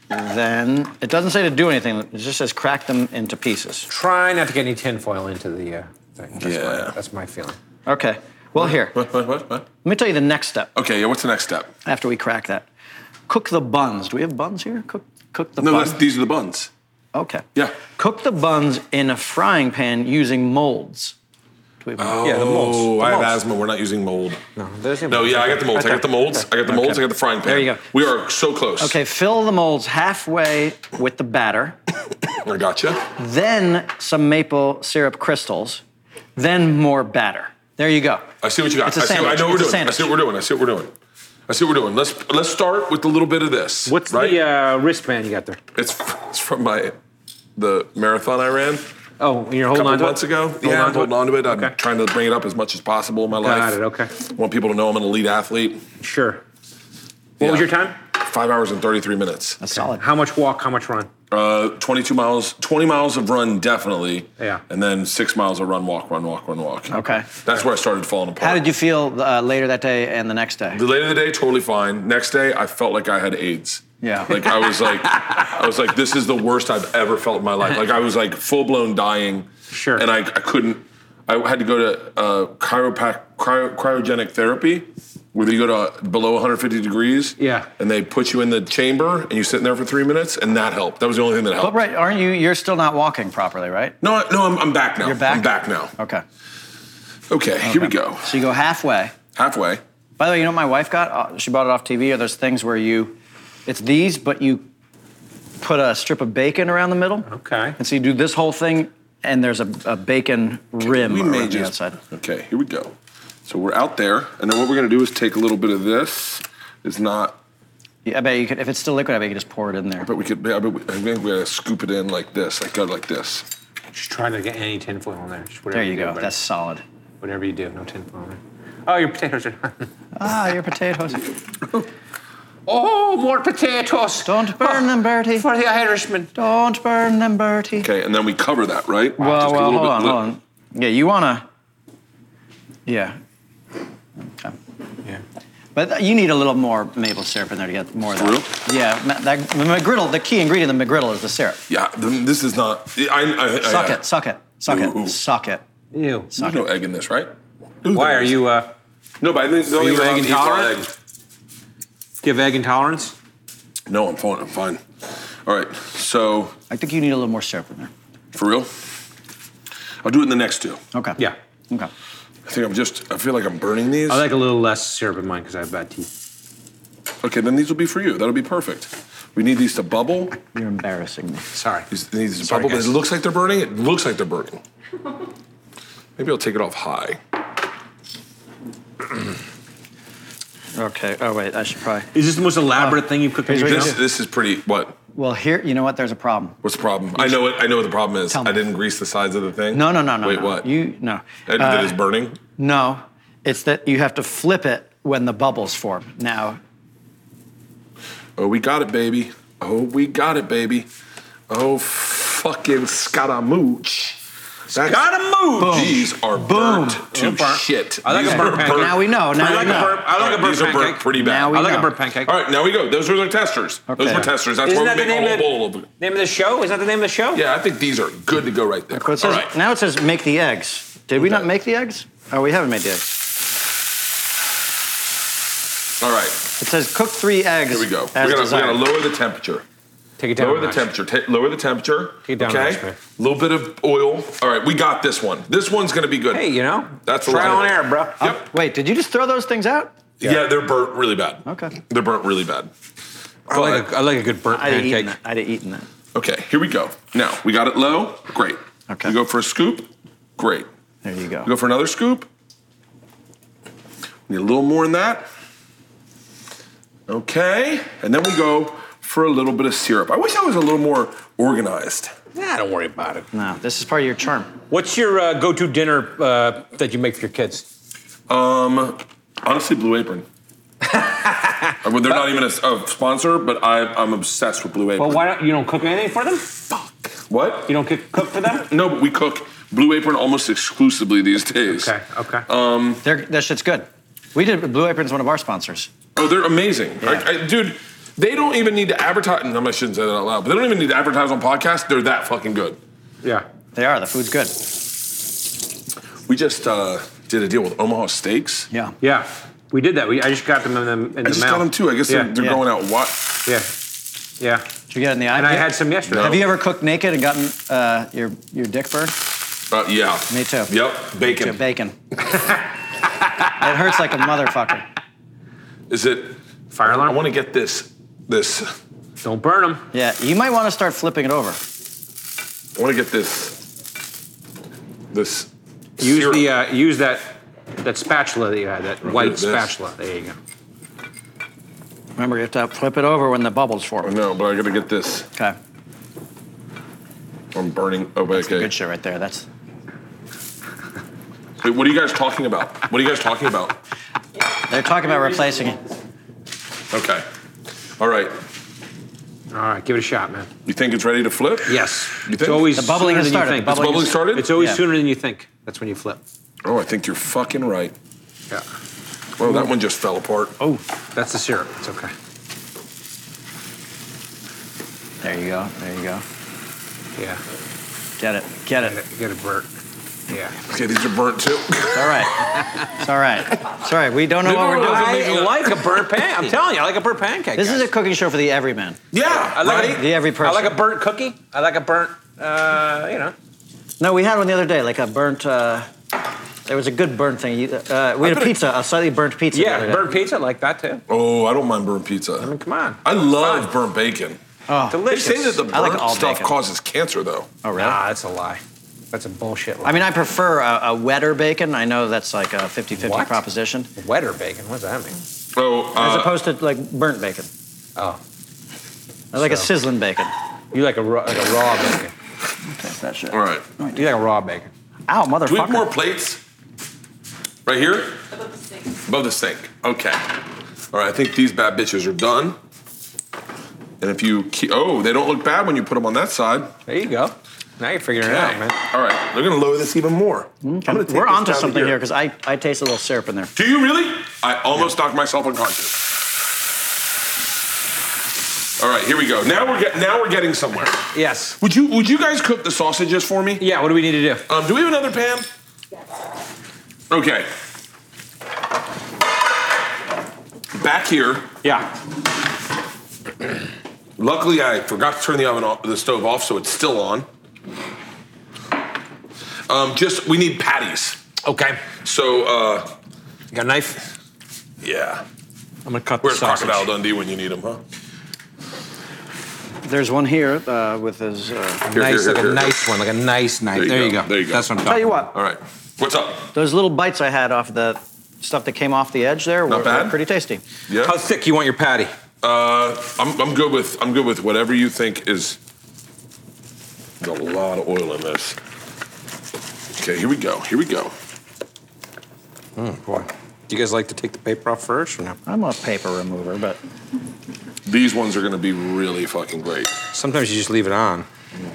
S4: then it doesn't say to do anything. It just says crack them into pieces.
S3: Try not to get any tinfoil into the. Uh, thing. That's
S6: Yeah.
S3: my, that's my feeling.
S4: Okay. Well, here. Let
S6: What, what, what, what?
S4: me tell you the next step
S6: Okay, yeah, what's the next step?
S4: after we crack that. Cook the buns. Do we have buns here? Cook, cook the
S6: No,
S4: buns.
S6: that's, these are the buns.
S4: Okay.
S6: Yeah.
S4: Cook the buns in a frying pan using molds. Do we have molds?
S3: Yeah, the molds.
S6: Oh,
S3: The
S6: I have
S3: molds.
S6: asthma. We're not using mold.
S3: No, there's
S6: No, yeah, I got the molds. I got the molds. I got the molds. I got the frying pan.
S4: There you go.
S6: We are so close.
S4: Okay, fill the molds halfway with the batter,
S6: I gotcha.
S4: then some maple syrup crystals, then more batter. There you go.
S6: I see what you got.
S4: It's a
S6: I, see, I
S4: sandwich.
S6: know what
S4: It's
S6: we're
S4: a
S6: doing. I see what we're doing. I see what we're doing. I see what we're doing. Let's let's start with a little bit of this.
S3: What's
S6: right?
S3: the uh, wristband you got there?
S6: It's, it's from my the marathon I ran
S3: Oh, and you're
S6: a
S3: holding
S6: couple
S3: on to
S6: months
S3: it?
S6: ago. yeah, I'm holding on to it. I'm
S3: Okay.
S6: trying to bring it up as much as possible in my
S3: Got
S6: life.
S3: it, okay.
S6: want people to know I'm an elite athlete.
S3: Sure. What was
S6: Yeah.
S3: your time?
S6: Five hours and 33 minutes.
S4: That's solid.
S3: How much walk, how much run?
S6: Uh, 22 miles, 20 miles of run definitely.
S3: Yeah.
S6: And then six miles of run, walk, run, walk, run, walk.
S4: Okay.
S6: That's where I started falling apart.
S4: How did you feel uh, later that day and the next day?
S6: The later the day, totally fine. Next day, I felt like I had AIDS.
S4: Yeah.
S6: Like I was like, I was like, this is the worst I've ever felt in my life. Like I was like full blown dying.
S3: Sure.
S6: And I, I couldn't. I had to go to uh, chiropac cryo, cryogenic therapy, where you go to below 150 degrees.
S3: Yeah.
S6: And they put you in the chamber and you sit in there for three minutes, and that helped. That was the only thing that helped.
S4: But Oh, right, aren't you? You're still not walking properly, right?
S6: No, I- no, I'm, I'm back now.
S4: You're back.
S6: I'm back now.
S4: Okay.
S6: Okay, here we go.
S4: So you go halfway.
S6: Halfway.
S4: By the way, you know what my wife got? Uh, She bought it off TV. Are those things where you, it's these, but you put a strip of bacon around the middle?
S3: Okay.
S4: And so you do this whole thing, and there's a, a bacon rim
S6: We
S4: around
S6: may
S4: the
S6: just.
S4: outside.
S6: Okay, here we go. So we're out there, and then what we're gonna do is take a little bit of this. It's not,
S4: Yeah, I bet you could, if it's still liquid, I bet you could just pour it in there.
S6: but we could. I bet we, I think we gotta scoop it in like this. Like go like this.
S3: Just try to get any tinfoil on there. Just whatever
S4: There you
S3: do,
S4: go.
S3: buddy.
S4: That's solid.
S3: Whatever you do, no tinfoil on there. Oh, your potatoes are done.
S4: Ah, your potatoes.
S3: Oh, more potatoes.
S4: Don't burn them, Bertie.
S3: For the Irishman.
S4: Don't burn them, Bertie.
S6: Okay, and then we cover that, right?
S4: Well,
S6: Just a
S4: well,
S6: little
S4: hold on,
S6: bit-
S4: hold on. Yeah, you wanna. Yeah.
S3: Yeah.
S4: But you need a little more maple syrup in there to get more of that.
S6: Syrup?
S4: Yeah, ma- that, the McGriddle, the key ingredient in the McGriddle is the syrup.
S6: Yeah, th- this is not. I, I, I,
S4: Suck
S6: I,
S4: it, suck it, suck
S6: Oh, Ooh, ooh.
S4: it, suck it.
S3: Ew.
S6: There's no egg in this, right?
S3: Why are you, uh,
S6: No, but I think the
S3: Are
S6: only
S3: you
S6: thing
S3: egg
S6: I'm
S3: intolerant?
S6: eating is
S3: give egg intolerance?
S6: egg. No, I'm fine. I'm fine. All right. So
S4: I think you need a little more syrup in there.
S6: for real, I'll do it in the next two.
S4: Okay.
S3: Yeah.
S4: Okay.
S6: I think I'm just. I feel like I'm burning these.
S3: I like a little less syrup in mine because I have bad teeth.
S6: Okay, then these will be for you. That'll be perfect. We need these to bubble.
S4: You're embarrassing me.
S3: Sorry.
S6: These, these
S3: Sorry,
S6: bubble.
S3: guys.
S6: It looks like they're burning. It looks like they're burning. Maybe I'll take it off high.
S4: Okay. Oh wait, I should probably.
S3: Is this the most elaborate thing you've cooked in your
S6: This,
S3: mouth?
S6: this is pretty. What?
S4: Well, here, you know what? There's a problem.
S6: What's the problem? I know what. I know what the problem is.
S4: Tell me.
S6: I didn't grease the sides of the thing.
S4: No, no, no, no.
S6: Wait,
S4: no.
S6: what?
S4: You no.
S6: That,
S4: Uh,
S6: that is burning.
S4: no, it's that you have to flip it when the bubbles form. Now,
S6: Oh, we got it, baby. Oh, we got it, baby. Oh, fucking Scaramouche.
S3: Scaramouche!
S6: These are
S4: Boom.
S6: burnt to
S3: burnt.
S6: shit.
S3: I like
S6: These
S3: a burnt
S6: are
S3: pancake.
S4: now we know. Now
S3: I
S4: we
S3: like a
S4: know.
S3: burnt, I like a burnt
S6: These are
S3: pancake.
S6: burnt pretty bad.
S4: Now we
S3: I like
S4: know.
S3: a burnt pancake.
S6: All right, now we go. Those are the testers. Those
S4: Okay.
S6: were testers. That's
S3: Isn't
S6: why
S3: that
S6: we
S3: the
S6: make
S3: name
S6: a whole
S3: of,
S6: bowl of
S3: the,
S6: them.
S3: name of the show? Is that the name of the show?
S6: Yeah, I think these are good to go right there.
S4: Well, it says-
S6: All right.
S4: Now it says make the eggs. Did we
S6: Okay.
S4: not make the eggs? Oh, we haven't made the eggs.
S6: All right.
S4: It says cook three eggs.
S6: Here we go.
S4: As
S6: We're gonna, we're
S4: desired.
S6: gonna lower the temperature.
S3: Take it down.
S6: Lower
S3: a
S6: the
S3: notch.
S6: temperature. Ta- lower the temperature.
S3: Take it down a notch,
S6: okay.
S3: man.
S6: A little bit of oil. All right, we got this one. This one's gonna be good.
S3: Hey, you know,
S6: That's
S3: trial
S6: right.
S3: and error, bro.
S6: Yep.
S4: Wait, did you just throw those things out?
S6: Yeah. they're burnt really bad.
S4: Okay.
S6: They're burnt really bad.
S3: I like, a, I like a good burnt
S4: I'd have eaten
S3: pancake.
S4: that. I'd have eaten that.
S6: Okay, here we go. Now we got it low. Great.
S4: Okay.
S6: We go for a scoop. Great.
S4: There you go.
S6: We go for another scoop. Need a little more than that. Okay, and then we go for a little bit of syrup. I wish I was a little more organized.
S3: Nah, don't worry about it.
S4: no, this is part of your charm.
S3: What's your uh, go-to dinner uh, that you make for your kids?
S6: Um, honestly, Blue Apron. I mean, They're not even a, a sponsor, but I, I'm obsessed with Blue Apron.
S3: Well, why don't you don't cook anything for them?
S6: What?
S3: You don't cook, cook for them?
S6: No, but we cook Blue Apron almost exclusively these days.
S3: Okay, okay.
S4: They're, that shit's good. We did Blue Apron's one of our sponsors.
S6: Oh, they're amazing, I- I- dude. They don't even need to advertise. No, I shouldn't say that out loud. But they don't even need to advertise on podcasts. They're that fucking good.
S3: yeah.
S4: They are. The food's good.
S6: We just uh, did a deal with Omaha Steaks.
S4: Yeah.
S3: Yeah, we did that. We, I just got them in the, in the
S6: I just
S3: mouth.
S6: got them too. I guess
S3: yeah,
S6: they're, they're
S4: Yeah.
S6: going out. What?
S3: yeah, yeah.
S4: Did you get it in the eye?
S3: And I had some yesterday.
S4: Have you ever cooked naked and gotten uh, your your dick burned?
S6: Uh, yeah.
S4: Me too.
S6: Yep. Bacon.
S4: To bacon. it hurts like a motherfucker.
S6: Is it?
S3: Fire
S6: I
S3: alarm.
S6: want to get this. This. I
S3: Don't burn them.
S4: Yeah, you might want to start flipping it over.
S6: want to get this. This.
S3: Use
S6: syrup.
S3: the uh, use that that spatula that you had. That
S6: at
S3: white
S6: this.
S3: spatula. There you go.
S4: Remember, you have to flip it over when the bubbles
S6: I
S4: form.
S6: know, but I gotta get this.
S4: Okay.
S6: I'm burning. Oh, wait, okay.
S4: Good shit right there. That's
S6: Wait, what are you guys talking about? What are you guys talking about?
S4: they're talking about replacing it.
S6: Okay. All right.
S3: All right, give it a shot, man.
S6: You think it's ready to flip?
S3: Yes.
S6: You
S3: it's
S6: think?
S3: always
S4: The bubbling
S3: sooner than
S4: has started.
S3: You think.
S4: The
S6: It's bubbling started?
S3: It's always
S4: Yeah.
S3: sooner than you think. That's when you flip.
S6: Oh, I think you're fucking right.
S3: Yeah.
S6: Well, that one just fell apart.
S3: Oh, that's the syrup. It's okay.
S4: There you go. There you go.
S3: Yeah.
S4: Get it. Get
S3: Get
S4: it.
S3: it, get it burnt. Yeah.
S6: Okay, these are burnt too.
S4: It's all right. It's all right. It's all right. We don't know what we're doing.
S3: I like a burnt pan. I'm telling you, I like a burnt pancake.
S4: This is a
S3: guys.
S4: cooking show for the everyman.
S6: yeah.
S3: I like
S6: right?
S4: The every
S3: I
S4: person.
S3: like a burnt cookie. I like a burnt. Uh, you know.
S4: No, we had one the other day, like a burnt. Uh, there was a good burnt thing. You- Uh, we had a pizza, a slightly burnt pizza. the
S3: Yeah,
S4: other day.
S3: burnt pizza. I like that too.
S6: Oh, I don't mind burnt
S3: I mean,
S6: pizza.
S3: come on.
S6: I love burnt bacon.
S4: Oh.
S6: They
S3: Delicious.
S6: say that the
S4: I like
S6: burnt
S4: all
S6: stuff
S4: bacon.
S6: causes cancer, though.
S4: Oh, really?
S3: Nah, that's a lie. That's a bullshit lie.
S4: I mean, I prefer a, a wetter bacon. I know that's like a 50-50
S3: What?
S4: proposition,
S3: wetter bacon. What does that mean?
S6: Oh,
S4: as
S6: uh,
S4: opposed to like burnt bacon.
S3: Oh,
S4: I like a
S3: So-
S4: sizzling bacon.
S3: you like a raw, like a raw bacon.
S4: That's that shit.
S6: all right.
S3: You like a raw bacon.
S4: Ow, motherfucker.
S6: Do we have more plates? Right here?
S7: Above the sink.
S6: Above the sink. Okay. All right, I think these bad bitches are done. And if you keep, oh, they don't look bad when you put them on that side.
S3: There you go. Now you're figuring it out, man.
S6: All right, they're gonna lower this even more. I'm gonna take
S4: Mm-hmm. We're
S6: this
S4: onto
S6: down to
S4: something here because I, I taste a little syrup in there.
S6: Do you really? I almost knocked myself unconscious. All right, here we go. Now we're get, now we're getting somewhere.
S3: Yes.
S6: Would you would you guys cook the sausages for me?
S3: Yeah. What do we need to do?
S6: Um, do we have another pan? Okay. Back here.
S3: Yeah.
S6: Luckily, I forgot to turn the oven off, the stove off, so it's still on. Um, just we need patties.
S3: Okay.
S6: So uh,
S3: You got a knife?
S6: yeah,
S3: I'm gonna cut
S6: where's
S3: the sausage.
S6: Crocodile Dundee when you need him, huh?
S4: There's one here uh, with his. Uh,
S6: Here,
S3: nice,
S6: here,
S3: like
S6: here,
S3: a
S6: here.
S3: nice one, like a nice knife.
S6: There you
S3: There you
S6: go,
S3: go.
S6: there you go.
S3: That's what I'm
S4: tell
S3: talking.
S4: you
S3: about.
S4: what,
S6: All right, what's up?
S4: those little bites I had off the stuff that came off the edge there were,
S6: Not
S4: were
S6: bad.
S4: pretty tasty.
S6: Yeah.
S3: How thick you want your patty?
S6: Uh, I'm, I'm good with I'm good with whatever you think is. There's a lot of oil in this. Okay, here we go. Here we go.
S3: Boy. Do you guys like to take the paper off first or no?
S4: I'm a paper remover, but
S6: These ones are gonna be really fucking great.
S3: Sometimes you just leave it on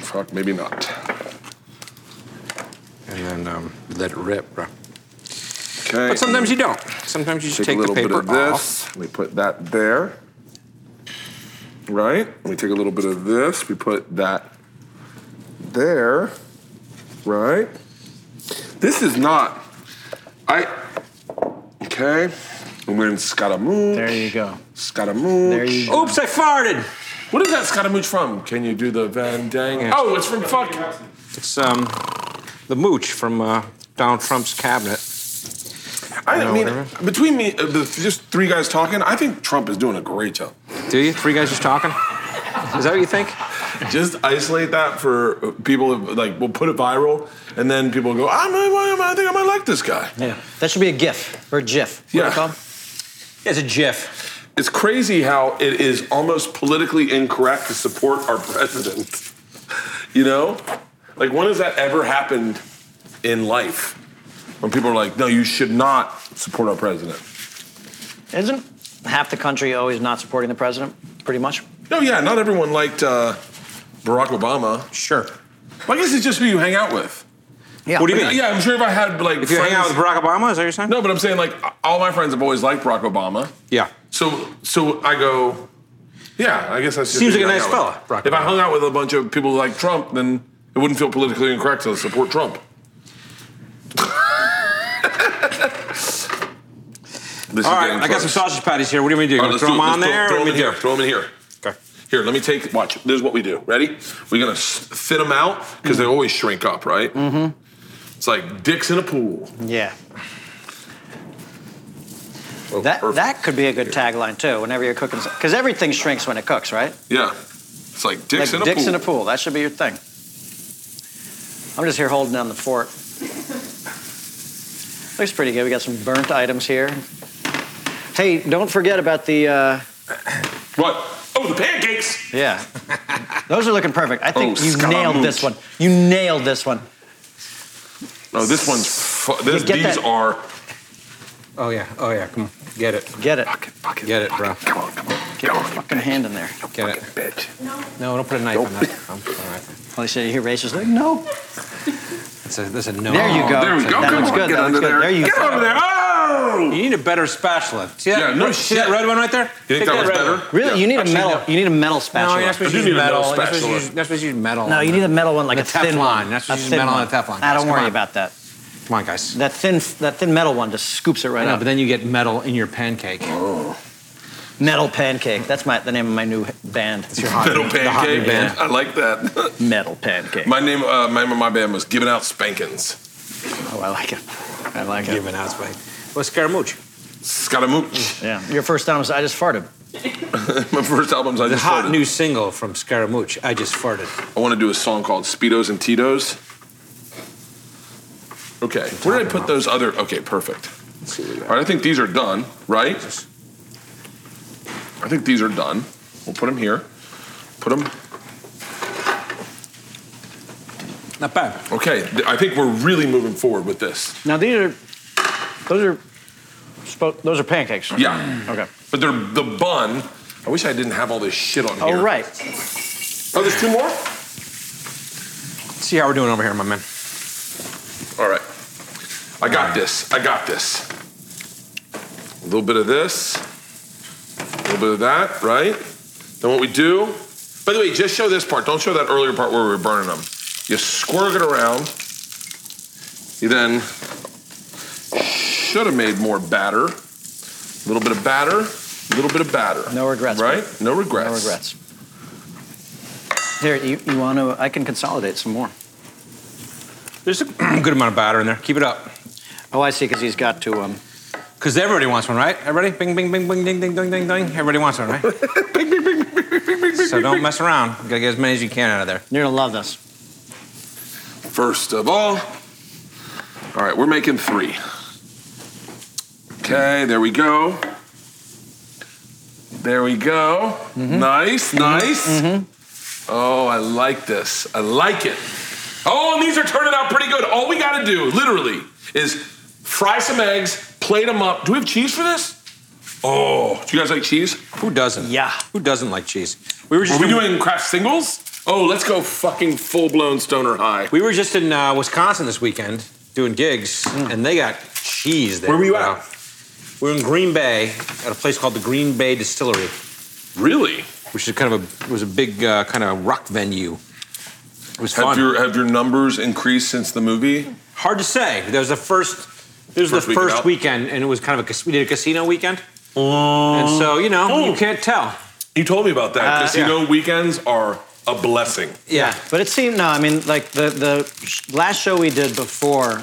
S6: Fuck, maybe not.
S3: and then um, let it rip, bro.
S6: Okay.
S3: But sometimes you don't. Sometimes you just
S6: take,
S3: take,
S6: a little
S3: the paper
S6: bit of this. We put that there. Right? We take a little bit of this. We put that there. Right? This is not. I. Okay. And then Scaramouche.
S4: there you go.
S6: Scaramouche.
S4: There you go.
S3: off. Oops, I farted.
S6: Oh, What is that Scaramouche from? Can you do the Van Dang? Oh, it's from fuck.
S3: It's um, the mooch from uh, Donald Trump's cabinet.
S6: I
S3: No,
S6: mean,
S3: whatever.
S6: between me, uh, the, just three guys talking, I think Trump is doing a great job.
S3: Do you? Three guys just talking? Is that what you think?
S6: Just isolate that for people. who, Like, we'll put it viral, and then people go, "I might, I think I might like this guy."
S4: Yeah, that should be a GIF or a GIF. What
S6: Yeah.
S4: Are they
S3: It's a GIF.
S6: It's crazy how it is almost politically incorrect to support our president. You know, like when has that ever happened in life? When people are like, "No, you should not support our president."
S4: Isn't half the country always not supporting the president? Pretty much.
S6: No, yeah, not everyone liked uh, Barack Obama.
S3: Sure.
S6: Well, I guess it's just who you hang out with.
S4: Yeah.
S3: What do you mean?
S6: Like, yeah, I'm sure if I had like
S3: If you hang out with
S6: friends-
S3: Barack Obama, is that what you're saying?
S6: No, but I'm saying like all my friends have always liked Barack Obama.
S3: Yeah.
S6: So so I go, yeah, I guess that's just
S3: Seems
S6: who
S3: like a
S6: you
S3: nice
S6: hang out with.
S3: fella, Barack
S6: If I
S3: Obama.
S6: hung out with a bunch of people who like Trump, then it wouldn't feel politically incorrect to support Trump. This
S3: All
S6: is
S3: right,
S6: getting
S3: I got some
S6: close.
S3: sausage patties here. What do you want me to do? You
S6: All
S3: wanna
S6: right, let's
S3: throw
S6: do
S3: them
S6: it.
S3: on
S6: Let's
S3: there?
S6: Throw,
S3: or
S6: throw them
S3: what do
S6: in
S3: you
S6: here.
S3: wanna do?
S6: Throw them in here.
S3: Okay.
S6: Here, let me take. Watch. This is what we do. Ready? We're gonna s- thin them out because they always shrink up, right? Mm-hmm. It's like dicks in a pool.
S4: Yeah.
S6: Oh,
S4: That
S6: perfect.
S4: that could be a good tagline too. Whenever you're cooking, because everything shrinks when it cooks, right?
S6: Yeah. It's like dicks
S4: like
S6: in a
S4: dicks
S6: pool.
S4: in a pool. That should be your thing. I'm just here holding down the fort. Looks pretty good. We got some burnt items here. Hey, don't forget about the. Uh,
S6: What? Oh, the pancakes.
S4: yeah, those are looking perfect. I think
S6: Oh,
S4: you nailed this
S6: scaramouche.
S4: one. You nailed this one.
S6: No, this one's. Fu- this,
S4: get
S6: these
S4: that-
S6: are.
S3: Oh, yeah. Oh, yeah. Come on. Get it.
S4: Get it.
S6: Fuck it, fuck it,
S3: Get it,
S6: fuck
S3: bro.
S6: Come on, come on.
S4: Get your fucking hand in there.
S3: Get it.
S6: Bitch.
S3: No, don't put a knife on that. I'm, all right.
S4: Well, they say you hear racist. Like, no.
S3: That's a, that's a no.
S4: There you go.
S6: There we
S3: That
S6: go.
S3: looks
S6: Come on,
S4: good.
S6: get
S4: That looks
S6: under
S4: good.
S6: there.
S4: There you
S6: get
S4: go.
S6: over there. Oh!
S3: You need a better spatula. See that?
S6: Yeah, no
S3: right- see that
S6: shit.
S3: red one right there?
S6: You think that looks
S3: red
S6: better?
S3: one.
S4: Really,
S6: Yeah.
S4: you need a
S3: Actually,
S4: metal.
S3: no.
S4: You need a metal
S3: No,
S4: spatula.
S3: you're not supposed
S6: I do
S3: to use
S6: need a
S3: metal.
S6: metal
S3: You're not supposed to
S6: spatula.
S3: use- you're not supposed to use metal.
S4: No,
S3: on
S4: you
S3: that.
S4: need a metal one, like
S3: The
S4: a thin
S3: Teflon.
S4: one.
S3: That's
S4: a
S3: just
S4: thin
S3: metal
S4: one.
S3: on the Teflon.
S4: Ah,
S3: Guys,
S4: don't worry
S3: come on.
S4: about that.
S3: Come on, guys.
S4: That thin, that thin metal one just scoops it right
S3: No,
S4: up.
S3: but then you get metal in your pancake.
S6: Oh.
S4: metal pancake. That's my the name of my new band.
S3: It's your hot
S6: Metal
S3: the hot new
S6: pancake.
S3: band.
S6: I like that.
S4: Metal pancake.
S6: my name, uh, my name of my band was Giving Out Spankins.
S4: oh, I like it. I like it.
S3: Giving out spike. Well, Scaramouche.
S6: Scaramouche.
S4: Yeah. Your first time was I just farted.
S6: my first albums I
S3: The
S6: just
S3: hot
S6: started.
S3: new single from Scaramouche. I just farted.
S6: I want to do a song called Speedos and Tito's. Okay, where did I put those other? Okay, perfect. All right, I think these are done, right? I think these are done. We'll put them here. Put them.
S3: Not bad.
S6: Okay, th- I think we're really moving forward with this.
S4: Now these are, those are, spo- those are pancakes.
S6: Yeah,
S4: Okay.
S6: but they're the bun. I wish I didn't have all this shit on here.
S4: Oh right.
S6: Oh, there's two more.
S3: See how we're doing over here, my man.
S6: All right. I got this. I got this. A little bit of this, a little bit of that, right? Then what we do, by the way, just show this part. Don't show that earlier part where we were burning them. You squirt it around. You then should have made more batter. A little bit of batter, a little bit of batter.
S4: No regrets.
S6: Right? No regrets.
S4: No regrets. Here, you, you want to? I can consolidate some more.
S3: There's a good amount of batter in there. Keep it up.
S4: Oh, I see, because he's got to. Um,
S3: Because everybody wants one, right? Everybody? Bing, bing, bing, bing, ding, ding, ding, ding, ding. Everybody wants one, right? so don't mess around. You gotta get as many as you can out of there.
S4: you're gonna love this.
S6: First of all, all right, we're making three. Okay, there we go. There we go.
S3: Mm-hmm.
S6: Nice, nice. Oh, I like this. I like it. Oh, and these are turning out pretty good. All we gotta do, literally, is fry some eggs, plate them up. Do we have cheese for this? Oh, do you guys like cheese?
S3: Who doesn't?
S4: Yeah.
S3: Who doesn't like cheese? We were
S6: Are
S3: just
S6: we
S3: in,
S6: doing craft singles? Oh, let's go fucking full blown stoner high.
S3: we were just in uh, Wisconsin this weekend doing gigs, and they got cheese there.
S6: Where were you
S3: bro.
S6: at?
S3: We were in Green Bay at a place called the Green Bay Distillery,
S6: Really?
S3: which is kind of a was a big uh, kind of rock venue. It was
S6: Have
S3: fun.
S6: your have your numbers increased since the movie?
S3: Hard to say. That was the first. This was
S6: First
S3: the
S6: weekend
S3: first
S6: out.
S3: weekend, and it was kind of a cas- we did a casino weekend, and so you know
S6: Oh.
S3: you can't tell.
S6: You told me about that.
S4: Uh,
S6: Casino weekends are a blessing.
S3: Yeah.
S4: But it seemed no. I mean, like the the sh- last show we did before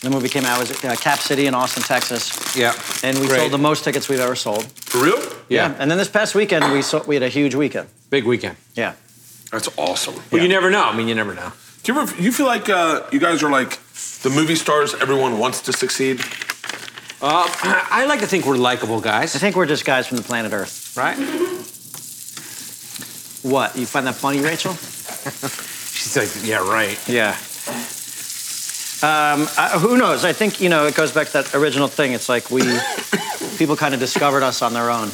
S4: the movie came out was uh, Cap City in Austin, Texas,
S3: Yeah.
S4: and we
S3: Great.
S4: sold the most tickets we've ever sold.
S6: For real?
S3: Yeah.
S4: And then this past weekend we sold, we had a huge weekend.
S3: Big weekend.
S4: Yeah.
S6: That's awesome.
S3: But you never know. I mean, you never know.
S6: Do you ever you feel like uh, you guys are like the movie stars everyone wants to succeed?
S3: Uh, I like to think we're likable
S4: I
S3: guys,
S4: think we're just guys from the planet Earth.
S3: right?
S4: What? You find that funny, Rachel?
S3: She's like, yeah, right.
S4: Yeah. Um, I, who knows? I think you know it goes back to that original thing. It's like we people kind of discovered us on their own.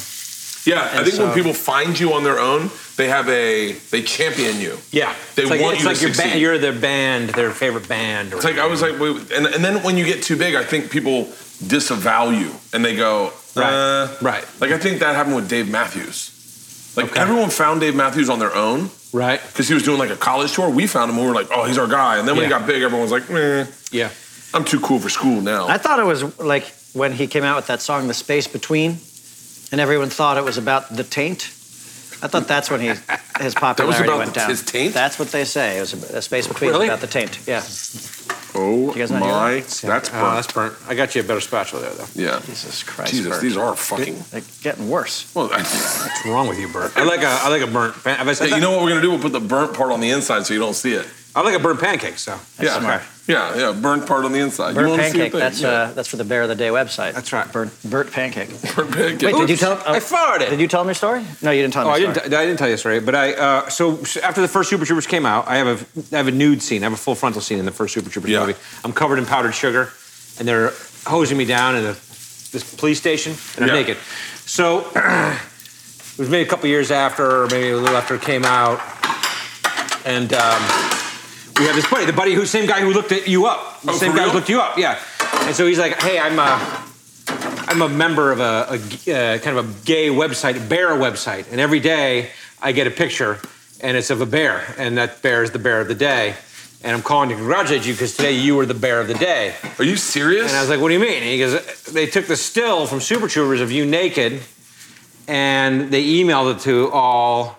S6: Yeah, I
S4: And
S6: think when
S4: so-
S6: people find you on their own, they have a they champion you.
S3: Yeah.
S6: They
S3: it's like,
S6: want
S3: it's
S6: you
S3: like
S6: to
S3: your ba-
S6: succeed.
S3: you're their band, their favorite band. Or
S6: It's like I was like, wait, and and then when you get too big, I think people disavow you and they go,
S3: Right,
S6: uh,
S3: right.
S6: Like I think that happened with Dave Matthews. Like everyone found Dave Matthews on their own
S3: right.
S6: because he was doing like a college tour. We found him. We were like, oh, he's our guy. And then when
S3: Yeah.
S6: he got big, everyone was like, meh.
S3: Yeah.
S6: I'm too cool for school now.
S4: I thought it was like when he came out with that song, The Space Between, and everyone thought it was about the taint. I thought that's when he, his popularity
S6: about
S4: went
S6: the-
S4: down.
S6: his taint?
S4: That's what they say. It was about, The Space Between
S3: Really?
S4: about the taint. Yeah.
S6: oh
S4: guys not hear
S6: my,
S4: that? Uh,
S6: that's
S3: Oh,
S6: burnt.
S3: that's burnt. I got you a better spatula there, though.
S6: yeah.
S4: Jesus Christ.
S6: Jesus,
S4: Bert.
S6: these are fucking.
S4: They're getting worse.
S6: Well, I,
S3: What's wrong with you, Bert? I like a I like a burnt. Pan- have I said
S6: Hey, you
S3: that?
S6: know what we're gonna do? We'll put the burnt part on the inside so you don't see it.
S3: I like a burnt pancake. So
S6: yeah,
S4: smart.
S6: yeah, yeah. Burnt part on the inside.
S4: Burnt
S6: wanna see a
S4: pancake.
S6: thing,
S4: That's
S6: yeah.
S4: uh, that's for the Bear of the Day website.
S3: That's right.
S4: Burnt, burnt pancake.
S6: burnt pancake.
S4: Wait, did you tell?
S3: I farted.
S4: Did you tell him your story? No, you didn't tell him.
S3: Oh,
S4: your
S3: I didn't.
S4: story.
S3: T- I didn't tell you this, right? But I. Uh, so, so after the first Super Troopers came out, I have a I have a nude scene. I have a full frontal scene in the first Super Troopers
S6: Yeah.
S3: movie. I'm covered in powdered sugar, and they're hosing me down in a, this police station, and I'm
S6: Yeah.
S3: naked. So it was maybe a couple years after, or maybe a little after it came out, and um, we have this buddy, the buddy who same guy who looked at you up, the
S6: Oh,
S3: same
S6: for
S3: guy who
S6: real?
S3: looked you up, yeah. And so he's like, "Hey, I'm a, I'm a member of a, a g- uh, kind of a gay website, a bear website, and every day I get a picture, and it's of a bear, and that bear is the bear of the day." And I'm calling to congratulate you because today you were the bear of the day.
S6: Are you serious?
S3: And I was like, what do you mean? And he goes, they took the still from Super Troopers of you naked and they emailed it to all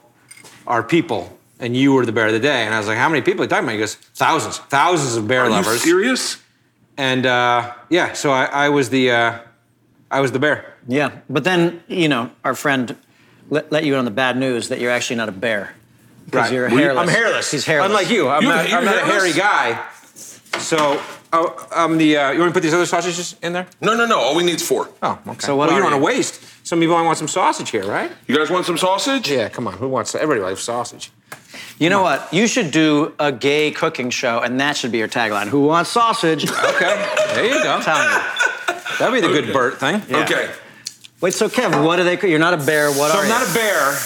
S3: our people. And you were the bear of the day. And I was like, how many people are you talking about? He goes, thousands, thousands of bear
S6: Are you
S3: lovers.
S6: serious?
S3: And uh, yeah, so I, I was the uh, I was the bear.
S4: Yeah, but then you know our friend let, let you in on the bad news that you're actually not a bear because
S3: Right.
S4: you're
S3: Well, you- I'm
S4: hairless.
S3: hairless.
S4: He's hairless.
S3: Unlike you, I'm,
S6: You're-
S3: not,
S6: you're
S3: I'm not a hairy
S6: hairless?
S3: guy. So oh, I'm the. Uh, you want me to put these other sausages in there?
S6: No, no, no. All we need's four.
S3: Oh, okay.
S4: So what
S3: well,
S4: are
S3: you're on
S4: you?
S3: a waste. Some people only want some sausage here, right?
S6: You guys want some sausage?
S3: Yeah, come on. Who wants? Everybody likes sausage.
S4: You know what? You should do a gay cooking show, and that should be your tagline. Who wants sausage? I'm
S3: Okay, there you go.
S4: telling you.
S3: That'd be the good Bert thing.
S4: Yeah.
S6: Okay.
S4: Wait, so Kev, what are they? You're not a bear. What
S3: So
S4: are
S3: I'm not
S4: you?
S3: a bear.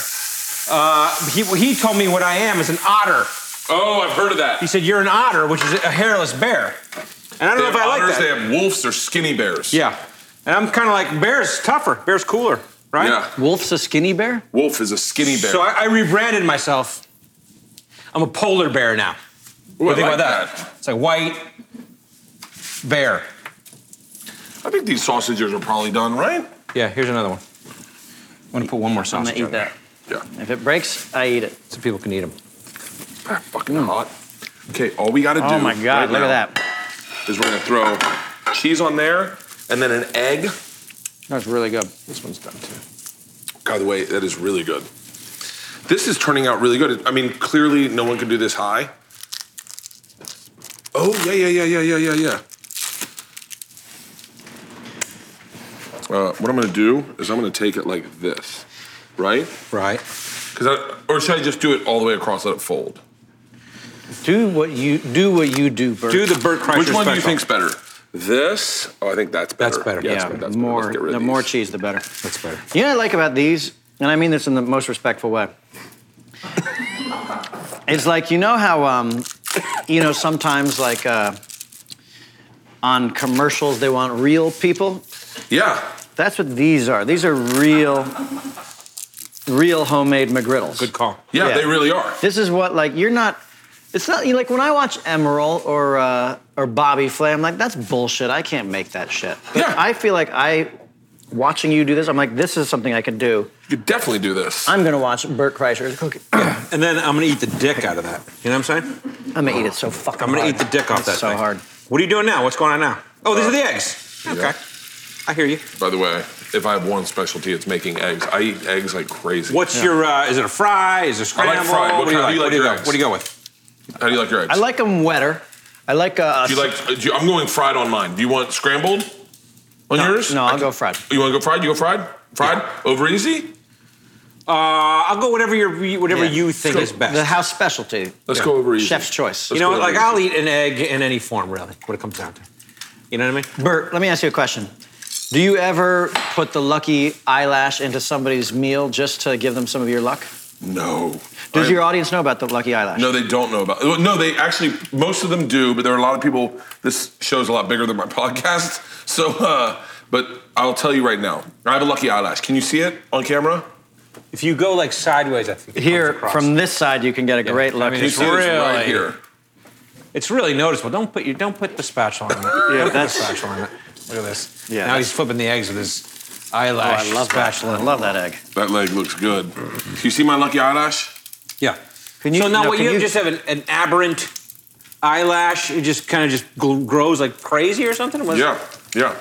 S3: Uh, he, he told me what I am is an otter.
S6: Oh, I've heard of that.
S3: He said, You're an otter, which is a hairless bear. And I don't
S6: They
S3: know
S6: have
S3: if I like
S6: otters,
S3: that.
S6: They have wolves or skinny bears.
S3: yeah. And I'm kind of like, Bear's tougher, Bear's cooler, right?
S6: Yeah.
S4: Wolf's a skinny bear.
S6: Wolf is a skinny bear.
S3: So I, I rebranded myself. I'm a polar bear now.
S6: Ooh, I
S3: What do you think about
S6: like
S3: that? It's like white bear.
S6: I think these sausages are probably done, right?
S3: Yeah, here's another one. I'm gonna put one more
S4: I'm
S3: sausage.
S4: gonna eat
S3: on there
S4: that.
S6: Yeah.
S4: If it breaks, I eat it.
S3: so people can eat them.
S6: Ah, fucking hot. Okay, all we gotta do.
S4: Mm. Oh my God!
S6: right
S4: look
S6: now
S4: at that.
S6: Is we're gonna throw cheese on there and then an egg.
S4: That's really good.
S3: This one's done too.
S6: By the way, that is really good. This is turning out really good. I mean, clearly no one can do this high. Oh yeah, yeah, yeah, yeah, yeah, yeah, yeah. Uh, what I'm gonna do is I'm gonna take it like this, right?
S3: Right.
S6: Because I, or should I just do it all the way across? Let it fold.
S4: Do what you do. What you do, Bert.
S3: Do the Bert Kreischer
S6: Which one do you
S3: special.
S6: think's better? This? Oh, I think that's better.
S3: That's better.
S6: Yeah,
S4: yeah,
S6: that's better. That's better.
S4: more.
S6: Let's get rid
S4: The
S6: of
S4: more
S6: these.
S4: cheese, the better.
S3: That's better.
S4: You know what I like about these, and I mean this in the most respectful way. it's like you know how um, you know sometimes like uh, on commercials they want real people.
S6: Yeah.
S4: That's what these are. These are real, real homemade McGriddles.
S3: Good call.
S6: yeah,
S4: Yeah.
S6: they really are.
S4: This is what like you're not. It's not you know, like when I watch Emerald or uh, or Bobby Flay, I'm like, that's bullshit. I can't make that shit. But
S6: Yeah.
S4: I feel like I, watching you do this, I'm like, this is something I could do.
S6: You could definitely do this.
S4: I'm gonna watch Burt Kreischer's cooking.
S3: And then I'm gonna eat the dick out of that. You know what I'm saying?
S4: I'm gonna eat it so fucking.
S3: I'm gonna
S4: hard.
S3: eat the dick off
S4: It's
S3: that.
S4: So
S3: thing.
S4: hard.
S3: What are you doing now? What's going on now? Oh, these are the eggs. Okay.
S6: yeah.
S3: I hear you.
S6: By the way, if I have one specialty, it's making eggs. I eat eggs like crazy.
S3: What's your? Uh, is it a fry? Is it a
S6: I like
S3: scramble?
S6: fried. What
S3: do you
S6: kind-
S3: like?
S6: do you
S3: What
S6: like
S3: do you
S6: your
S3: go-
S6: eggs?
S3: What do you go with?
S6: How do you like your eggs?
S4: I like them wetter. I like. Uh,
S6: Do you like? Do you, I'm going fried on mine. Do you want scrambled on
S4: no,
S6: yours?
S4: No, I'll go fried.
S6: You want to go fried? You go fried. Fried over easy.
S3: Uh, I'll go whatever your whatever
S4: Yeah.
S3: you think
S6: Sure.
S3: is best.
S4: The house specialty.
S6: Let's go over easy.
S4: Chef's choice.
S3: you
S6: Let's
S3: know,
S6: go
S3: like
S6: over
S3: I'll
S6: easy.
S3: eat an egg in any form, really. What it comes down to. You know what I mean?
S4: Bert, let me ask you a question. Do you ever put the lucky eyelash into somebody's meal just to give them some of your luck?
S6: No.
S4: Does
S6: I-
S4: your audience know about the lucky eyelash?
S6: No, they don't know about. No, they actually most of them do, but there are a lot of people. This show's a lot bigger than my podcast, so. uh But I'll tell you right now, I have a lucky eyelash. Can you see it on camera?
S3: If you go like sideways, I think it
S4: Here,
S3: comes across.
S4: from this side, you can get a great
S3: I
S4: look.
S3: mean,
S6: Can you
S3: It's
S6: see this right
S3: really-
S6: here?
S3: It's really noticeable. Don't put your don't put the spatula on it. yeah, don't
S4: that's-
S3: put the spatula on it. Look at this.
S4: Yeah,
S3: Now
S4: that's-
S3: he's flipping the eggs with his
S4: Oh,
S3: eyelash
S4: I love
S3: spatula.
S4: that. I love that egg.
S6: That leg looks good. You see my lucky eyelash?
S3: Yeah.
S4: Can you-
S3: so now,
S4: now,
S3: what
S4: can
S3: you,
S4: you-
S3: just have an, an aberrant eyelash. It just kind of just gl- grows like crazy or something. Was it?
S6: Yeah, yeah.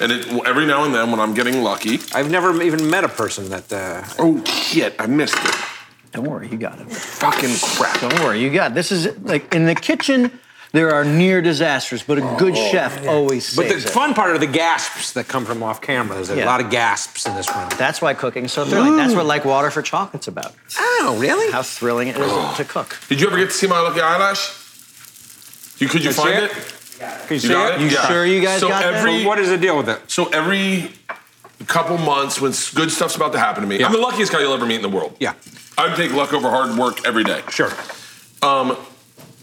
S6: And it, every now and then when I'm getting lucky.
S3: I've never even met a person that. Uh,
S6: Oh shit! I missed it.
S4: Don't worry, you got it.
S6: Fucking crap.
S4: Don't worry, you got it. this. Is like in the kitchen, there are near disasters, but a good chef always
S3: Oh, but the
S4: saves it.
S3: fun part are the gasps that come from off camera. There's a
S4: Yeah.
S3: lot of gasps in this room.
S4: That's why cooking's so thrilling. That's what like water for chocolate's about.
S3: Oh, really?
S4: How thrilling it
S3: Oh.
S4: is to cook.
S6: Did you ever get to see my lucky eyelash? You could you
S3: That's
S6: find
S3: it?
S6: it?
S3: Can you see
S6: You got
S3: it?
S6: it?
S3: You-
S6: Yeah.
S4: sure you guys
S6: so
S4: got that?
S6: every,
S3: What is the deal with it?
S6: So every couple months, when s- good stuff's about to happen to me,
S3: Yeah.
S6: I'm the luckiest guy you'll ever meet in the world.
S3: Yeah.
S6: I would take luck over hard work every day.
S3: Sure.
S6: Um,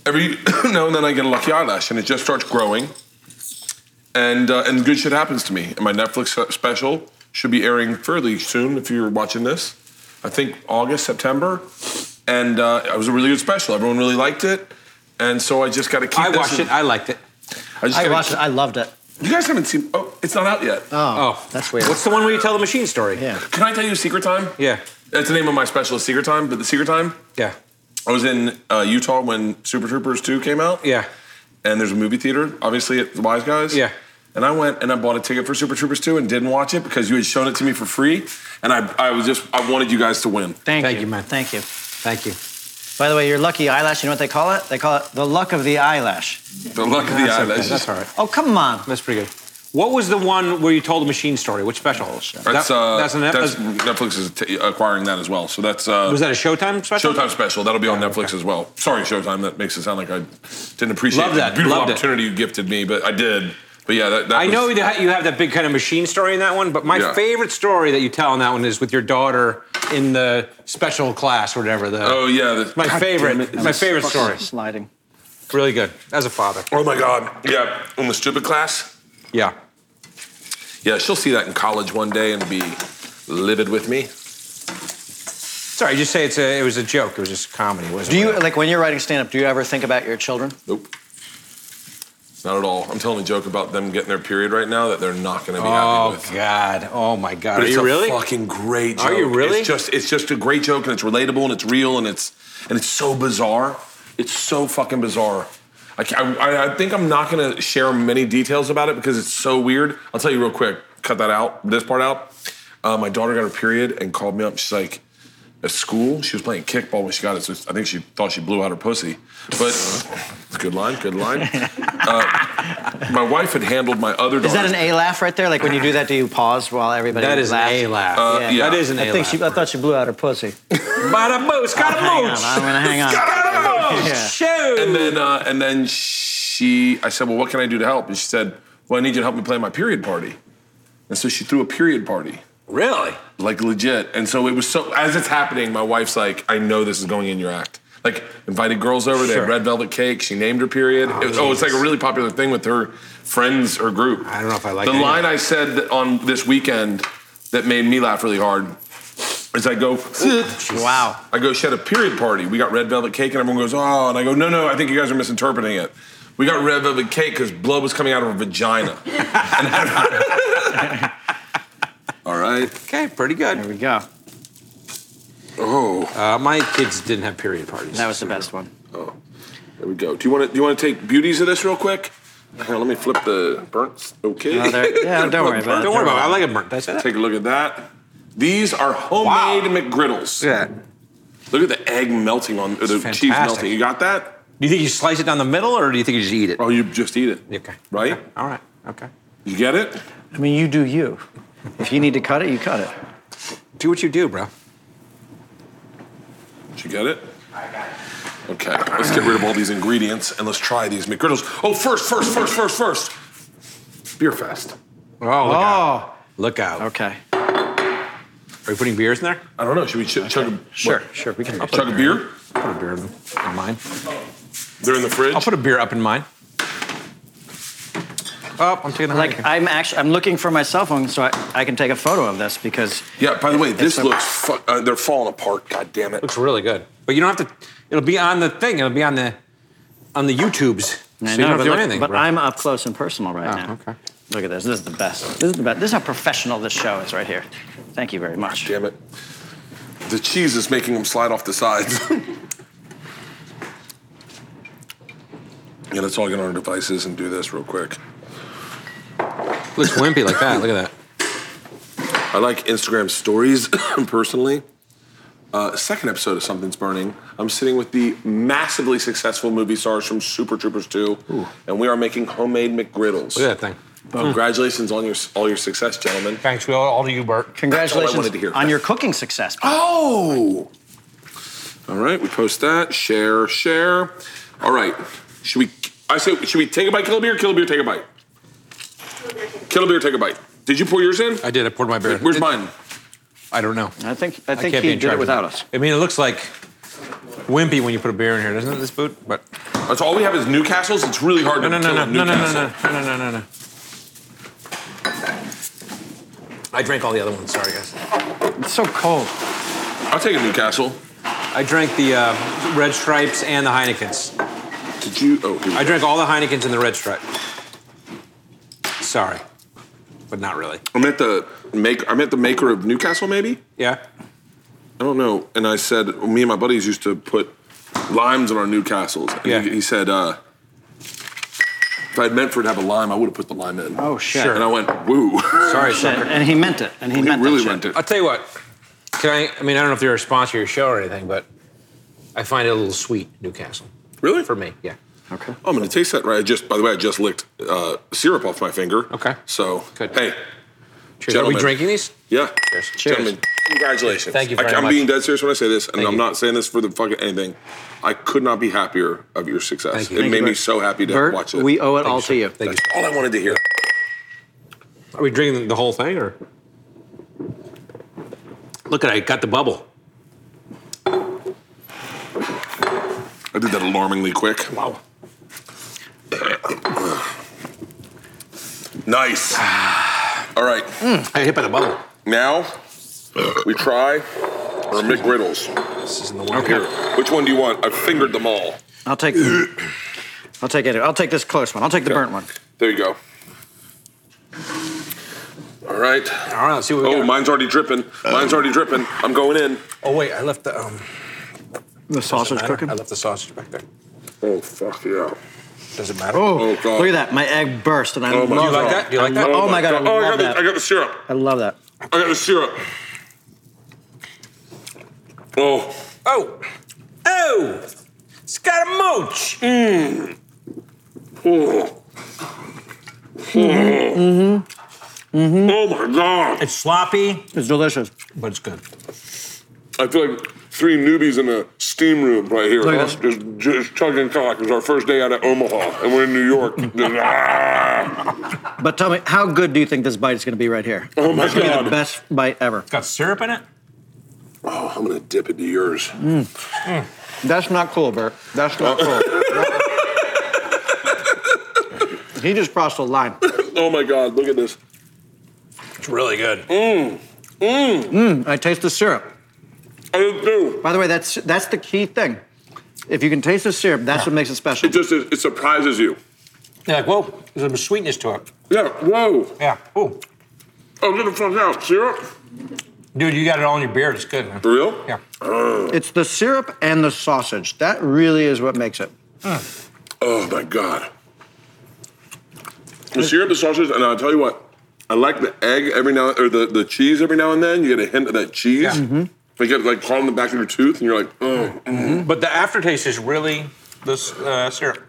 S6: every now and then I get a lucky eyelash, and it just starts growing, and uh, and good shit happens to me. And my Netflix special should be airing fairly soon. If you're watching this, I think August, September, and uh, it was a really good special. Everyone really liked it, and so I just got to keep.
S3: I
S6: this
S3: watched
S6: and-
S3: it. I liked it.
S6: I, just
S4: I
S6: gotta
S4: watched it.
S6: keep-
S4: I loved it.
S6: You guys haven't seen? Oh, it's not out yet.
S4: Oh,
S3: Oh.
S4: that's weird.
S3: What's the one where you tell the machine story?
S4: yeah.
S6: Can I tell you a secret time?
S3: Yeah.
S6: That's the name of my special, is Secret Time. But the Secret Time,
S3: Yeah.
S6: I was in uh, Utah when Super Troopers 2 came out.
S3: Yeah.
S6: And there's a movie theater, obviously, at the Wise Guys.
S3: Yeah.
S6: And I went and I bought a ticket for Super Troopers 2 and didn't watch it because you had shown it to me for free. And I, I was just, I wanted you guys to win.
S4: Thank,
S3: Thank
S4: you.
S3: you, man.
S4: Thank you.
S3: Thank you.
S4: By the way, your lucky eyelash, you know what they call it? They call it the luck of the eyelash.
S6: The luck of the
S3: That's, okay.
S6: eyelashes.
S3: That's all right.
S4: Oh, come on.
S3: That's pretty good. What was the one where you told the machine story? Which special?
S6: That's,
S3: That-
S6: uh,
S3: that's an,
S6: that's-
S3: that's-
S6: Netflix is t- acquiring that as well. So that's uh,
S3: was that Oh, a Showtime special?
S6: Showtime special. That'll be on Netflix as well. Sorry, Showtime. That makes it sound like I didn't appreciate
S3: Love
S6: the
S3: that.
S6: beautiful
S3: Loved it.
S6: opportunity you gifted me, but I did. But yeah, that, that
S3: I
S6: was-
S3: know that you have that big kind of machine story in that one, but my
S6: Yeah.
S3: favorite story that you tell in that one is with your daughter in the special class or whatever. The,
S6: Oh yeah, the-
S3: my
S6: God damn
S3: favorite.
S6: it.
S3: My favorite
S4: Fucking
S3: story.
S4: Sliding.
S3: Really good. As a father.
S6: Oh my god. Yeah, in the stupid class.
S3: Yeah.
S6: Yeah, she'll see that in college one day and be livid with me.
S3: Sorry, just say it's a, it was a joke. It was just comedy. It wasn't
S4: Do you
S3: really-
S4: like when you're writing stand-up? Do you ever think about your children?
S6: Nope. Not at all. I'm telling a joke about them getting their period right now that they're not going to be happy
S3: Oh
S6: with.
S3: God! Oh my God!
S6: But
S3: Are
S6: it's
S3: you
S6: a
S3: really?
S6: fucking great joke.
S3: Are you really?
S6: It's just it's just a great joke and it's relatable and it's real and it's and it's so bizarre. It's so fucking bizarre. I, ca- I, I think I'm not gonna share many details about it because it's so weird. I'll tell you real quick. Cut that out. This part out. Uh, my daughter got her period and called me up. She's like, at school, she was playing kickball when she got it. So I think she thought she blew out her pussy. But good line, good line. Uh, my wife had handled my other daughter.
S4: Is that an A laugh right there? Like when you do that, do you pause while everybody
S3: that is
S4: laughs?
S3: an A laugh.
S6: Uh, yeah.
S3: That is an A
S4: I think
S3: laugh.
S4: she. I thought she blew out her pussy.
S3: Bada boost, got a
S4: Hang on,
S3: boost.
S4: I'm gonna hang on. Yeah.
S3: Shoot.
S6: And then uh, and then she, I said, well, what can I do to help? And she said, well, I need you to help me plan my period party. And so she threw a period party,
S3: really?
S6: like legit. And so it was so as it's happening, my wife's like, I know this is going in your act. Like invited girls over, they
S3: Sure.
S6: had red velvet cake. She named her period. Oh, it was, oh it's like a really popular thing with her friends or group.
S3: I don't know if I like
S6: the
S3: any of
S6: line
S3: that.
S6: I said that on this weekend that made me laugh really hard. Is I go,
S4: Wow.
S6: I go, she had a period party. We got red velvet cake, and everyone goes, oh. And I go, no, no, I think you guys are misinterpreting it. We got red velvet cake because blood was coming out of her vagina. And I- All right.
S3: Okay, pretty
S4: There
S3: good.
S4: we go.
S6: Oh,
S3: Uh, my kids didn't have period parties.
S4: That was the best one.
S6: there we go. Do you want to do you want to take beauties of this real quick? Here, let me flip the burnt. Okay.
S4: Oh, there- yeah, don't worry about it.
S3: Don't worry about it. I like it. burnt. Did I say that?
S6: Take a look at that. These are homemade McGriddles.
S3: Yeah.
S6: Look at the egg melting on or the
S3: It's fantastic.
S6: cheese melting. You got that?
S3: Do you think you slice it down the middle, or do you think you just eat it?
S6: Oh, you just eat it.
S3: Okay.
S6: Right?
S3: Okay. All right. Okay.
S6: You get it?
S4: I mean, you do you. If you need to cut it, you cut it.
S3: Do what you do, bro.
S6: Did you get it? Okay, let's get rid of all these ingredients and let's try these McGriddles. Oh, first, first, first, first, first. Beer fest.
S3: Oh, look out. Look out.
S4: Okay.
S3: Are you putting beers in there?
S6: I don't know. Should we ch- chug a
S4: Sure,
S6: what?
S4: sure. We can.
S6: chug a beer?
S3: I'll put a beer in in mine.
S6: They're in the fridge.
S3: I'll put a beer up in mine. Oh, I'm taking the
S4: Like I'm actually, I'm looking for my cell phone so I, I can take a photo of this because
S6: yeah. By the way, this
S4: It's a-
S6: looks. Fu- uh, they're falling apart. God damn it.
S3: Looks really good. But you don't have to. It'll be on the thing. It'll be on the on the YouTubes.
S4: I
S3: so you
S4: know,
S3: don't have to
S4: but
S3: do
S4: look-
S3: anything.
S4: But
S3: bro. Oh,
S4: I'm up close and personal right now.
S3: okay.
S4: Look at this. This is the best. This is the best. This is how professional this show is right here. Thank you very much.
S6: Damn it. The cheese is making them slide off the sides. yeah, let's all get on our devices and do this real quick.
S3: looks wimpy like that. Look at that.
S6: I like Instagram stories personally. Uh, second episode of Something's Burning. I'm sitting with the massively successful movie stars from Super Troopers 2, and we are making homemade McGriddles.
S3: Look at that thing.
S6: Congratulations on your all your success, gentlemen.
S3: Thanks, we all, all to you, Bert.
S4: Congratulations
S6: wanted to hear.
S4: on your cooking success.
S6: Oh! All right, we post that. Share, share. All right, should we? I say, should we take a bite, kill a beer, kill a beer, take a bite? Kill a beer, take a bite. Did you pour yours in?
S3: I did. I poured my beer.
S6: Where's
S3: Uh, It-
S6: mine?
S3: I don't know.
S4: I think I
S3: I
S4: think
S3: can't be
S4: he
S3: in
S4: did
S3: charge
S4: it
S3: of
S4: without
S3: that.
S4: us.
S3: I mean, it looks like wimpy when you put a beer in here, doesn't it? This boot, but
S6: That's all we have is Newcastle's. It's really hard
S3: no,
S6: to
S3: no, no,
S6: kill
S3: no,
S6: a
S3: no, no, no,
S6: Newcastle.
S3: no, no, no, no, no. I drank all the other ones. Sorry, guys.
S4: It's so cold.
S6: I'll take a Newcastle.
S3: I drank the uh, red stripes and the Heinekens.
S6: Did you? Oh, here we
S3: I
S6: go.
S3: drank all the Heinekens and the red stripe. Sorry, but not really.
S6: I'm at the make. I'm at the maker of Newcastle, maybe.
S3: Yeah.
S6: I don't know. And I said, me and my buddies used to put limes on our Newcastles. And
S3: Yeah.
S6: he, he said, uh, if I'd meant for it to have a lime, I would have put the lime in.
S4: Oh shit.
S3: Sure.
S6: And I went, woo.
S3: Sorry,
S4: And,
S3: sucker.
S4: and he meant it. And he,
S6: he
S4: meant
S6: really
S4: that
S6: went
S4: shit.
S6: to.
S3: I'll tell you what. Can I? I mean, I don't know if they're a sponsor of your show or anything, but I find it a little sweet, Newcastle,
S6: Really?
S3: for me. Yeah.
S4: Okay.
S6: Oh, I'm going to taste that right. I just, by the way, I just licked uh, syrup off my finger.
S3: Okay.
S6: So,
S3: Good.
S6: hey,
S3: Cheers. Are
S6: Gentlemen.
S3: we drinking these?
S6: yeah.
S3: Cheers.
S6: Gentlemen, congratulations.
S3: Thank you
S6: I,
S3: very
S6: I'm
S3: much.
S6: being dead serious when I say this, and
S3: Thank
S6: I'm
S3: you.
S6: not saying this for the fucking anything. I could not be happier of your success.
S3: Thank you.
S6: It
S3: Thank
S6: made
S3: you,
S6: me
S3: Bert.
S6: so happy to
S4: Bert,
S6: watch it.
S4: we owe it all to you.
S3: Thank you.
S6: That's all I wanted to hear.
S3: Are we drinking the whole thing or? Look at I got the bubble.
S6: I did that alarmingly quick.
S3: Wow.
S6: Nice.
S3: Ah.
S6: All right.
S3: I hit by the bubble.
S6: Now we try our McGriddles.
S3: This isn't the one.
S6: Here, which one do you want? I fingered them all.
S4: I'll take. I'll take it. I'll take this close one. I'll take the burnt one.
S6: There you go. All right.
S3: All right, let's see what we
S6: Oh,
S3: got. Um.
S6: mine's already dripping. Mine's already dripping. I'm going in.
S3: Oh wait, I left the um.
S4: The
S3: doesn't
S4: sausage
S3: matter.
S4: cooking.
S3: I left the sausage back there.
S6: Oh fuck yeah.
S3: Does it matter?
S6: Oh god.
S4: Look at that. My egg burst, and I
S6: Oh, my
S4: love
S6: God. Do you like
S3: that? Do you like
S4: I
S3: that?
S4: lo- Oh, my god. I
S6: Oh, I
S4: love
S6: got, the,
S4: that.
S6: I got the syrup.
S4: I love that.
S6: I got the syrup. Oh,
S3: Oh, oh, Mm. it's got a mooch.
S6: oh. Mm-hmm. Oh my god.
S3: It's sloppy,
S4: It's delicious.
S3: but it's good.
S6: I feel like three newbies in a steam room right here.
S4: Look at
S6: Us Just, just chugging cock. It was our first day out of Omaha, and we're in New York. Just, ah!
S4: But tell me, how good do you think this bite is going to be right here?
S6: Oh my
S4: It's going to be the
S6: god!
S4: best bite ever.
S3: Got syrup in it.
S6: Oh, I'm gonna dip into yours.
S4: That's not cool, Bert. That's not cool. he just crossed a line.
S6: Oh my god! Look at this.
S3: It's really good.
S4: I taste the syrup.
S6: I didn't do.
S4: By the way, that's that's the key thing. If you can taste the syrup, that's what makes it special.
S6: It just it, it surprises you.
S3: You're like, whoa, there's a sweetness to it.
S6: Yeah. Whoa.
S3: Yeah. Ooh,
S6: Oh, get the fuck out. Syrup.
S3: dude, you got it all in your beard. It's good. Man.
S6: For real? Mm.
S3: Yeah.
S4: It's the syrup and the sausage. That really is what makes it.
S6: Oh my god. The syrup, the sausage, and I'll tell you what. I like the egg every now or the, the cheese every now and then. You get a hint of that cheese.
S3: Yeah. Mhm.
S6: You get like caught in the back of your tooth, and you're like, oh,
S3: But the aftertaste is really this uh, syrup.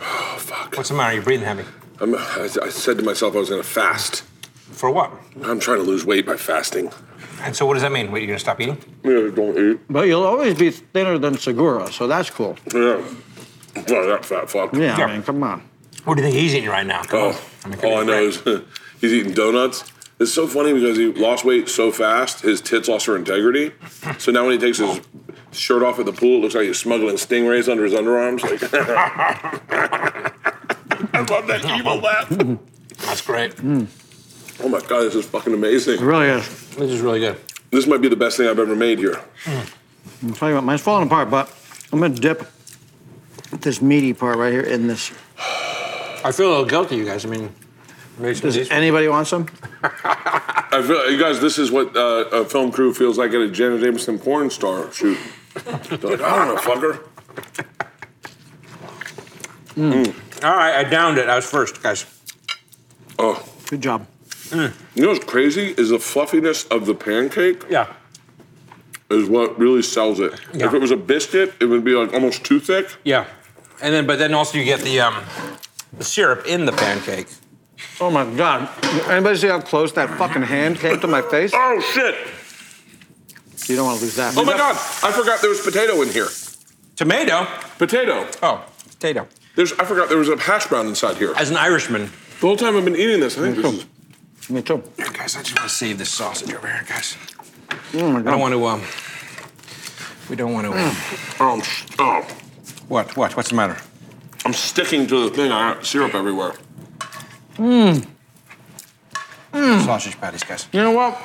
S6: oh fuck.
S3: What's the matter? You're breathing heavy.
S6: I'm, I, I said to myself I was going to fast.
S3: For what?
S6: I'm trying to lose weight by fasting.
S3: And so, what does that mean? What, you're gonna stop eating?
S6: Yeah, don't eat.
S4: But you'll always be thinner than Segura, so that's cool.
S6: Yeah. Fuck that fat fuck.
S4: Yeah,
S3: Yeah.
S4: I mean, come on.
S3: What do you think he's eating right now? Come on.
S6: Oh,
S3: I mean, could
S6: all I
S3: be
S6: know
S3: a
S6: is he's eating donuts. It's so funny because he lost weight so fast, his tits lost their integrity. So now when he takes his shirt off at the pool, it looks like he's smuggling stingrays under his underarms. Like, I love that evil laugh.
S3: That's great.
S6: Oh my god, this is fucking amazing.
S4: It really is.
S3: This is really good.
S6: This might be the best thing I've ever made here.
S4: I'm telling you what, mine's falling apart, but I'm gonna dip this meaty part right here in this.
S3: I feel a little guilty, you guys. I mean, maybe some of
S4: Does
S3: these.
S4: anybody want some?
S6: I feel, you guys, this is what uh, a film crew feels like at a Janet Jameson porn star shoot. They're like, I don't know, fucker.
S3: All right, I downed it. I was first, guys.
S6: Oh,
S4: Good job.
S6: you know what's crazy is the fluffiness of the pancake
S3: Yeah.
S6: is what really sells it.
S3: Yeah.
S6: If it was a biscuit, it would be like almost too thick.
S3: Yeah. And then, but then also you get the um, the syrup in the pancake.
S4: Oh my God. Anybody see how close that fucking hand came to my face?
S6: Oh shit!
S4: You don't want to lose that.
S6: Oh my god! I forgot there was potato in here.
S3: Tomato.
S6: Potato.
S3: Oh, potato.
S6: There's. I forgot there was a hash brown inside here.
S3: As an Irishman,
S6: The whole time I've been eating this, I think this is.
S4: Me too.
S3: guys, I just want to save this sausage over here, guys.
S4: Oh my
S3: I don't
S4: God.
S3: want to. Um, we don't want to. Um,
S6: Oh, sh- oh,
S3: what? What? What's the matter?
S6: I'm sticking to the thing. I got syrup everywhere.
S3: Sausage patties, guys.
S4: You know what?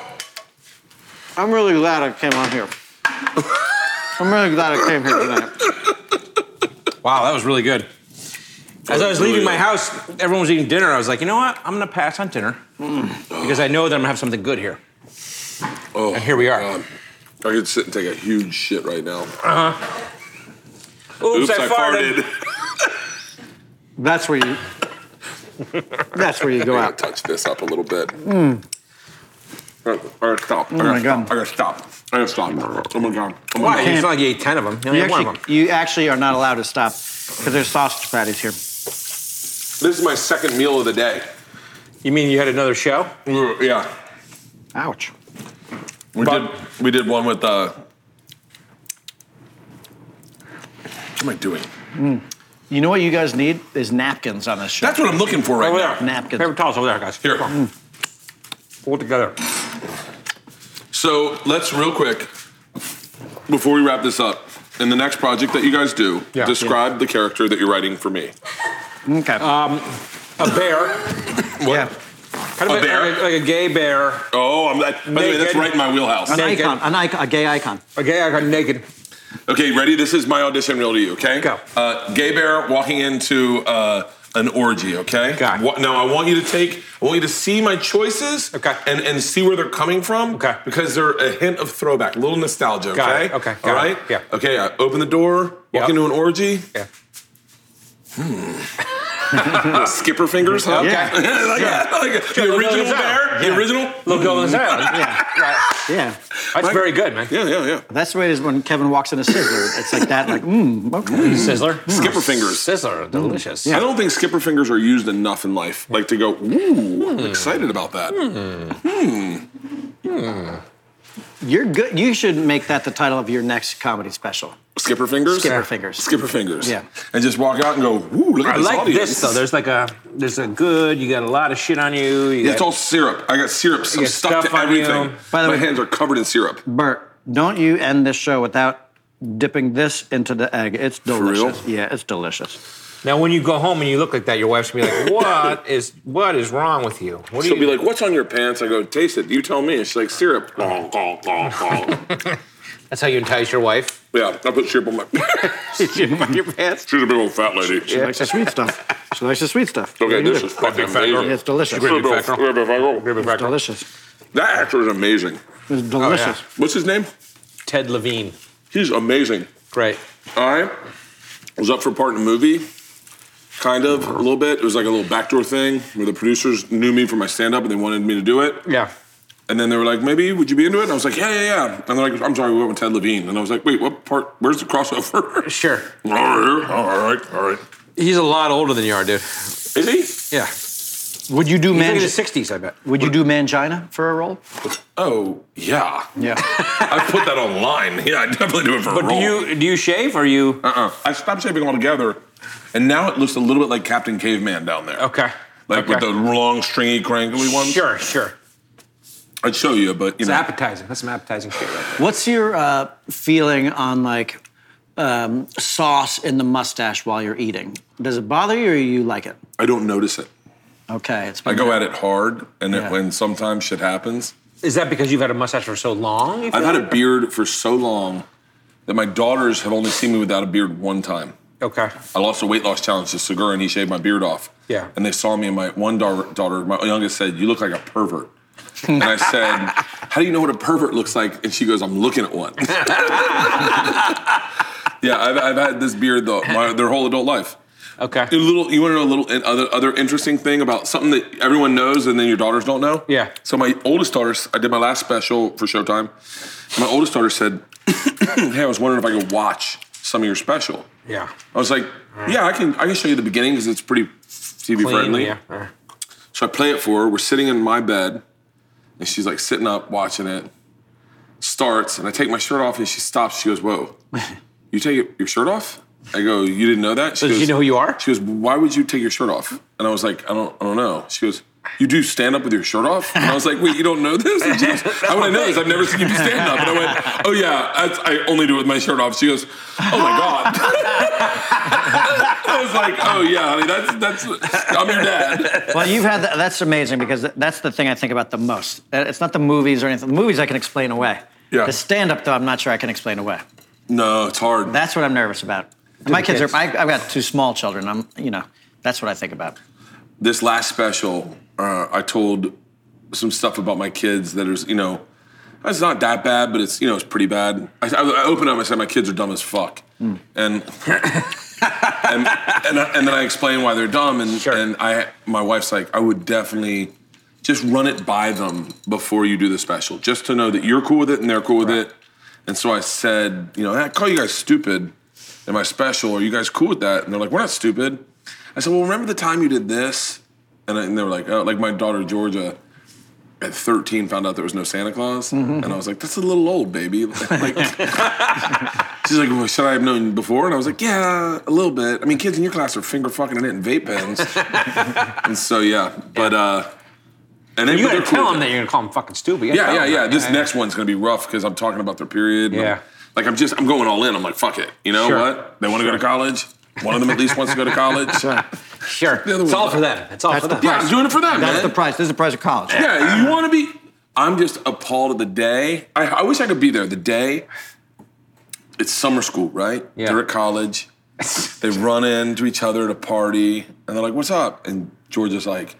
S4: I'm really glad I came on here. I'm really glad I came here tonight.
S3: Wow, that was really good. As I was leaving my house, everyone was eating dinner. I was like, you know what? I'm gonna pass on dinner because I know that I'm gonna have something good here.
S6: Mm. Oh,
S3: And here we are.
S6: God. I could sit and take a huge shit right now.
S3: Oops, I, farted.
S4: That's where you. That's where you go
S6: I gotta
S4: out.
S6: touch this up a little bit. I gotta stop. I
S4: Hmm. Oh my
S6: gotta stop.
S4: God.
S6: I gotta stop. I gotta stop. Oh my god. Oh my
S3: Why?
S6: god.
S3: It's not like you ate ten of them. You only
S4: You
S3: ate one
S4: actually,
S3: of them.
S4: you actually are not allowed to stop because there's sausage patties here.
S6: This is my second meal of the day.
S3: You mean you had another show?
S6: We were- yeah.
S4: Ouch.
S6: We
S3: But-
S6: did we did one with uh What am I doing?
S4: You know what you guys need is napkins on this show.
S6: That's what I'm looking for right
S3: Over
S6: now.
S3: there.
S4: Napkins.
S3: Paper towels over there, guys.
S6: Here.
S3: Come on. Pull it together.
S6: So let's real quick before we wrap this up. In the next project that you guys do,
S3: Yeah.
S6: describe the character that you're writing for me.
S4: Okay.
S3: Uh, A bear.
S4: yeah.
S3: Kind of
S6: A bear?
S3: Like, a, like a gay bear.
S6: Oh, I'm that, by the way, that's
S3: Naked.
S6: right in my wheelhouse.
S4: An
S3: naked.
S4: icon, an icon, a gay icon.
S3: A gay guy naked.
S6: Okay, ready? This is my audition reel to you, okay?
S3: Go.
S6: Uh, gay bear walking into uh, an orgy, okay?
S3: Okay.
S6: What, now I want you to take, I want you to see my choices,
S3: Okay.
S6: and and see where they're coming from,
S3: Okay.
S6: Because they're a hint of throwback, a little nostalgia,
S3: Got
S6: okay?
S3: it, okay, got
S6: All
S3: it,
S6: right.
S3: yeah.
S6: Okay. I open the door, walk
S3: Yep.
S6: into an orgy.
S3: Yeah.
S6: uh, Skipper fingers, huh?
S4: Yeah.
S6: like that, like that. the
S3: Look
S6: original
S3: inside.
S6: bear, the
S3: Yeah.
S6: original. Mm.
S3: Look going inside.
S4: Yeah. Yeah.
S3: That's very good, man.
S6: Yeah, yeah, yeah.
S4: That's the way it is when Kevin walks in a sizzler. It's like that, like, mmm, okay.
S3: Sizzler.
S6: Skipper fingers.
S3: Sizzler. Delicious.
S6: I don't think skipper fingers are used enough in life. Like to go, ooh,
S3: Hmm.
S6: I'm excited about that.
S4: You're good. You should make that the title of your next comedy special.
S6: Skipper fingers?
S4: Skipper fingers.
S6: Skipper fingers.
S4: Yeah.
S6: And just walk out and go, ooh, look at
S3: I
S6: this
S3: like
S6: audience.
S3: this though. There's like a there's a good. You got a lot of shit on you. you
S6: Yeah, it's
S3: got-
S6: all syrup. I got syrup. So I'm
S3: got
S6: stuck
S3: stuff
S6: to
S3: on
S6: everything.
S3: you.
S4: By the
S6: My
S4: way-
S6: hands are covered in syrup.
S4: Bert, don't you end this show without dipping this into the egg. It's
S6: real?
S4: delicious. Yeah, it's delicious.
S3: now, when you go home and you look like that, your wife's gonna be like, "What is what is wrong with you? What do
S6: She'll
S3: you?"
S6: be like, what's on your pants? I go, taste it. You tell me. And she's like, syrup. Gong, gong, gong, gong.
S3: That's how you entice your wife.
S6: yeah, I put syrup on my.
S4: your pants.
S6: she's a big old fat lady.
S4: She likes the sweet stuff. She likes the sweet stuff.
S6: Okay,
S4: What do you
S6: this
S4: do?
S6: is fucking
S3: fat girl.
S6: amazing.
S4: It's delicious.
S6: She's a
S4: It's
S6: big old
S3: fat girl.
S6: fat girl.
S4: delicious.
S6: That actor is amazing.
S4: It's delicious.
S6: What's his name?
S3: Ted Levine.
S6: He's amazing.
S3: Great.
S6: I was up for a part in a movie, kind of, a little bit. It was like a little backdoor thing where the producers knew me for my stand up and they wanted me to do it.
S3: Yeah.
S6: And then they were like, maybe, would you be into it? And I was like, yeah, yeah, yeah. And they're like, I'm sorry, we went with Ted Levine. And I was like, wait, what part? Where's the crossover?
S3: Sure.
S6: all right, all right, all right.
S3: He's a lot older than you are, dude.
S6: Is he?
S3: Yeah.
S4: Would you do
S3: He's in
S4: man?
S3: his sixties, I bet.
S4: Would you do mangina for a role?
S6: Oh, yeah.
S4: Yeah.
S6: I put that online. Yeah, I definitely do it for a
S3: But do
S6: role.
S3: you do you shave? Or are you
S6: Uh-uh. I stopped shaving altogether. And now it looks a little bit like Captain Caveman down there.
S3: okay?
S6: Like with the
S3: Okay.
S6: long, stringy, crankly ones.
S3: Sure, sure.
S6: I'd show you, but, you
S3: It's
S6: know.
S3: appetizing. That's some appetizing shit. Right there.
S4: What's your uh, feeling on like um, sauce in the mustache while you're eating? Does it bother you, or you like it?
S6: I don't notice it.
S4: Okay, it's.
S6: I
S4: Been
S6: go at it hard, and
S4: Yeah.
S6: it, when sometimes shit happens.
S3: Is that because you've had a mustache for so long? you
S6: I've
S3: feel
S6: had a
S3: like?
S6: beard for so long that my daughters have only seen me without a beard one time.
S3: Okay.
S6: I lost a weight loss challenge to Segura, and he shaved my beard off.
S3: Yeah.
S6: And they saw me, and my one daughter, daughter my youngest, said, "You look like a pervert." and I said, "How do you know what a pervert looks like?" And she goes, "I'm looking at one." yeah, I've, I've had this beard though my, their whole adult life.
S3: Okay.
S6: A little, you want to know a little in- other other interesting thing about something that everyone knows and then your daughters don't know?
S3: Yeah.
S6: So my oldest daughter, I did my last special for Showtime. My oldest daughter said, "Hey, I was wondering if I could watch some of your special."
S3: Yeah.
S6: I was like, "Yeah, I can. I can show you the beginning because it's pretty TV
S3: Clean,
S6: friendly."
S3: Yeah. All right.
S6: So I play it for her. We're sitting in my bed, and she's like sitting up watching it. Starts, and I take my shirt off, and she stops. She goes, "Whoa, you take it- your shirt off?" I go, "You didn't know that?" She
S3: Does
S6: goes,
S3: she know who you are?
S6: She goes, "Why would you take your shirt off?" And I was like, "I don't, I don't know." She goes. You do stand up with your shirt off, and I was like, "Wait, you don't know this?" And she goes, "How would I know this? I've never seen you do stand up." And I went, "Oh yeah, that's, I only do it with my shirt off." She goes, "Oh my god!" I was like, "Oh yeah, honey, that's that's I'm your dad."
S4: Well, you've had that. That's amazing because th- that's the thing I think about the most. Uh, It's not the movies or anything. The movies I can explain away.
S6: Yeah.
S4: The stand up, though, I'm not sure I can explain away.
S6: No, it's hard.
S4: That's what I'm nervous about. my kids,
S3: kids.
S4: are, I, I've got two small children. I'm, you know, that's what I think about.
S6: this last special, uh, I told some stuff about my kids that is, you know, it's not that bad, but it's, you know, it's pretty bad. I, I, I opened up and I said, my kids are dumb as fuck. And, and, and, I- and then I explained why they're dumb. And, and I, my wife's like, I would definitely just run it by them before you do the special, just to know that you're cool with it and they're cool with it. And so I said, you know, I call you guys stupid in my special. Are you guys cool with that? And they're like, we're not stupid. I said, well, remember the time you did this? And, I, and they were like, oh, like my daughter Georgia at 13 found out there was no Santa Claus.
S3: Mm-hmm.
S6: And I was like, that's a little old, baby. Like, she's like, well, should I have known before? And I was like, yeah, a little bit. I mean, kids in your class are finger fucking it in vape pens. and so, yeah, but, uh, and then
S3: You gotta tell them that you're gonna call them fucking stupid. You gotta
S6: yeah,
S3: tell
S6: yeah,
S3: 'em
S6: yeah.
S3: that.
S6: This next one's gonna be rough because I'm talking about their period. and
S3: Yeah.
S6: I'm- like I'm just I'm going all in. I'm like, fuck it. You know
S3: Sure.
S6: what? They want to go to college. One of them at least wants to go to college.
S3: Sure.
S6: other
S3: It's
S6: one-
S3: all for them. It's all
S4: That's
S3: for
S4: the
S3: them.
S6: Yeah, I'm doing it for them.
S4: That's
S6: man.
S4: the price. This is the price of college.
S6: Yeah, you want to be. I'm just appalled at the day. I, I wish I could be there. The day. It's summer school, right?
S3: Yeah.
S6: They're at college. they run into each other at a party, and they're like, "What's up?" And Georgia's like,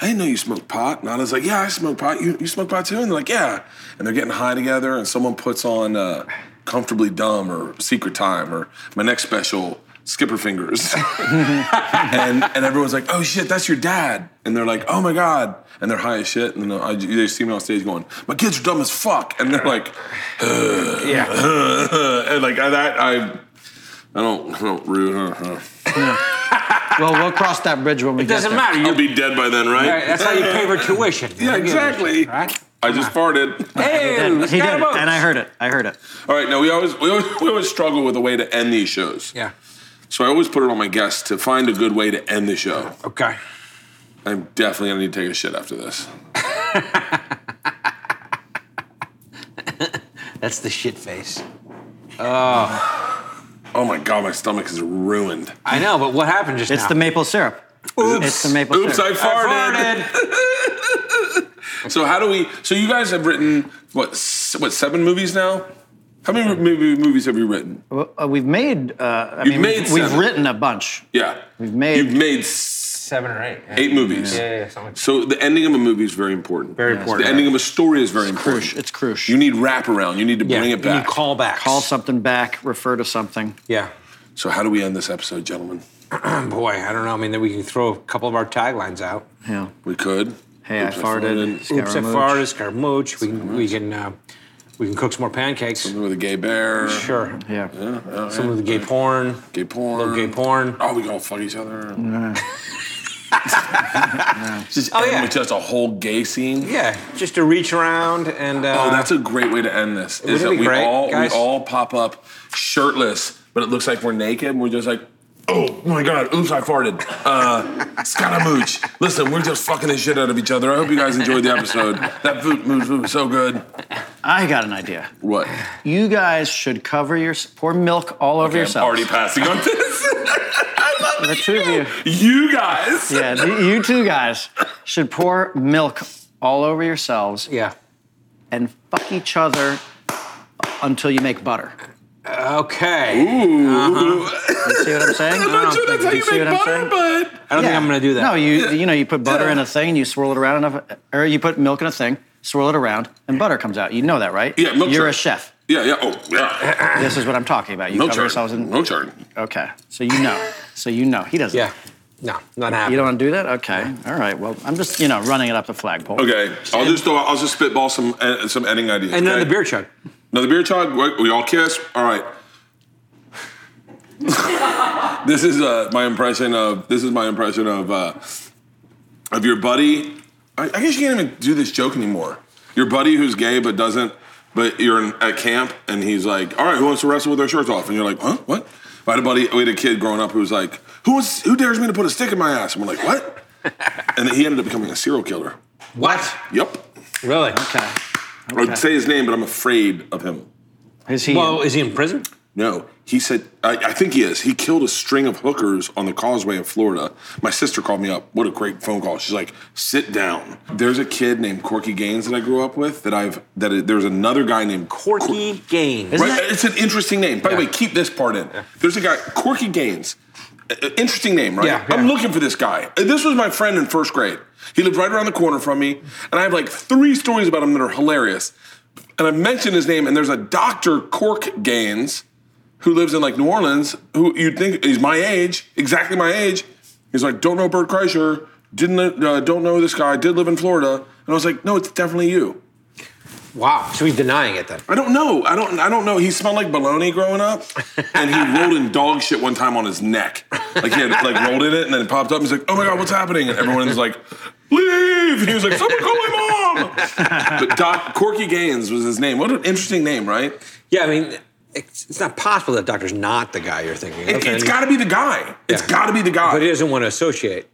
S6: "I didn't know you smoked pot." And I was like, "Yeah, I smoke pot. You you smoke pot too?" And they're like, "Yeah." And they're getting high together, and someone puts on uh, "Comfortably Dumb" or "Secret Time" or my next special, "Skipper Fingers." and and everyone's like, "Oh shit, that's your dad!" And they're like, "Oh my god!" And they're high as shit. And then I, they see me on stage going, "My kids are dumb as fuck," and they're like,
S3: Yeah.
S6: and like I- that I, I don't, I don't really, uh, uh.
S4: Well, we'll cross that bridge when we
S3: It
S4: get
S3: doesn't
S4: there.
S3: matter.
S6: I'll
S3: You,
S6: be dead by then, right?
S3: right, that's how you pay for tuition.
S6: yeah,
S3: You give a
S6: exactly.
S3: shit, Right?
S6: I just farted.
S3: Hey,
S4: He did,
S3: let's
S4: he
S3: get
S4: did
S3: him
S4: it,
S3: up.
S4: and I heard it. I heard it.
S6: All right, now we always, we always we always struggle with a way to end these shows.
S3: Yeah.
S6: So I always put it on my guests to find a good way to end the show.
S3: Okay.
S6: I'm definitely gonna need to take a shit after this.
S3: That's the shit face.
S6: Oh my god, my stomach is ruined.
S3: I know, but what happened just
S4: It's
S3: now?
S4: the maple syrup.
S3: Oops.
S4: It's the maple
S6: Oops, I
S4: syrup.
S3: I
S6: farted.
S3: farted.
S6: So how do we? So you guys have written what? s- What seven movies now? How many movie, movies have you written?
S4: Well, uh, we've made. Uh, I mean,
S6: made
S4: we've, we've
S6: seven.
S4: written a bunch.
S6: Yeah,
S4: We've made-
S6: You've made s-
S3: Seven or eight. yeah.
S6: eight movies.
S3: Yeah, yeah, yeah, something.
S6: So the ending of a movie is very important.
S3: Very
S6: The
S3: important.
S6: ending of a story is very important.
S4: Crush. It's crush.
S6: You need wraparound. You need to
S3: yeah.
S6: bring it
S3: you
S6: back.
S3: need callbacks.
S4: call something back. Refer to something.
S3: Yeah.
S6: so how do we end this episode, gentlemen?
S3: Boy, I don't know. I mean, then we can throw a couple of our taglines out.
S4: Yeah.
S6: We could.
S4: Hey, I farted.
S3: Oops, I
S4: Scaramouche.
S3: farted. Scaramouche. We can we can uh, we can cook some more pancakes.
S6: With a gay bear.
S3: Sure.
S4: Yeah.
S3: Some of the gay porn.
S6: Gay porn.
S3: Little gay porn.
S6: Oh, we gonna fuck each other. Just
S3: Oh,
S6: end
S3: yeah.
S6: with just a whole gay scene.
S3: Yeah, just to reach around and. Uh,
S6: Oh, that's a great way to end this. Is
S3: it
S6: that
S3: be
S6: we
S3: great,
S6: all
S3: guys?
S6: we all pop up shirtless, but it looks like we're naked. and We're just like, oh my god, oops, I farted. Uh, Scaramouche, listen, we're just fucking the shit out of each other. I hope you guys enjoyed the episode. That food moves was so good.
S4: I got an idea.
S6: What?
S4: You guys should cover your pour milk all over
S6: Okay, I'm
S4: yourselves.
S6: already passing on this. I love
S4: The two of you.
S6: you guys.
S4: Yeah, the- you two guys should pour milk all over yourselves
S3: yeah.
S4: and fuck each other until you make butter.
S3: Okay.
S4: uh-huh. You see what I'm saying?
S6: I'm not
S3: don't
S6: sure that's
S3: think-
S6: how
S4: you
S6: you
S4: see
S6: make
S4: what I'm
S6: butter,
S4: saying?
S6: but
S3: I don't think I'm going to do that.
S4: No, you you know you put butter in a thing and you swirl it around enough, or you put milk in a thing, swirl it around, and butter comes out. You know that, right?
S6: Yeah, milk
S4: You're
S6: churn.
S4: a chef.
S6: yeah, yeah. Oh, yeah.
S4: This is what I'm talking about. You
S6: No
S4: cover
S6: churn.
S4: yourselves in.
S6: No churn.
S4: Okay, so you know. So you know he doesn't.
S3: Yeah. No, not
S4: You
S3: happening.
S4: don't want to do that? Okay. All right. Well, I'm just you know running it up the flagpole.
S6: Okay, I'll just throw, I'll just spitball some uh, some ending ideas.
S3: and then
S6: okay?
S3: the beer chug.
S6: Another beer chug. Wait, We all kiss. All right. this is uh, my impression of this is my impression of uh, of your buddy. I, I guess you can't even do this joke anymore. Your buddy who's gay but doesn't, but you're in, at camp and he's like, "All right, who wants to wrestle with their shirts off?" And you're like, "Huh? What?" I had a buddy. We had a kid growing up who was like, "Who wants, Who dares me to put a stick in my ass?" And we're like, "What?" and he ended up becoming a serial killer.
S3: What?
S6: Yep.
S3: Really?
S4: Okay.
S6: I'd say his name, but I'm afraid of him.
S4: Is he?
S3: Well, is he in prison?
S6: No, he said, I, I think he is. He killed a string of hookers on the causeway in Florida. My sister called me up. What a great phone call. She's like, sit down. There's a kid named Corky Gaines that I grew up with that I've, that it- there's another guy named Corky.
S3: Corky Gaines.
S4: Isn't
S6: Right,
S4: that-
S6: it's an interesting name. By the way, keep this part in. There's a guy, Corky Gaines. Uh, Interesting name, right?
S3: Yeah, yeah.
S6: I'm looking for this guy. Uh, This was my friend in first grade. He lived right around the corner from me, and I have like three stories about him that are hilarious. And I've mentioned his name, and there's a Dr. Cork Gaines who lives in like New Orleans, who you'd think is my age, exactly my age. He's like, don't know Bert Kreischer, didn't uh, don't know this guy, did live in Florida, and I was like, no, it's definitely you.
S3: Wow. So he's denying it then.
S6: I don't know. I don't. I don't know. He smelled like bologna growing up, and he rolled in dog shit one time on his neck. Like he had like rolled in it, and then it popped up. And he's like, "Oh my god, what's happening?" And everyone's like, "Leave!" And he was like, "Someone call my mom!" But Doc Corky Gaines was his name. What an interesting name, right?
S3: Yeah, I mean, it's, it's not possible that doctor's not the guy you're thinking of.
S6: It,
S3: and-
S6: It's got to be the guy. It's
S3: Yeah.
S6: got to be the guy.
S3: But he doesn't want to associate.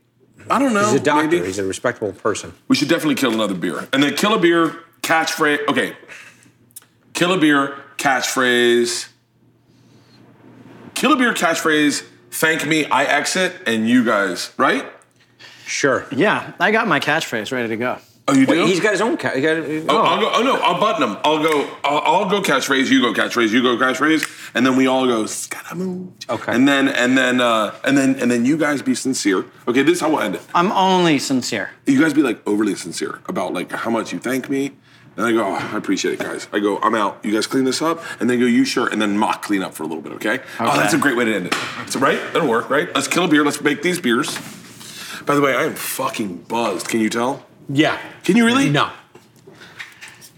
S6: I don't know.
S3: He's a doctor.
S6: maybe.
S3: He's a respectable person.
S6: We should definitely kill another beer. And then kill a beer catchphrase. Okay. Kill a beer catchphrase. Kill a beer catchphrase. Thank me, I exit, and you guys, right?
S3: Sure.
S4: yeah, I got my catchphrase ready to go.
S6: Oh, you do.
S3: He's got his own. Ca- he got,
S6: oh, I'll go. Oh no, I'll button them. I'll go. I'll, I'll go catchphrase. You go catchphrase. You go catchphrase, and then we all go scaramouche.
S3: Okay.
S6: And then and then uh, and then and then you guys be sincere. Okay, this is how we'll end it.
S4: I'm only sincere.
S6: you guys be like overly sincere about like how much you thank me. And I go, oh, I appreciate it, guys. I go, I'm out. You guys clean this up, and then go, you sure, and then mock clean up for a little bit, okay? Oh, that's a great way to end it. So, right? That'll work, right? Let's kill a beer. Let's make these beers. By the way, I am fucking buzzed. Can you tell?
S3: yeah.
S6: Can you really?
S3: No.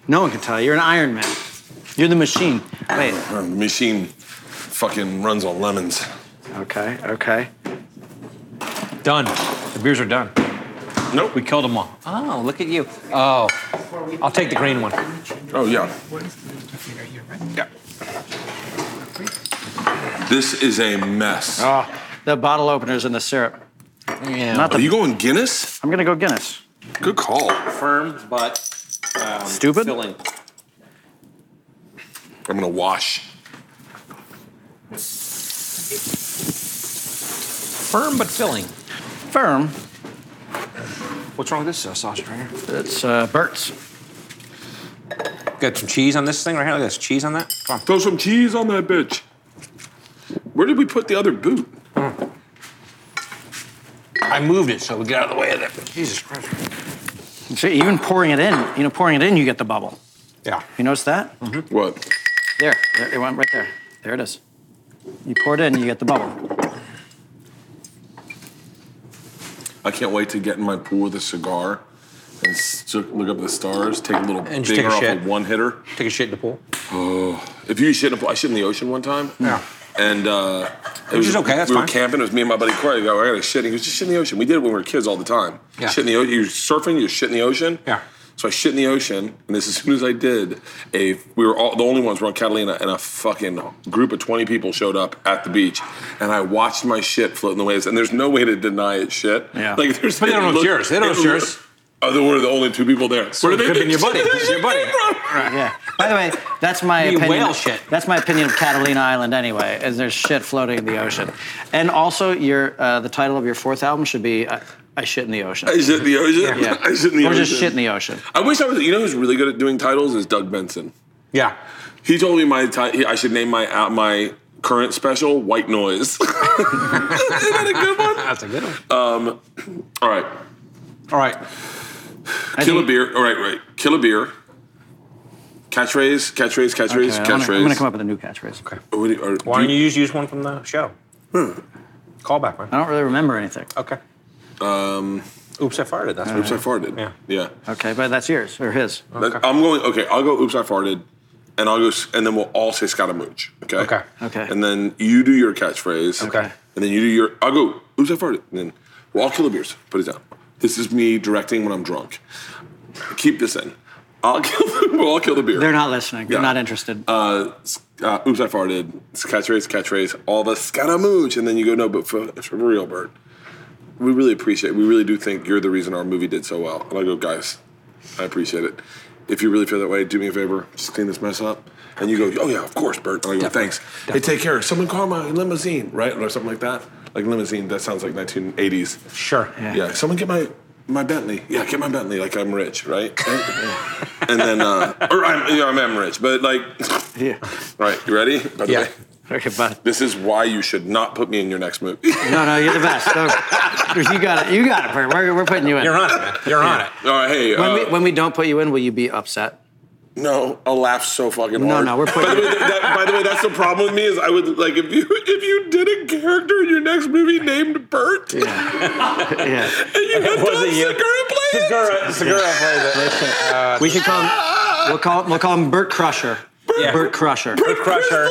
S4: No one can tell. You're an Iron Man. You're the machine. Wait.
S6: Oh, The machine fucking runs on lemons.
S4: Okay. Okay.
S3: Done. The beers are done.
S6: Nope.
S3: We killed them all. Oh, look at you. Oh, I'll take the green one.
S6: Oh yeah. Yeah. This is a mess.
S3: Ah.
S4: Oh, the bottle openers and the syrup. Yeah. Not
S6: Are
S4: the.
S6: you going Guinness?
S4: I'm gonna go Guinness.
S6: Good call.
S3: Firm, but
S4: Stupid.
S3: filling.
S6: I'm gonna wash.
S3: Firm, but filling.
S4: Firm.
S3: What's wrong with this uh, sausage right here?
S4: It's uh, Burt's.
S3: Got some cheese on this thing right here. Look at this cheese on that. Come on.
S6: Throw some cheese on that bitch. Where did we put the other boot?
S3: I moved it so we get out of the way of that. Jesus Christ.
S4: See, even pouring it in, you know, pouring it in, you get the bubble.
S3: Yeah.
S4: You notice that?
S6: What?
S4: There, there, it went right there. There it is. You pour it in, you get the bubble.
S6: I can't wait to get in my pool with a cigar and s- look up at the stars, take a little
S3: And just
S6: bigger
S3: take a
S6: off
S3: shit.
S6: of one hitter.
S3: Take a shit in the pool.
S6: If you shit in a pool, I shit in the ocean one time.
S3: Yeah.
S6: And uh, it
S3: Which is okay, that's
S6: we
S3: fine.
S6: were camping. It was me and my buddy Corey. We go, I got to shit. And he goes, just shit in the ocean. We did it when we were kids all the time.
S3: Yeah.
S6: Shit in the ocean. You're surfing. You shit in the ocean.
S3: Yeah.
S6: So I shit in the ocean, and this, as soon as I did, a we were all the only ones were on Catalina, and a fucking group of twenty people showed up at the beach, and I watched my shit float in the waves, and there's no way to deny it shit.
S4: Yeah.
S6: Like there's.
S3: But they don't
S6: it
S3: know it's
S6: looked-
S3: yours. They don't know
S6: it
S3: it's yours.
S6: looked- Oh, they were the only two people there.
S3: it could've been your buddy. It's your buddy.
S4: Yeah. By the way, that's my
S3: You
S4: opinion.
S3: whale shit.
S4: That's my opinion of Catalina Island, anyway. Is there's shit floating in the ocean, and also your uh, the title of your fourth album should be I, I shit in the ocean.
S6: I shit in the ocean.
S4: Yeah.
S6: I shit in the
S4: or
S6: ocean.
S4: just shit in the ocean.
S6: I wish I was. You know who's really good at doing titles is Doug Benson.
S3: Yeah.
S6: He told me my ti- he- I should name my uh, my current special White Noise. Isn't that a good one?
S3: That's a good one.
S6: All right,
S3: Uh, All right.
S4: I
S6: kill a
S4: think-
S6: beer. All right, right, kill a beer. Catchphrase, catchphrase,
S4: Okay,
S6: catchphrase,
S4: I'm, gonna,
S6: catchphrase.
S4: I'm gonna come up with a new catchphrase. Okay.
S6: Or what do you- or do
S3: Why don't
S6: you-
S3: you use, use one from the show?
S6: Hmm.
S3: Callback, man.
S4: I don't really remember anything.
S3: Okay. Um, Oops, I farted. That's
S6: Oops, I farted.
S3: Yeah.
S6: yeah.
S4: Okay, but that's yours or his.
S6: That- I'm going. Okay, I'll go. Oops, I farted, and I'll go. s- And then we'll all say Scatamooch. Okay.
S3: Okay.
S4: Okay.
S6: And then you do your catchphrase.
S3: Okay.
S6: And then you do your. I'll go. Oops, I farted. And then we'll all kill the beers. Put it down. This is me directing when I'm drunk. Keep this in. I'll kill. The, we'll all kill the beer.
S4: They're not listening. They're
S6: Yeah.
S4: not interested.
S6: Uh, s- uh, oops, I farted. It's Catchphrase, catchphrase. All the Scatamooch, and then you go. No, but for, for real, Bert. We really appreciate. We really do think you're the reason our movie did so well. And I go, guys, I appreciate it. If you really feel that way, do me a favor, just clean this mess up. And you go, oh yeah, of course, Bert. And I go, thanks. Hey, take care. Someone call my limousine, right, or something like that. Like limousine, that sounds like 1980s.
S3: Sure.
S6: Yeah, someone get my my Bentley. Yeah, get my Bentley. Like I'm rich, right? and then, uh, or I'm, yeah, I'm, I'm rich, but like,
S4: yeah.
S6: right? You ready? By the
S3: Yeah.
S4: Okay, bye.
S6: this is why you should not put me in your next movie.
S4: No, no, you're the best. No, you got it. You got it. Bert. We're, we're putting you in.
S3: You're on it, man. You're on it.
S6: All right, hey.
S4: When,
S6: uh,
S4: we, when we don't put you in, will you be upset?
S6: No, I'll laugh so fucking
S4: No,
S6: hard.
S4: no, we're
S6: By the,
S4: putting-
S6: way, that, by the way, that's the problem with me is I would like if you if you did a character in your next movie named Bert
S4: Yeah.
S6: and you had
S3: Was
S6: Tom
S3: it you?
S6: Segura play
S3: Segura,
S6: it.
S3: Segura plays it.
S4: we should call him. We'll call. We'll call him Bert Crusher.
S3: Yeah.
S4: Bert Crusher.
S3: The Crusher,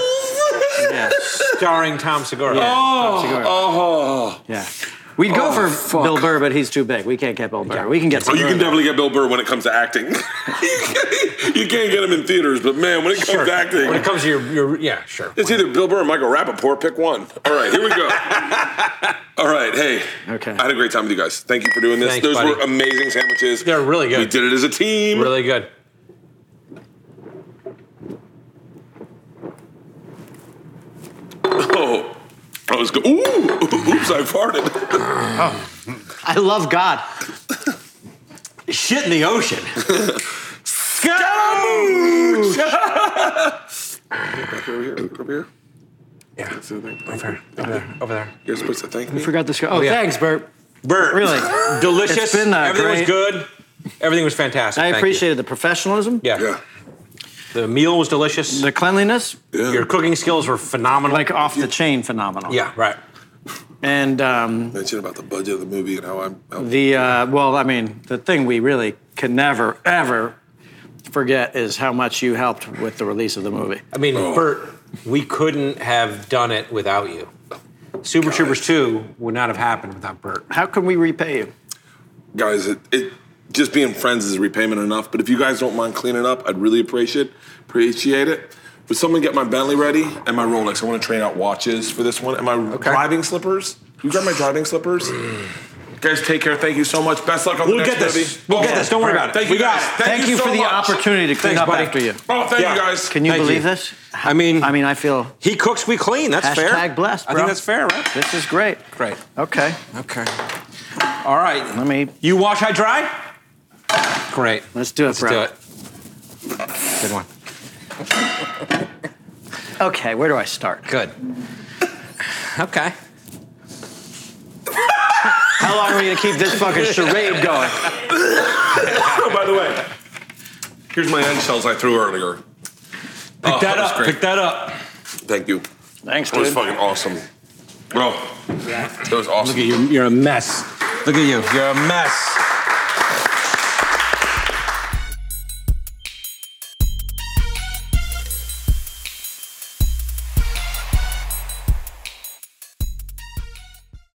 S4: Yeah.
S3: starring Tom Segura.
S4: Tom Segura.
S6: Oh,
S4: Yeah. We'd go for
S6: Oh, fuck.
S4: Bill Burr, but he's too big. We can't get Bill Burr. We can get.
S6: oh, you
S4: Segura.
S6: can definitely get Bill Burr when it comes to acting. you, can't, you can't get him in theaters, but man, when it comes
S3: Sure.
S6: to acting,
S3: When it comes to your, your yeah, sure.
S6: it's either Bill Burr or Michael Rappaport. Pick one. All right, here we go. All right, hey.
S4: Okay.
S6: I had a great time with you guys. Thank you for doing this.
S3: Thanks,
S6: Those
S3: buddy.
S6: were amazing sandwiches.
S3: They're really good.
S6: We did it as a team.
S3: Really good.
S6: Oh, I was go. Ooh, oops! I farted.
S4: I love God.
S3: Shit in the ocean.
S6: Up here, up here.
S3: Yeah.
S6: That's the other thing.
S3: Over there. Over there.
S6: You're supposed to thank
S4: I
S6: me.
S4: forgot this guy. Oh,
S3: yeah.
S4: thanks, Bert.
S3: Bert.
S4: Really.
S3: Delicious.
S4: It's been, uh,
S3: Everything was
S4: great.
S3: good. Everything was fantastic.
S4: I
S3: Thank you.
S4: appreciated the professionalism,
S3: Yeah.
S6: Yeah,
S3: The meal was delicious.
S4: the cleanliness,
S6: yeah.
S3: Your cooking skills were phenomenal.
S4: like off the chain phenomenal.
S3: yeah, right.
S4: And um,
S6: mentioned about the budget of the movie and how I'm. How,
S4: the uh, well, I mean, the thing we really can never ever forget is how much you helped with the release of the movie.
S3: I mean, Bert, we couldn't have done it without you. Super Troopers 2 would not have happened without Bert.
S4: How can we repay you?
S6: guys, it, it just being friends is repayment enough. But if you guys don't mind cleaning up, I'd really appreciate it. Appreciate it. Would someone get my Bentley ready and my Rolex? I want to train out watches for this one. And my driving slippers. You grab my driving slippers. Guys, take care. Thank you so much. Best luck on
S3: We'll
S6: the next
S3: get this.
S6: movie.
S3: We'll get this. Don't worry about it.
S6: Thank
S3: We
S6: you
S3: got
S6: guys.
S3: it.
S6: Thank,
S4: Thank, you,
S6: so
S4: for the
S6: much.
S4: opportunity to clean
S3: Thanks,
S4: up
S3: buddy.
S4: after you.
S6: Oh, thank
S3: Yeah.
S6: you guys.
S4: Can you
S3: Thank
S4: believe
S3: you.
S4: this?
S3: I mean,
S4: I mean, I feel
S3: he cooks, we clean. That's fair.
S4: Hashtag blessed,
S3: I
S4: bro.
S3: think that's fair, right?
S4: this is great.
S3: Great.
S4: Okay,
S3: Okay. All right.
S4: let me.
S3: You wash, I dry? Great.
S4: Let's do
S3: Let's
S4: it, bro.
S3: do it. Good one.
S4: Okay, where do I start?
S3: Good. Okay.
S4: How long are we gonna keep this fucking charade going?
S6: Oh, by the way, here's my eggshells I threw earlier. Oh, Pick
S3: Pick that, up. Pick that up.
S6: Thank you.
S4: Thanks,
S6: That was
S4: dude.
S6: fucking awesome. Bro, that was
S3: Look
S6: awesome.
S3: at you. You're a mess. Look at you. You're a mess.